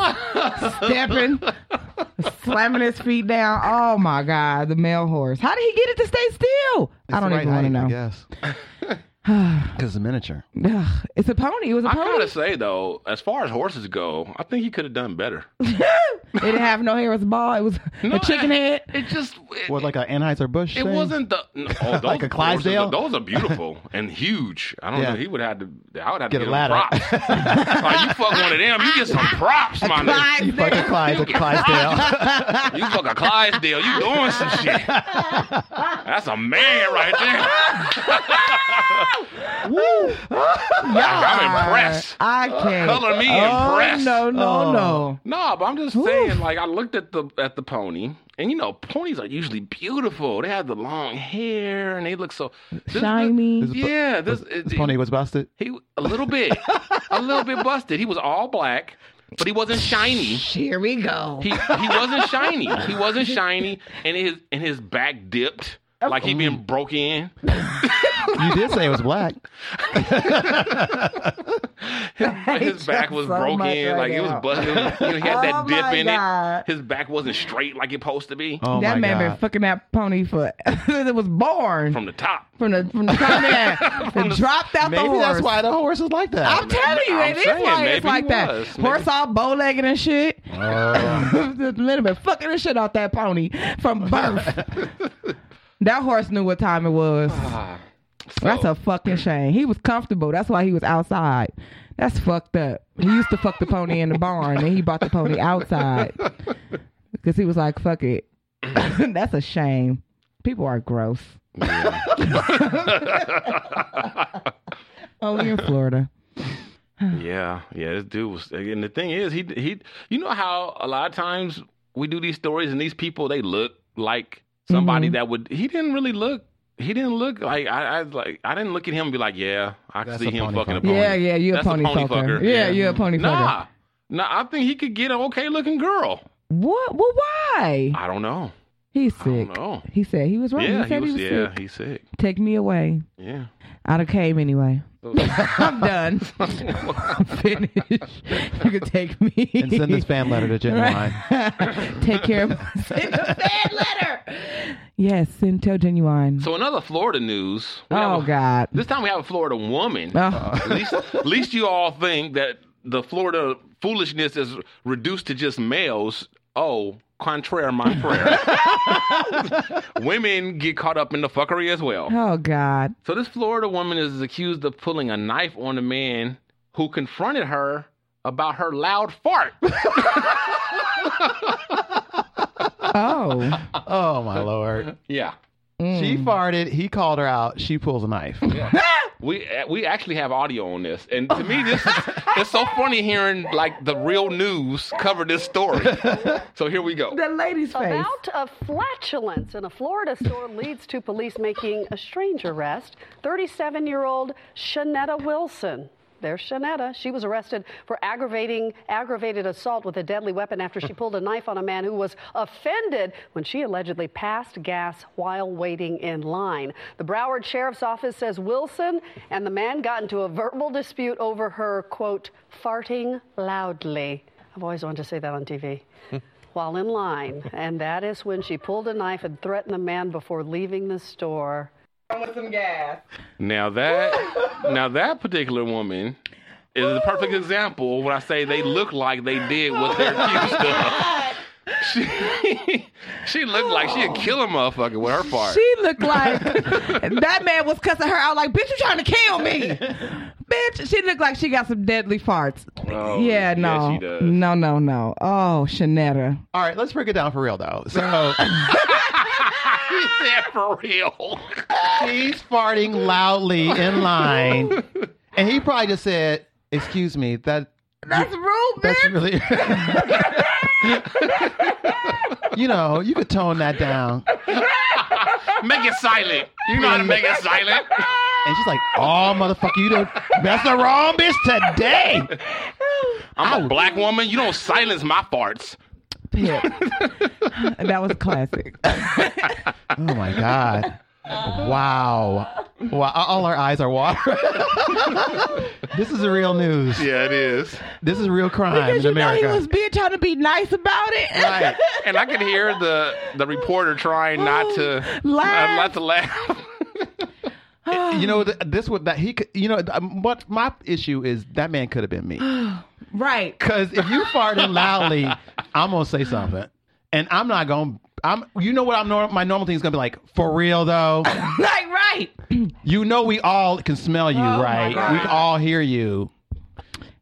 Speaker 4: stepping, slamming his feet down. Oh my god, the male horse. How did he get it to stay still? I
Speaker 5: It's
Speaker 4: don't
Speaker 5: the
Speaker 4: even
Speaker 5: right
Speaker 4: want to
Speaker 5: height, I
Speaker 4: know.
Speaker 5: guess. Because the miniature.
Speaker 4: Ugh, it's a pony. It was a
Speaker 3: I
Speaker 4: pony.
Speaker 3: gotta say though, as far as horses go, I think he could have done better.
Speaker 4: It didn't have no hair. It was a ball. It was
Speaker 3: No,
Speaker 4: a chicken
Speaker 3: I-
Speaker 4: head.
Speaker 3: It just it,
Speaker 5: What, like an Anheuser-Busch
Speaker 3: it
Speaker 5: thing?
Speaker 3: wasn't the no, oh, those
Speaker 5: Like a
Speaker 3: horses are-
Speaker 5: Clydesdale?
Speaker 3: those are beautiful and huge. I don't
Speaker 5: Yeah.
Speaker 3: know. He would have to. I would have
Speaker 5: Get
Speaker 3: to
Speaker 5: a
Speaker 3: get him
Speaker 5: ladder.
Speaker 3: props. like, you fuck one of them, you get some props, my nigga.
Speaker 4: Clyde
Speaker 5: Like a
Speaker 4: there.
Speaker 5: Clyde, a Clydesdale.
Speaker 3: You fuck a Clydesdale, you doing some shit. That's a man right there. I'm impressed.
Speaker 4: I can't.
Speaker 3: Color me
Speaker 4: oh,
Speaker 3: impressed.
Speaker 4: No, no,
Speaker 5: Oh.
Speaker 4: no.
Speaker 3: No, but I'm just saying. Like I looked at the at the pony, and you know, ponies are usually beautiful. They have the long hair, and they look so this-
Speaker 4: Shiny.
Speaker 3: This, yeah, this, it-
Speaker 5: This pony was busted.
Speaker 3: He a little bit, a little bit busted. He was all black, but he wasn't shiny.
Speaker 4: Here we go.
Speaker 3: He he wasn't shiny. He wasn't shiny, and his and his back dipped like he been broke in.
Speaker 5: You did say it was black.
Speaker 3: His back was
Speaker 4: so
Speaker 3: broken,
Speaker 4: much right
Speaker 3: like it was
Speaker 4: now.
Speaker 3: busted. You know, he had
Speaker 4: Oh
Speaker 3: that
Speaker 4: my
Speaker 3: dip in
Speaker 4: God.
Speaker 3: it. His back wasn't straight like it's supposed to be
Speaker 5: Oh
Speaker 4: that
Speaker 5: my
Speaker 4: man been
Speaker 5: God.
Speaker 4: fucking that pony for since it was born
Speaker 3: from the top.
Speaker 4: from the from the time it had-
Speaker 3: From
Speaker 4: it
Speaker 3: the-
Speaker 4: dropped out
Speaker 5: Maybe
Speaker 4: the horse.
Speaker 5: that's why the horse is like that.
Speaker 4: I'm telling you,
Speaker 3: I'm
Speaker 4: it is
Speaker 3: saying,
Speaker 4: why
Speaker 3: maybe
Speaker 4: it's like
Speaker 3: he
Speaker 4: that.
Speaker 3: was. Maybe- Uh.
Speaker 4: Horse all bow legged and shit. The little bit fucking the shit off that pony from birth. that horse knew what time it was.
Speaker 3: Ah,
Speaker 4: That's a fucking shame. He was comfortable. That's why he was outside. That's fucked up. He used to fuck the pony in the barn, and he bought the pony outside because he was like, "Fuck it." That's a shame. People are gross. Only Oh, in Florida.
Speaker 3: Yeah, yeah, this dude was. And the thing is, he he, you know how a lot of
Speaker 4: Mm-hmm.
Speaker 3: times we do these stories and these people they look like somebody that would. He didn't really look he didn't look like I, I like I didn't look at him and be like, yeah, I can
Speaker 5: That's
Speaker 3: see
Speaker 5: a
Speaker 3: him
Speaker 5: pony
Speaker 3: fucking a
Speaker 5: fucker.
Speaker 3: pony.
Speaker 4: Yeah, yeah, you a
Speaker 3: That's
Speaker 4: pony fucker. Yeah, you a pony
Speaker 3: Nah, nah, I think he could get an okay looking girl.
Speaker 4: What? Well, why?
Speaker 3: I don't know.
Speaker 4: He's
Speaker 3: I don't
Speaker 4: sick.
Speaker 3: know.
Speaker 4: He said he was right.
Speaker 3: yeah,
Speaker 4: he said he was,
Speaker 3: yeah,
Speaker 4: sick.
Speaker 3: he's sick.
Speaker 4: Take me away.
Speaker 3: Yeah.
Speaker 4: I'd have came anyway.
Speaker 3: So-
Speaker 4: I'm done. I'm finished. You can take me.
Speaker 5: and send this fan letter to Genuine.
Speaker 4: Take care of Send a fan letter. Yes, send to Genuine.
Speaker 3: So another Florida news. We have
Speaker 4: oh,
Speaker 3: a-
Speaker 4: God.
Speaker 3: This time we have a Florida woman.
Speaker 4: Oh.
Speaker 3: at least, at least you all think that the Florida foolishness is reduced to just males. Oh, contraire my prayer. Women get caught up in the fuckery as well.
Speaker 4: Oh, God.
Speaker 3: So this Florida woman is accused of pulling a knife on a man who confronted her about her loud fart.
Speaker 4: Oh.
Speaker 5: Oh my lord!
Speaker 3: yeah.
Speaker 4: Mm.
Speaker 5: She farted. He called her out. She pulls a knife.
Speaker 3: We uh, we actually have audio on this, and to me, this is it's so funny hearing like the real news cover this story. So here we go.
Speaker 4: the lady's face.
Speaker 7: bout of flatulence in a Florida store leads to police making a strange arrest. 37 year old Shanetta Wilson. There's Shanetta. She was arrested for aggravating aggravated assault with a deadly weapon after she pulled a knife on a man who was offended when she allegedly passed gas while waiting in line. The Broward Sheriff's Office says Wilson and the man got into a verbal dispute over her quote farting loudly. I've always wanted to say that on TV while in line, and that is when she pulled a knife and threatened the man before leaving the store.
Speaker 3: Now that now that particular woman is a perfect example when I say they look like they did what
Speaker 4: Oh
Speaker 3: they're accused of. She, she looked like she'd kill a motherfucker with her fart.
Speaker 4: She looked like that man was cussing her out like, bitch, you trying to kill me. bitch, she looked like she got some deadly farts.
Speaker 3: Oh,
Speaker 4: yeah,
Speaker 3: yeah,
Speaker 4: no.
Speaker 3: she does.
Speaker 4: No, no, no. Oh, Shanetta.
Speaker 5: All right, let's break it down for real though. So
Speaker 3: She said for real.
Speaker 5: she's farting loudly in line, and he probably just said, "Excuse me, that
Speaker 4: That's rude,
Speaker 5: that's
Speaker 4: bitch.
Speaker 5: really." you know, you could tone that down.
Speaker 3: Make it silent. You know how to make it silent.
Speaker 5: And she's like, "Oh, motherfucker, you don't that's the wrong bitch today."
Speaker 3: I'm a black woman. You don't silence my farts.
Speaker 4: Pip. that was classic.
Speaker 5: Oh my god. Wow. Wow. All our eyes are watering. this is real news.
Speaker 3: Yeah, it is.
Speaker 5: This is real crime
Speaker 4: Because
Speaker 5: in
Speaker 4: you know he
Speaker 5: America.
Speaker 4: was being trying to be nice about it.
Speaker 5: Right.
Speaker 3: And I could hear the the reporter trying not to
Speaker 4: Laugh.
Speaker 3: not to laugh.
Speaker 5: you know th- this would that he could you know th- what my issue is that man could have been me
Speaker 4: right.
Speaker 5: because if you farted loudly i'm gonna say something and i'm not gonna i'm you know what i'm norm, my normal thing is gonna be like for real though
Speaker 4: Like, right.
Speaker 5: you know we all can smell you
Speaker 3: Oh
Speaker 4: my
Speaker 5: right
Speaker 4: God.
Speaker 5: we can all hear you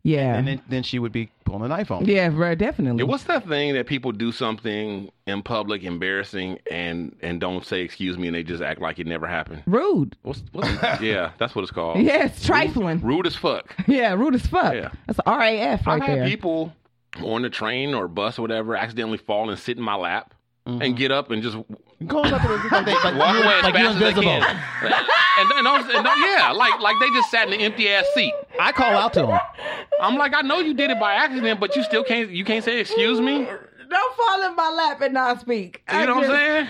Speaker 4: Yeah.
Speaker 5: and then, then she would be pulling a knife on me
Speaker 4: yeah, right, definitely.
Speaker 3: Yeah, what's that thing that people do something in public embarrassing and and don't say excuse me and they just act like it never happened?
Speaker 4: rude.
Speaker 3: What's, what's yeah, that's what it's called.
Speaker 4: Yeah, it's trifling.
Speaker 3: Oh. Rude as fuck.
Speaker 4: Yeah, rude as fuck.
Speaker 3: Yeah.
Speaker 4: That's a RAF right
Speaker 3: I had
Speaker 4: there.
Speaker 3: people on the train or bus or whatever accidentally fall and sit in my lap and get up and just
Speaker 5: going up to them like, they, like,
Speaker 3: walk
Speaker 5: you-
Speaker 3: away as
Speaker 5: Mm-hmm. like you're
Speaker 3: fast as they
Speaker 5: invisible
Speaker 3: can. and, and, I was- and I- yeah, like like they just sat in an empty ass seat.
Speaker 5: i call out to him
Speaker 3: I'm like, I know you did it by accident, but you still can't you can't say excuse me. You
Speaker 4: Don't fall in my lap and not speak. You
Speaker 3: know what I'm saying?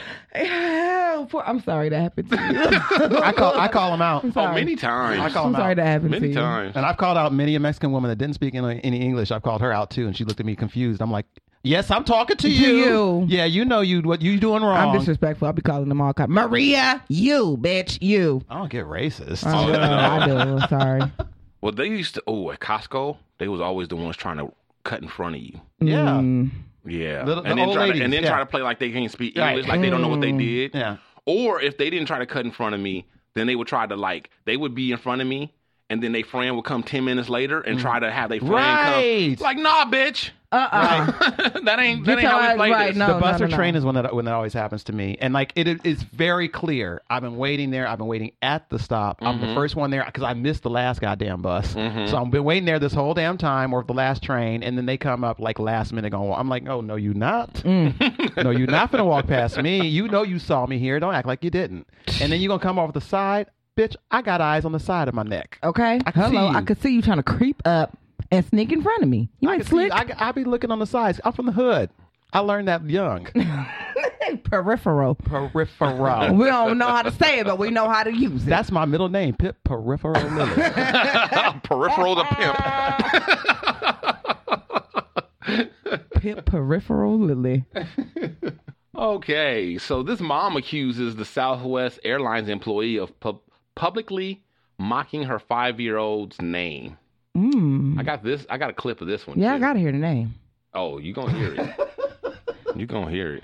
Speaker 4: Oh, poor, I'm sorry that happened to you.
Speaker 5: i call i call him out
Speaker 3: Oh, many times.
Speaker 5: i call
Speaker 4: I'm
Speaker 5: him
Speaker 4: sorry
Speaker 5: out
Speaker 4: that happened to
Speaker 3: many
Speaker 4: you.
Speaker 3: times.
Speaker 5: And I've called out many a Mexican woman that didn't speak any, any English. I've called her out too, and she looked at me confused. I'm like, "Yes, I'm talking to you.
Speaker 4: you.
Speaker 5: Yeah, you know you what you doing wrong.
Speaker 4: I'm disrespectful. I'll be calling them all kinds. Maria, you, bitch, you.
Speaker 5: I don't get racist.
Speaker 4: Oh, I do. I'm sorry.
Speaker 3: Well, they used to. Oh, at Costco, they was always the ones trying to cut in front of you.
Speaker 5: yeah,
Speaker 4: Mm.
Speaker 3: Yeah,
Speaker 5: Little- the
Speaker 3: and then
Speaker 5: old
Speaker 3: try
Speaker 5: ladies,
Speaker 3: to, and then
Speaker 5: yeah.
Speaker 3: try to play like they can't speak
Speaker 5: Right. Mm.
Speaker 3: English, like they don't know what they did.
Speaker 5: yeah.
Speaker 3: Or if they didn't try to cut in front of me, then they would try to like they would be in front of me and then they friend would come ten minutes later and try to have their friend
Speaker 5: Right.
Speaker 3: come. Like, nah, bitch.
Speaker 4: Uh-uh.
Speaker 3: that ain't
Speaker 4: You
Speaker 3: that ain't how
Speaker 4: tell
Speaker 3: we play
Speaker 4: us, right,
Speaker 3: this.
Speaker 4: no.
Speaker 5: the bus or
Speaker 4: no.
Speaker 5: train is one that when that always happens to me, and like it is very clear. I've been waiting there. I've been waiting at the stop. I'm the first one there because I missed the last goddamn bus. So I've been waiting there this whole damn time, or the last train, and then they come up like last minute going. I'm like, oh no, you not.
Speaker 4: Mm.
Speaker 5: no, you not gonna walk past me. You know you saw me here. Don't act like you didn't. And then you gonna come off the side, bitch. I got eyes on the side of my neck.
Speaker 4: Okay.
Speaker 5: I can see
Speaker 4: Hello.
Speaker 5: you.
Speaker 4: I could see you trying to creep up and sneak in front of me. You
Speaker 5: I
Speaker 4: ain't
Speaker 5: can see-
Speaker 4: slick.
Speaker 5: I, I be looking on the sides. I'm from the hood. I learned that young.
Speaker 4: Peripheral.
Speaker 5: Peripheral.
Speaker 4: We don't know how to say it, but we know how to use it.
Speaker 5: That's my middle name, Pip Peripheral Lillard.
Speaker 3: Peripheral to pimp.
Speaker 4: Pip peripheral Lily.
Speaker 3: Okay, so this mom accuses the Southwest Airlines employee of pub- publicly mocking her five-year-old's name.
Speaker 4: Mm.
Speaker 3: I got this. I got a clip of this one.
Speaker 4: Yeah, I
Speaker 3: too.
Speaker 4: got to hear the name.
Speaker 3: Oh, you gonna hear it? you gonna hear it?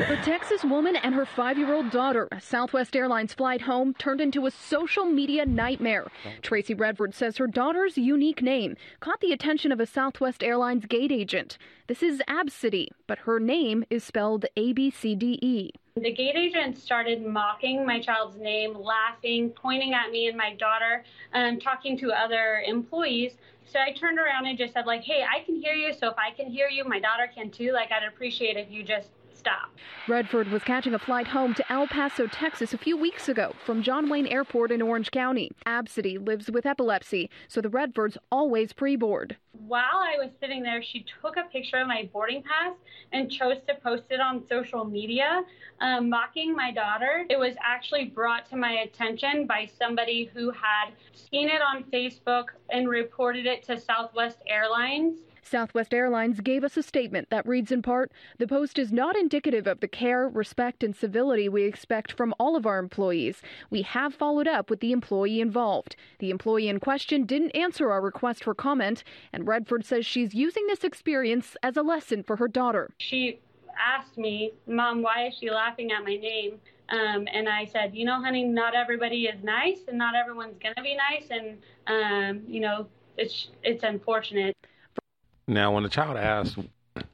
Speaker 8: A Texas woman and her five-year-old daughter, a Southwest Airlines flight home, turned into a social media nightmare. Tracy Redford says her daughter's unique name caught the attention of a Southwest Airlines gate agent. This is Absidy, but her name is spelled A-B-C-D-E.
Speaker 9: The gate agent started mocking my child's name, laughing, pointing at me and my daughter, um, talking to other employees. So I turned around and just said, like, hey, I can hear you. So if I can hear you, my daughter can too. Like, I'd appreciate if you just stop.
Speaker 8: Redford was catching a flight home to El Paso, Texas a few weeks ago from John Wayne Airport in Orange County. Absidy lives with epilepsy, so the Redfords always pre-board.
Speaker 9: While I was sitting there, she took a picture of my boarding pass and chose to post it on social media, um, mocking my daughter. It was actually brought to my attention by somebody who had seen it on Facebook and reported it to Southwest Airlines.
Speaker 8: Southwest Airlines gave us a statement that reads in part The post is not indicative of the care, respect, and civility we expect from all of our employees. We have followed up with the employee involved. The employee in question didn't answer our request for comment, and Redford says she's using this experience as a lesson for her daughter.
Speaker 9: she asked me, Mom, why is she laughing at my name? Um, and I said, You know, honey, not everybody is nice and not everyone's going to be nice. And, um, you know, it's, it's unfortunate.
Speaker 3: Now, when the child asked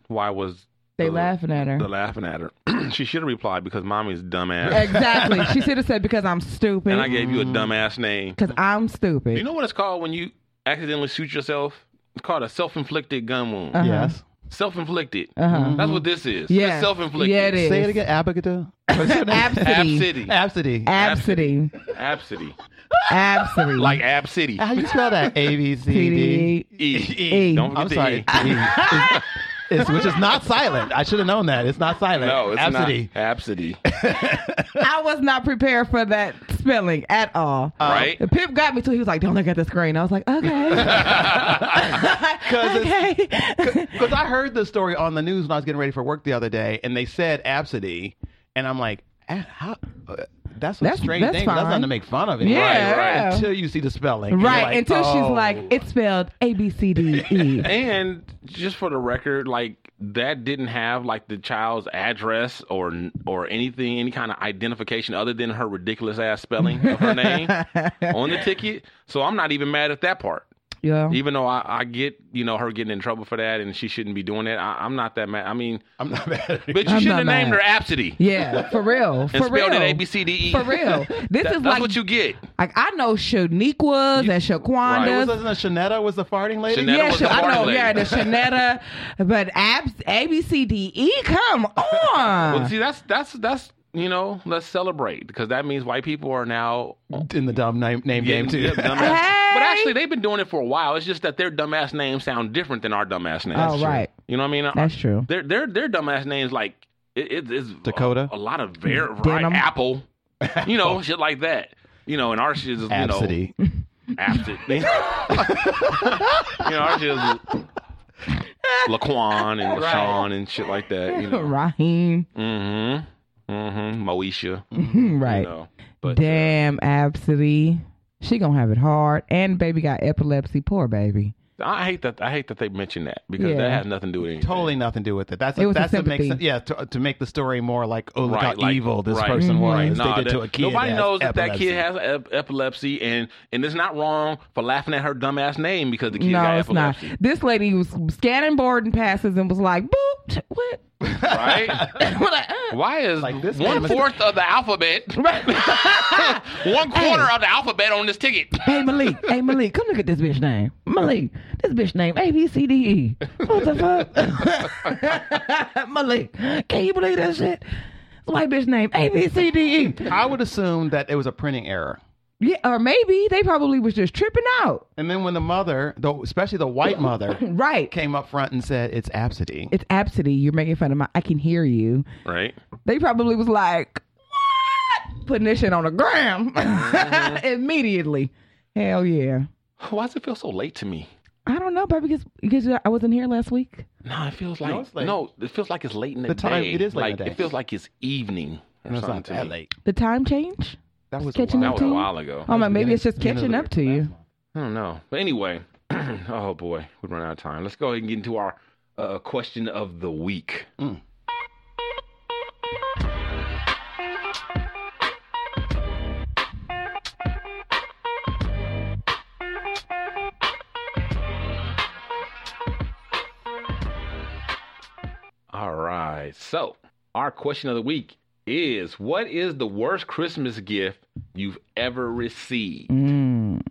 Speaker 3: why was
Speaker 4: They
Speaker 3: the-
Speaker 4: laughing at her.
Speaker 3: the laughing at her, she should have replied because mommy's dumbass,
Speaker 4: Exactly. She should have said because I'm stupid.
Speaker 3: and I gave you a dumbass name.
Speaker 4: Because I'm
Speaker 3: Do you
Speaker 4: stupid.
Speaker 3: know what it's called when you accidentally shoot yourself? It's called a self-inflicted gun wound.
Speaker 4: Uh-huh.
Speaker 5: yes.
Speaker 3: Self-inflicted.
Speaker 4: Uh-huh.
Speaker 3: That's what this is.
Speaker 4: Yeah.
Speaker 3: It's self-inflicted.
Speaker 4: Yeah, it is.
Speaker 5: Say it again, Abigail.
Speaker 4: Absidy.
Speaker 3: Absidy.
Speaker 5: Absidy.
Speaker 4: Absidy.
Speaker 3: Absidy.
Speaker 4: Absidy.
Speaker 3: Like Absidy.
Speaker 5: How you spell that? A B C D.
Speaker 4: P-D-E.
Speaker 3: E.
Speaker 4: E.
Speaker 3: Don't
Speaker 5: E. I'm
Speaker 3: forget
Speaker 5: sorry.
Speaker 3: the E.
Speaker 5: E. It's- it's- which is not silent. I should have known that. It's not silent.
Speaker 3: No, it's
Speaker 5: Absidy.
Speaker 3: not. Absidy.
Speaker 4: Uh, I was not prepared for that spelling at all.
Speaker 3: right?
Speaker 4: And Pip got me too. He was like, "Don't look at the screen." I was like, "Okay." okay.
Speaker 5: Because I heard the story on the news when I was getting ready for work the other day, and they said Absidy, and I'm like, "Ah, how? uh, that's a
Speaker 4: That's-
Speaker 5: strange
Speaker 4: that's
Speaker 5: thing. but That's
Speaker 4: fine.
Speaker 5: nothing to make fun of it.
Speaker 4: Yeah.
Speaker 5: Right, right. Until you see the spelling. and you're
Speaker 4: Right
Speaker 5: like,
Speaker 4: until
Speaker 5: "Oh."
Speaker 4: she's like, "It's spelled A B C D E."
Speaker 3: And just for the record, like that didn't have like the child's address or or anything, any kind of identification other than her ridiculous ass spelling of her name on the ticket. So I'm not even mad at that part.
Speaker 4: Yeah.
Speaker 3: Even though I, I get, you know, her getting in trouble for that and she shouldn't be doing that. I, I'm not that mad. I mean,
Speaker 5: I'm not mad at you.
Speaker 3: bitch, you
Speaker 4: I'm
Speaker 3: shouldn't have
Speaker 4: not
Speaker 3: named
Speaker 4: mad.
Speaker 3: her Absidy.
Speaker 4: Yeah, for real.
Speaker 3: And
Speaker 4: For real.
Speaker 3: spelled it A B C D E.
Speaker 4: For real. This is
Speaker 3: That's
Speaker 4: like,
Speaker 3: what you get.
Speaker 4: like I know Shaniquas and
Speaker 3: Right.
Speaker 4: Shaquandas.
Speaker 5: Wasn't it Shanetta was the farting lady?
Speaker 3: Shanetta
Speaker 4: yeah,
Speaker 3: was
Speaker 4: Sha-
Speaker 3: the
Speaker 4: I
Speaker 3: party
Speaker 4: know.
Speaker 3: lady.
Speaker 4: Yeah, the Shanetta, but abs A B C D E. Come on.
Speaker 3: Well, see, that's that's that's you know, let's celebrate because that means white people are now
Speaker 5: in the dumb name, name game too.
Speaker 3: Yeah, dumbass.
Speaker 4: Hey.
Speaker 3: But actually, they've been doing it for a while. It's just that their dumbass names sound different than our dumbass names.
Speaker 4: Oh, right.
Speaker 3: You know what I mean?
Speaker 4: That's true.
Speaker 3: Their their their dumbass names like it, it- it's
Speaker 5: Dakota?
Speaker 3: A, a lot of var- right,
Speaker 4: Denim.
Speaker 3: Apple. You know, shit like that. You know, and our shit is you
Speaker 5: Absidy.
Speaker 3: know Absidy. you know, our shit is Laquan and LaShawn and shit like that. You know.
Speaker 4: Raheem.
Speaker 3: Mm-hmm. Mm-hmm. Moesha. You
Speaker 4: Right.
Speaker 3: know. But
Speaker 4: Damn, Absidy. She gonna have it hard. And baby got epilepsy. Poor baby.
Speaker 3: I hate that. I hate that they mentioned that because
Speaker 4: Yeah.
Speaker 3: that has nothing to do with anything.
Speaker 5: Totally nothing to do with it. That's
Speaker 4: It was a
Speaker 5: that's to make
Speaker 4: sympathy.
Speaker 5: sense. Yeah, to, to make the story more like oh look
Speaker 3: Right,
Speaker 5: how
Speaker 3: like-
Speaker 5: evil this
Speaker 3: right,
Speaker 4: Mm-hmm.
Speaker 5: person was.
Speaker 3: right.
Speaker 5: They
Speaker 3: Nah,
Speaker 5: did
Speaker 3: that-
Speaker 5: to a kid.
Speaker 3: Nobody
Speaker 5: that
Speaker 3: knows
Speaker 5: has
Speaker 3: that that kid
Speaker 5: epilepsy.
Speaker 3: has ep- epilepsy, and and it's not wrong for laughing at her dumbass name because the kid
Speaker 4: no,
Speaker 3: got
Speaker 4: it's not.
Speaker 3: epilepsy.
Speaker 4: This lady was scanning board and passes and was like, boop, t- what?
Speaker 3: Right?
Speaker 4: We're like, uh.
Speaker 3: Why is
Speaker 5: Like, this
Speaker 3: one
Speaker 5: name is-
Speaker 3: fourth of the alphabet, one quarter of the alphabet on this ticket?
Speaker 4: Hey Malik, hey Malik, come look at this bitch name. Malik, this bitch name A B C D E. What the fuck? Malik, can you believe that shit? This white bitch name A B C D E.
Speaker 5: I would assume that it was a printing error.
Speaker 4: Yeah, or maybe they probably was just tripping out.
Speaker 5: And then when the mother, the, especially the white mother,
Speaker 4: Right.
Speaker 5: came up front and said it's absidy.
Speaker 4: It's absody. You're making fun of my. I can hear you.
Speaker 3: Right?
Speaker 4: They probably was like, what? Putting this shit on the gram immediately. Hell yeah.
Speaker 3: Why does it feel so late to me?
Speaker 4: I don't know, probably because because I wasn't here last week.
Speaker 3: No, it feels like
Speaker 5: No,
Speaker 3: no,
Speaker 5: it's late.
Speaker 3: it feels like it's late in the,
Speaker 5: The time-
Speaker 3: day.
Speaker 5: it is late in
Speaker 3: like
Speaker 5: the day.
Speaker 3: it feels like it's evening. Or
Speaker 5: No, it's
Speaker 3: something
Speaker 5: not
Speaker 3: to
Speaker 5: that
Speaker 3: me.
Speaker 5: late.
Speaker 4: The time change.
Speaker 5: That was
Speaker 4: Catching
Speaker 5: a
Speaker 3: That
Speaker 4: up
Speaker 3: was
Speaker 4: to
Speaker 3: a
Speaker 4: you?
Speaker 3: while ago.
Speaker 4: Oh my, maybe it's just
Speaker 5: Beginning-
Speaker 4: catching
Speaker 5: beginning
Speaker 4: up to you.
Speaker 3: I don't know. But anyway, oh boy, we run out of time. Let's go ahead and get into our uh, question of the week. All right. So, our question of the week is what is the worst Christmas gift you've ever received?
Speaker 4: Mm.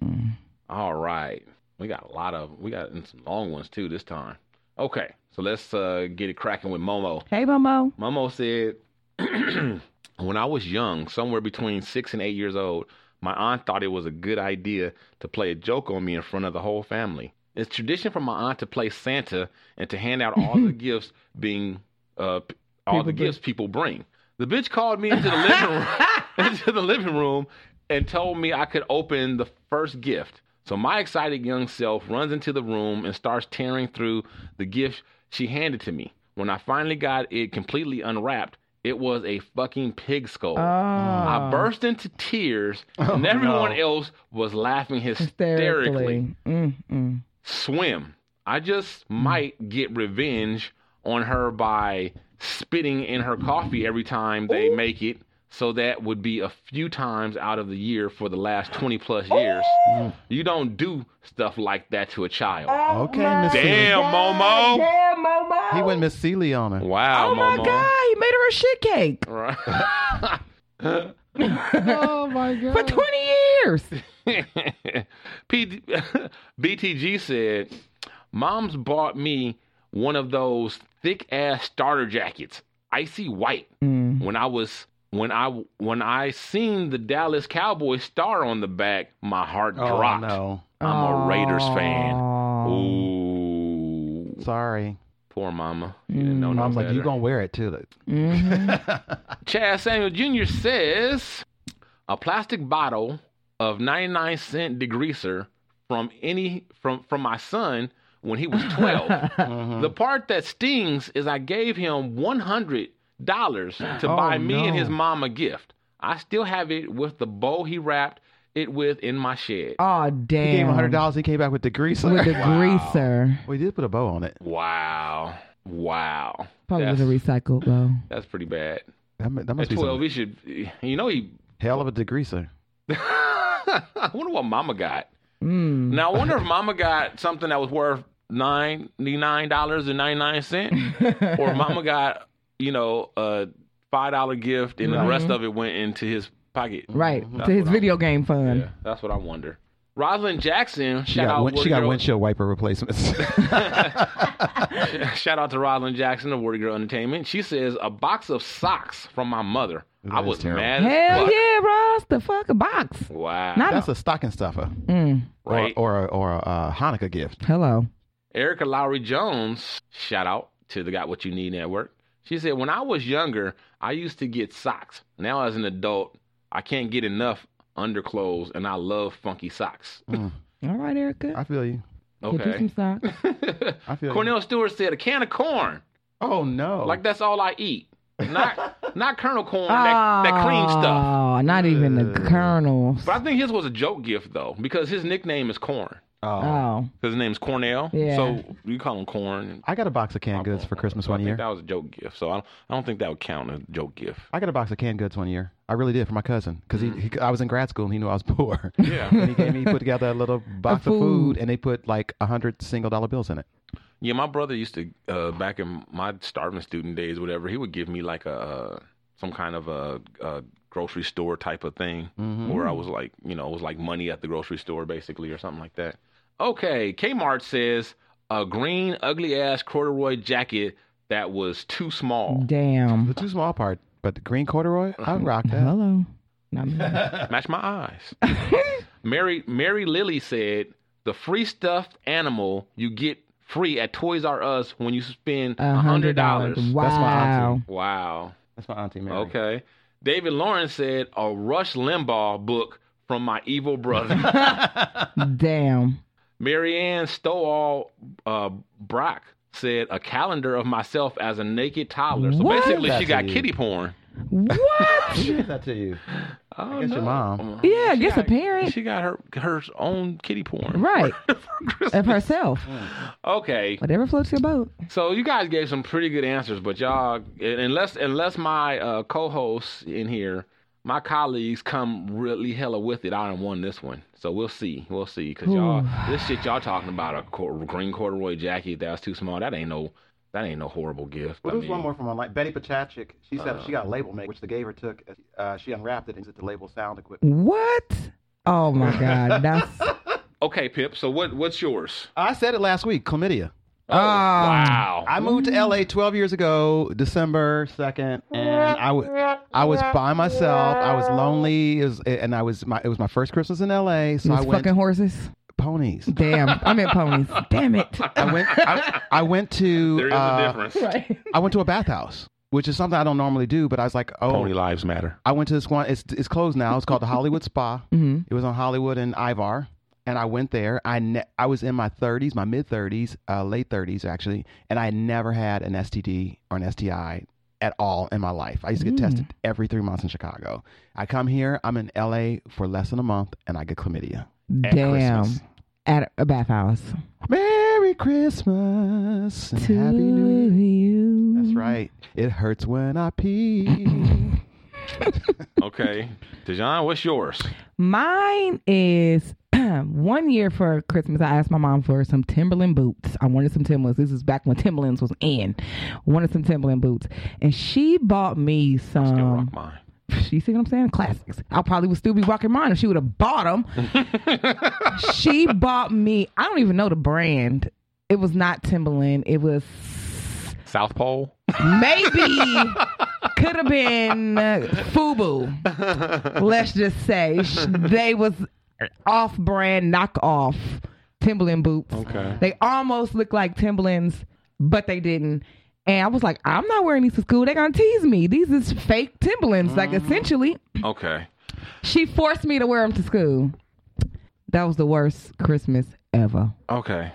Speaker 3: All right. We got a lot of we got some long ones too this time. Okay, so let's uh, get it cracking with Momo.
Speaker 4: Hey, Momo.
Speaker 3: Momo said, "When I was young, somewhere between six and eight years old, my aunt thought it was a good idea to play a joke on me in front of the whole family. It's tradition for my aunt to play Santa and to hand out all the gifts being uh, p- all
Speaker 4: People
Speaker 3: the
Speaker 4: bring-
Speaker 3: gifts people bring. The bitch called me into the living room, into the living room, and told me I could open the first gift. So my excited young self runs into the room and starts tearing through the gift she handed to me. When I finally got it completely unwrapped, it was a fucking pig skull.
Speaker 4: Oh.
Speaker 3: I burst into tears, and everyone else was laughing hysterically.
Speaker 4: Hysterically. Mm, mm.
Speaker 3: Swim. I just might get revenge on her by spitting in her coffee every time they make it. So that would be a few times out of the year for the last 20 plus years. You don't do stuff like that to a child.
Speaker 4: Oh.
Speaker 5: Okay, Miss Seeley.
Speaker 3: Damn, Momo.
Speaker 4: Damn, Momo.
Speaker 5: He went Miss Seeley on her.
Speaker 3: Wow,
Speaker 4: Oh my
Speaker 3: Momo.
Speaker 4: God, he made her a shit cake
Speaker 3: Right.
Speaker 5: Oh my god.
Speaker 4: for 20 years.
Speaker 3: P- BTG said, "Mom's bought me one of those thick ass starter jackets, icy white.
Speaker 4: Mm.
Speaker 5: Mm-hmm.
Speaker 3: When I was when I when I seen the Dallas Cowboys star on the back, my heart
Speaker 5: Oh
Speaker 3: dropped.
Speaker 5: no.
Speaker 3: I'm a Raiders fan.
Speaker 4: Aw.
Speaker 3: Ooh,
Speaker 5: Sorry.
Speaker 3: poor mama. You didn't know no
Speaker 5: Mm. Mom's like,
Speaker 3: better.
Speaker 5: you gonna wear it too. Like,
Speaker 4: Mm-hmm.
Speaker 3: Chad Samuel Jr. says a plastic bottle of 99 cent degreaser from any from from my son when he was 12.
Speaker 5: Mm-hmm.
Speaker 3: The part that stings is I gave him 100 dollars to
Speaker 5: Oh,
Speaker 3: buy me and his mom a gift. I still have it with the bow he wrapped it with in my shed.
Speaker 4: Aw,
Speaker 5: He gave
Speaker 4: damn.
Speaker 5: him hundred dollars. He came back with the grease.
Speaker 4: With the greaser.
Speaker 5: we did put a bow on it.
Speaker 3: Wow. Wow.
Speaker 4: Probably
Speaker 3: That's,
Speaker 4: was a recycled though.
Speaker 3: that's pretty bad.
Speaker 5: That, mu- that must
Speaker 3: At
Speaker 5: be
Speaker 3: 12
Speaker 5: some
Speaker 3: he should you know he
Speaker 5: hell of a degreaser.
Speaker 3: I wonder what Mama got.
Speaker 4: Mm,
Speaker 5: Mm-hmm.
Speaker 3: Now I wonder if Mama got something that was worth ninety nine dollars and ninety nine cent, or if Mama got you know a five dollar gift and the rest of it went into his pocket.
Speaker 4: Right. To his video game fun.
Speaker 3: Yeah, that's what I wonder. Rosalind Jackson,
Speaker 5: She
Speaker 3: shout
Speaker 5: got,
Speaker 3: out,
Speaker 5: win- she
Speaker 3: Wordy
Speaker 5: got
Speaker 3: Girl-
Speaker 5: windshield wiper replacements.
Speaker 3: shout out to Rosalind Jackson of Wordy Girl Entertainment. She says a box of socks from my mother. I
Speaker 5: is
Speaker 3: was
Speaker 5: terrible.
Speaker 3: mad. as
Speaker 4: Hell
Speaker 3: fuck.
Speaker 4: yeah, Ross. The fucking box.
Speaker 3: Wow.
Speaker 4: Not mm,
Speaker 5: That's a stocking stuffer, or
Speaker 3: right.
Speaker 5: or a, or a uh, Hanukkah gift.
Speaker 4: Hello.
Speaker 3: Erica Lowry Jones, shout out to the Got What You Need Network. She said, When I was younger, I used to get socks. Now, as an adult, I can't get enough underclothes and I love funky socks.
Speaker 4: All right, Erica.
Speaker 5: I feel you.
Speaker 4: Get you
Speaker 3: Okay.
Speaker 4: some socks.
Speaker 5: I feel
Speaker 3: Cornell Stewart said, A can of corn.
Speaker 5: You. Oh no!
Speaker 3: Like, that's all I eat. Not not kernel corn, that, that cream
Speaker 4: Ah.
Speaker 3: stuff.
Speaker 4: Oh, not even the kernels.
Speaker 3: But I think his was a joke gift, though, because his nickname is Corn.
Speaker 4: Oh,
Speaker 3: his name's Cornell.
Speaker 4: Yeah.
Speaker 3: So you call him Corn.
Speaker 5: I got a box of canned goods for Christmas
Speaker 3: So
Speaker 5: one
Speaker 3: I
Speaker 5: year.
Speaker 3: think that was a joke gift. So I don't, I don't think that would count as a joke gift.
Speaker 5: I got a box of canned goods one year. I really did for my cousin because he, he, I was in grad school and he knew I was poor.
Speaker 3: Mm. Yeah.
Speaker 5: and he gave me he put together a little box of
Speaker 4: food.
Speaker 5: food and they put like a hundred single dollar bills in it.
Speaker 3: yeah. My brother used to uh, back in my starving student days, whatever. He would give me like a uh, some kind of a, a grocery store type of thing where I was like, you know, it was like money at the grocery store basically or something like that. Okay, Kmart says a green ugly ass corduroy jacket that was too small.
Speaker 4: damn.
Speaker 5: The too small part, but the green corduroy, I rock that.
Speaker 4: Hello. Not me.
Speaker 3: Match my eyes. Mary Mary Lily said the free stuffed animal you get free at Toys R Us when you spend a hundred dollars.
Speaker 4: Wow.
Speaker 5: That's my auntie.
Speaker 3: Wow.
Speaker 5: That's my auntie Mary.
Speaker 3: Okay. David Lawrence said a Rush Limbaugh book from my evil brother.
Speaker 4: Damn.
Speaker 3: Marianne Stowall uh, Brock said a calendar of myself as a naked toddler. So
Speaker 4: What?
Speaker 3: basically, she
Speaker 5: That's
Speaker 3: got
Speaker 5: you.
Speaker 3: kitty porn.
Speaker 4: What?
Speaker 5: Who gave that to you?
Speaker 3: I
Speaker 5: That's your mom.
Speaker 4: yeah, guess a parent.
Speaker 3: Oh, She got her her own kitty porn.
Speaker 4: Right.
Speaker 3: For Christmas.
Speaker 4: Of herself.
Speaker 3: Okay.
Speaker 4: Whatever floats your boat.
Speaker 3: So you guys gave some pretty good answers, but y'all, unless unless my uh, co-hosts in here, my colleagues come really hella with it, I done won this one. So we'll see, we'll see, because y'all, this shit y'all talking about a cor- green corduroy jacket that's too small. That ain't no, that ain't no horrible gift. I
Speaker 5: Well, there was
Speaker 3: mean,
Speaker 5: one more from online. Betty Patachik. She said she got a label made, which the gave her took. Uh, she unwrapped it and said the label sound equipment.
Speaker 4: What? Oh my God. That's.
Speaker 3: Oh, Okay, Pip. So what what's yours?
Speaker 5: I said it last week. Chlamydia.
Speaker 3: Oh,
Speaker 4: Um, ah.
Speaker 3: wow.
Speaker 5: I moved to LA 12 years ago, December 2nd, and I wa- I was by myself. I was lonely. It was, and I was my it was my first Christmas in LA, so I
Speaker 4: Those
Speaker 5: went
Speaker 4: fucking horses.
Speaker 5: ponies.
Speaker 4: Damn. I meant ponies. Damn it.
Speaker 5: I went I, I went to
Speaker 3: there is
Speaker 5: uh,
Speaker 3: a difference.
Speaker 4: Right.
Speaker 5: I went to a bathhouse, which is something I don't normally do, but I was like, "Oh,
Speaker 3: Pony lives matter.
Speaker 5: I went to this one. It's it's closed now. It's called the Hollywood Spa.
Speaker 4: Mm-hmm.
Speaker 5: It was on Hollywood and Ivar, and I went there. I ne- I was in my 30s, my mid 30s, uh, late 30s actually, and I had never had an STD or an STI at all in my life. I used to get
Speaker 4: Mm.
Speaker 5: tested every three months in Chicago. I come here. I'm in LA for less than a month, and I get chlamydia. At
Speaker 4: Damn.
Speaker 5: Christmas.
Speaker 4: At a bathhouse.
Speaker 5: Merry Christmas and
Speaker 4: To
Speaker 5: Happy New Year.
Speaker 4: you.
Speaker 5: That's right. It hurts when I pee.
Speaker 3: Okay, Dejan, what's yours?
Speaker 4: Mine is one year for Christmas. I asked my mom for some Timberland boots. I wanted some Timberlands. This is back when Timberlands was in. I wanted some Timberland boots, and she bought me
Speaker 3: Still
Speaker 4: some.
Speaker 3: rock mine.
Speaker 4: She see what I'm saying? Classics. I probably would still be rocking mine if she would have bought them. she bought me. I don't even know the brand. It was not Timberland. It was
Speaker 3: South Pole.
Speaker 4: maybe could have been uh, Fubu. Let's just say Sh- they was off-brand knockoff Timberland boots.
Speaker 3: Okay.
Speaker 4: They almost looked like Timberlands, but they didn't. And I was like, I'm not wearing these to school. They're gonna tease me. These is fake Timberlands. Like
Speaker 3: Mm-hmm.
Speaker 4: essentially,
Speaker 3: Okay.
Speaker 4: she forced me to wear them to school. That was the worst Christmas ever.
Speaker 3: Okay.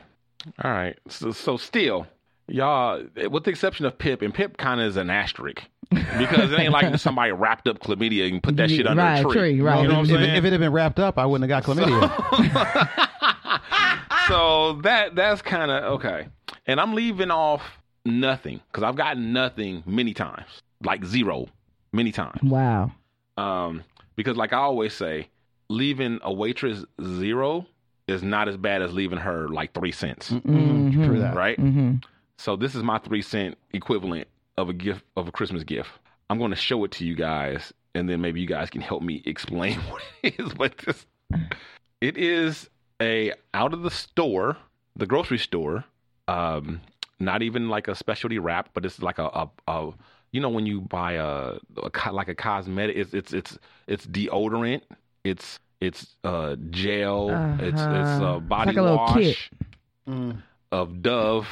Speaker 3: All right. So, so still, y'all, with the exception of Pip, and Pip kind of is an asterisk because it ain't like somebody wrapped up chlamydia and put that shit under
Speaker 4: right,
Speaker 3: a tree.
Speaker 4: tree, right.
Speaker 3: You know what I'm
Speaker 5: if,
Speaker 3: saying?
Speaker 5: if it had been wrapped up, I wouldn't have got chlamydia.
Speaker 3: so that that's kind of okay. And I'm leaving off nothing because I've gotten nothing many times, like zero, many times.
Speaker 4: Wow.
Speaker 3: Um, because like I always say, leaving a waitress zero is not as bad as leaving her like three cents.
Speaker 5: Mm, True that.
Speaker 3: right?
Speaker 4: Mm-hmm.
Speaker 3: So this is my three cent equivalent of a gift of a Christmas gift. I'm going to show it to you guys, and then maybe you guys can help me explain what it is. But this, it is a out of the store, the grocery store. Um, not even like a specialty wrap, but it's like a, a, a you know when you buy a, a co- like a cosmetic. It's it's it's it's deodorant. It's it's uh gel. It's it's
Speaker 4: Uh-huh.
Speaker 3: uh,
Speaker 4: It's
Speaker 3: body
Speaker 4: like a little
Speaker 3: wash
Speaker 4: kit.
Speaker 3: of Dove,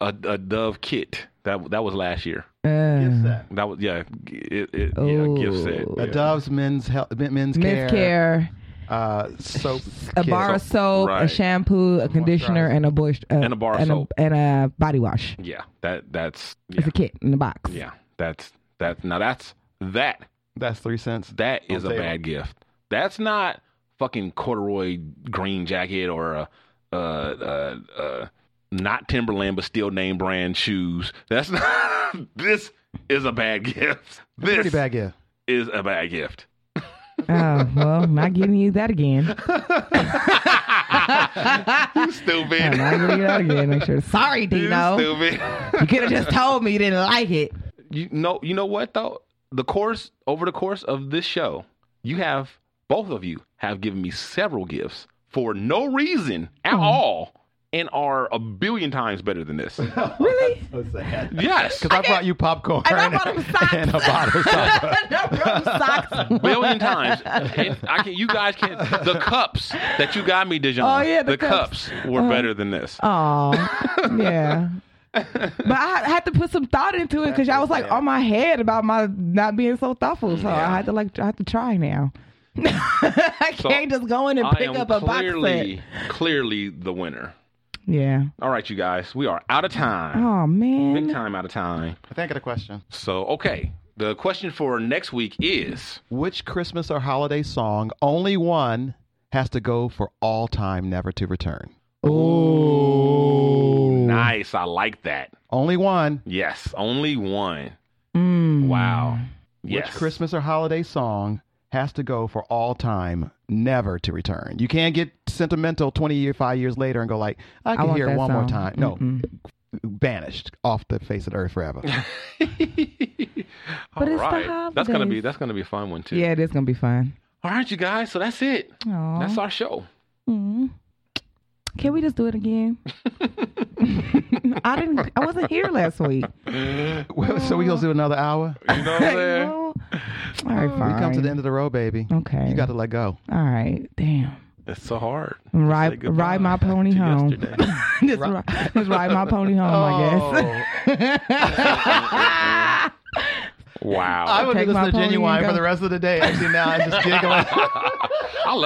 Speaker 3: a, a Dove kit. That that was last year.
Speaker 4: Uh,
Speaker 3: That was yeah, it, it, yeah, gift set.
Speaker 4: Ooh.
Speaker 5: A
Speaker 3: Yeah.
Speaker 5: Dove's men's health, men's care,
Speaker 4: Men's care.
Speaker 5: Uh, soap,
Speaker 4: a
Speaker 5: kit.
Speaker 4: bar of soap, a
Speaker 3: Right.
Speaker 4: shampoo, a conditioner, and a bush, uh,
Speaker 3: And a bar of
Speaker 4: and
Speaker 3: soap.
Speaker 4: a, and a body wash.
Speaker 3: Yeah, that that's yeah,
Speaker 4: It's a kit in the box.
Speaker 3: yeah, that's that. Now that's that
Speaker 5: That's three cents.
Speaker 3: that is a
Speaker 5: table.
Speaker 3: bad gift. That's not fucking corduroy green jacket or a uh, uh, uh, not Timberland but still name brand shoes. That's not. this is a bad gift.
Speaker 5: Pretty
Speaker 3: This
Speaker 5: bad gift.
Speaker 3: is a bad gift.
Speaker 4: Oh well, not giving you that again.
Speaker 3: Stupid.
Speaker 4: I'm not giving you that again. Make sure. Sorry,
Speaker 3: You
Speaker 4: Dino. You,
Speaker 3: stupid.
Speaker 4: could have just told me you didn't like it.
Speaker 3: you know you know what though the course over the course of this show you have both of you have given me several gifts for no reason at
Speaker 4: Mm-hmm.
Speaker 3: all and are a billion times better than this
Speaker 4: Really?
Speaker 5: So sad.
Speaker 3: yes
Speaker 5: Because I, brought you popcorn
Speaker 4: And I brought him socks.
Speaker 5: and a bottle of socks.
Speaker 4: I brought him socks.
Speaker 3: billion times and i can you guys can not the cups that you got me dijon
Speaker 4: Oh, yeah, the
Speaker 3: cups.
Speaker 4: cups. Uh-huh.
Speaker 3: were better than this
Speaker 4: Oh, yeah. but I had to put some thought into it because y'all was like on my head about my not being so thoughtful. So I had to like I had to try now. I
Speaker 3: So,
Speaker 4: can't just go in and
Speaker 3: i
Speaker 4: pick
Speaker 3: am
Speaker 4: up a box
Speaker 3: clearly
Speaker 4: set.
Speaker 3: clearly the winner
Speaker 4: Yeah.
Speaker 3: all right you guys we are out of time
Speaker 4: Oh
Speaker 3: big
Speaker 4: man.
Speaker 3: time out of time
Speaker 5: I think I got a question.
Speaker 3: so okay the question for next week is
Speaker 5: Which Christmas or holiday song, only one, has to go for all time, never to return?
Speaker 3: Nice. I like that.
Speaker 5: Only one.
Speaker 3: Yes. Only one.
Speaker 4: Mm.
Speaker 3: Wow. Yes.
Speaker 5: Which Christmas or holiday song has to go for all time, never to return? You can't get sentimental 20 year, five years later and go like, I
Speaker 4: I
Speaker 5: can
Speaker 4: want
Speaker 5: hear it
Speaker 4: that
Speaker 5: one more
Speaker 4: song.
Speaker 5: time. No,
Speaker 4: Mm-mm.
Speaker 5: banished off the face of the earth forever.
Speaker 3: All
Speaker 4: it's the
Speaker 3: right. That's gonna be
Speaker 4: holidays.
Speaker 3: that's gonna be a fun one too.
Speaker 4: Yeah, it is gonna be fun.
Speaker 3: All right, you guys. So that's it.
Speaker 4: Aw.
Speaker 3: That's our show.
Speaker 4: Mm. Can we just do it again? I didn't. I wasn't here last week.
Speaker 5: so we gonna do another hour.
Speaker 3: You know what I'm saying?
Speaker 4: Well, all right, fine.
Speaker 5: We come to the end of the road, baby.
Speaker 4: Okay.
Speaker 5: You got to let go.
Speaker 4: all right. Damn.
Speaker 3: It's so hard. Say
Speaker 4: Ride,
Speaker 3: goodbye
Speaker 4: ride my pony
Speaker 3: to
Speaker 4: home.
Speaker 3: yesterday. Oh.
Speaker 4: just, ride, just ride my pony home,
Speaker 5: Oh.
Speaker 4: I guess.
Speaker 3: wow.
Speaker 5: I
Speaker 3: I,
Speaker 5: would be
Speaker 4: Take my
Speaker 5: listening to
Speaker 4: pony and
Speaker 5: Genuine for
Speaker 4: go.
Speaker 5: the rest of the day. Actually, now I'm just giggling.
Speaker 3: love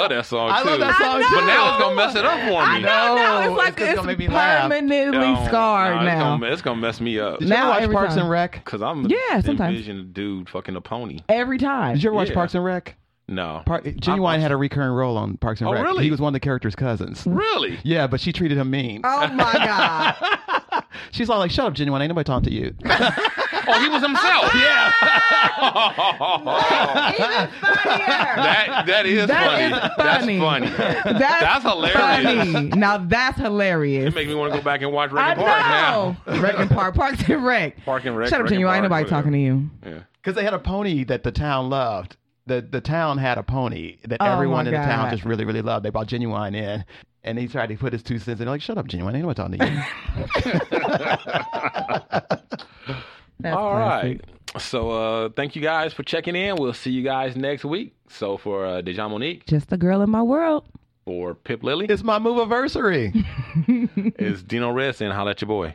Speaker 3: that song
Speaker 5: I
Speaker 3: too.
Speaker 5: love that song.
Speaker 3: But now it's gonna mess it up for me.
Speaker 4: I
Speaker 5: No,
Speaker 4: know. now
Speaker 5: it's
Speaker 4: it's like
Speaker 5: just
Speaker 4: it's,
Speaker 5: gonna make me laugh.
Speaker 4: permanently
Speaker 3: Don't-
Speaker 4: scarred
Speaker 3: nah, It's
Speaker 4: now.
Speaker 3: gonna, it's gonna mess me up.
Speaker 5: Did you ever
Speaker 4: Now
Speaker 5: watch
Speaker 4: every
Speaker 5: Parks
Speaker 4: time.
Speaker 5: and Rec?
Speaker 3: Cause I'm
Speaker 4: Yeah, sometimes.
Speaker 3: envision a dude fucking a pony.
Speaker 4: Every time.
Speaker 5: Did you ever watch
Speaker 3: Yeah.
Speaker 5: Parks and Rec?
Speaker 3: No.
Speaker 5: Par- Genuine had a recurring role on Parks and
Speaker 3: Oh,
Speaker 5: Rec.
Speaker 3: really?
Speaker 5: He was one of the character's cousins.
Speaker 3: really?
Speaker 5: Yeah, but she treated him mean.
Speaker 4: oh my god.
Speaker 5: She's all like, "Shut up, Genuine. Ain't nobody talking to you."
Speaker 3: Oh, he was himself. yeah.
Speaker 4: Even funnier.
Speaker 3: That that is
Speaker 4: That
Speaker 3: funny.
Speaker 4: is funny.
Speaker 3: That's funny.
Speaker 4: That's,
Speaker 3: That's hilarious.
Speaker 4: funny. Now that's hilarious.
Speaker 3: It makes me want to go back and watch Rick
Speaker 4: I
Speaker 3: and Morty
Speaker 4: know.
Speaker 3: now.
Speaker 4: Wreck and Park. Parks and Rec.
Speaker 3: Park and Rec,
Speaker 4: Shut up,
Speaker 3: Rec
Speaker 4: Genuine.
Speaker 3: and
Speaker 4: Ain't
Speaker 3: Park,
Speaker 4: nobody talking to you.
Speaker 5: Because they had a pony that the town loved. The the town had a pony that
Speaker 4: Oh,
Speaker 5: everyone
Speaker 4: my
Speaker 5: in the town
Speaker 4: God.
Speaker 5: just really really loved. They brought Genuine in, and he tried to put his two cents in. They're like, "Shut up, Genuine. Ain't nobody talking to you."
Speaker 4: That's
Speaker 3: All
Speaker 4: classic.
Speaker 3: right. So uh, thank you guys for checking in. We'll see you guys next week. So for uh, Dejan Monique,
Speaker 4: Just a girl in my world.
Speaker 3: for Pip Lily,
Speaker 5: it's my move anniversary.
Speaker 3: is Dino Red saying, holla at your boy.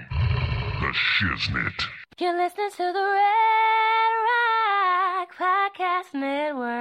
Speaker 6: The Shiznit.
Speaker 10: You're listening to the Red Rock Podcast Network.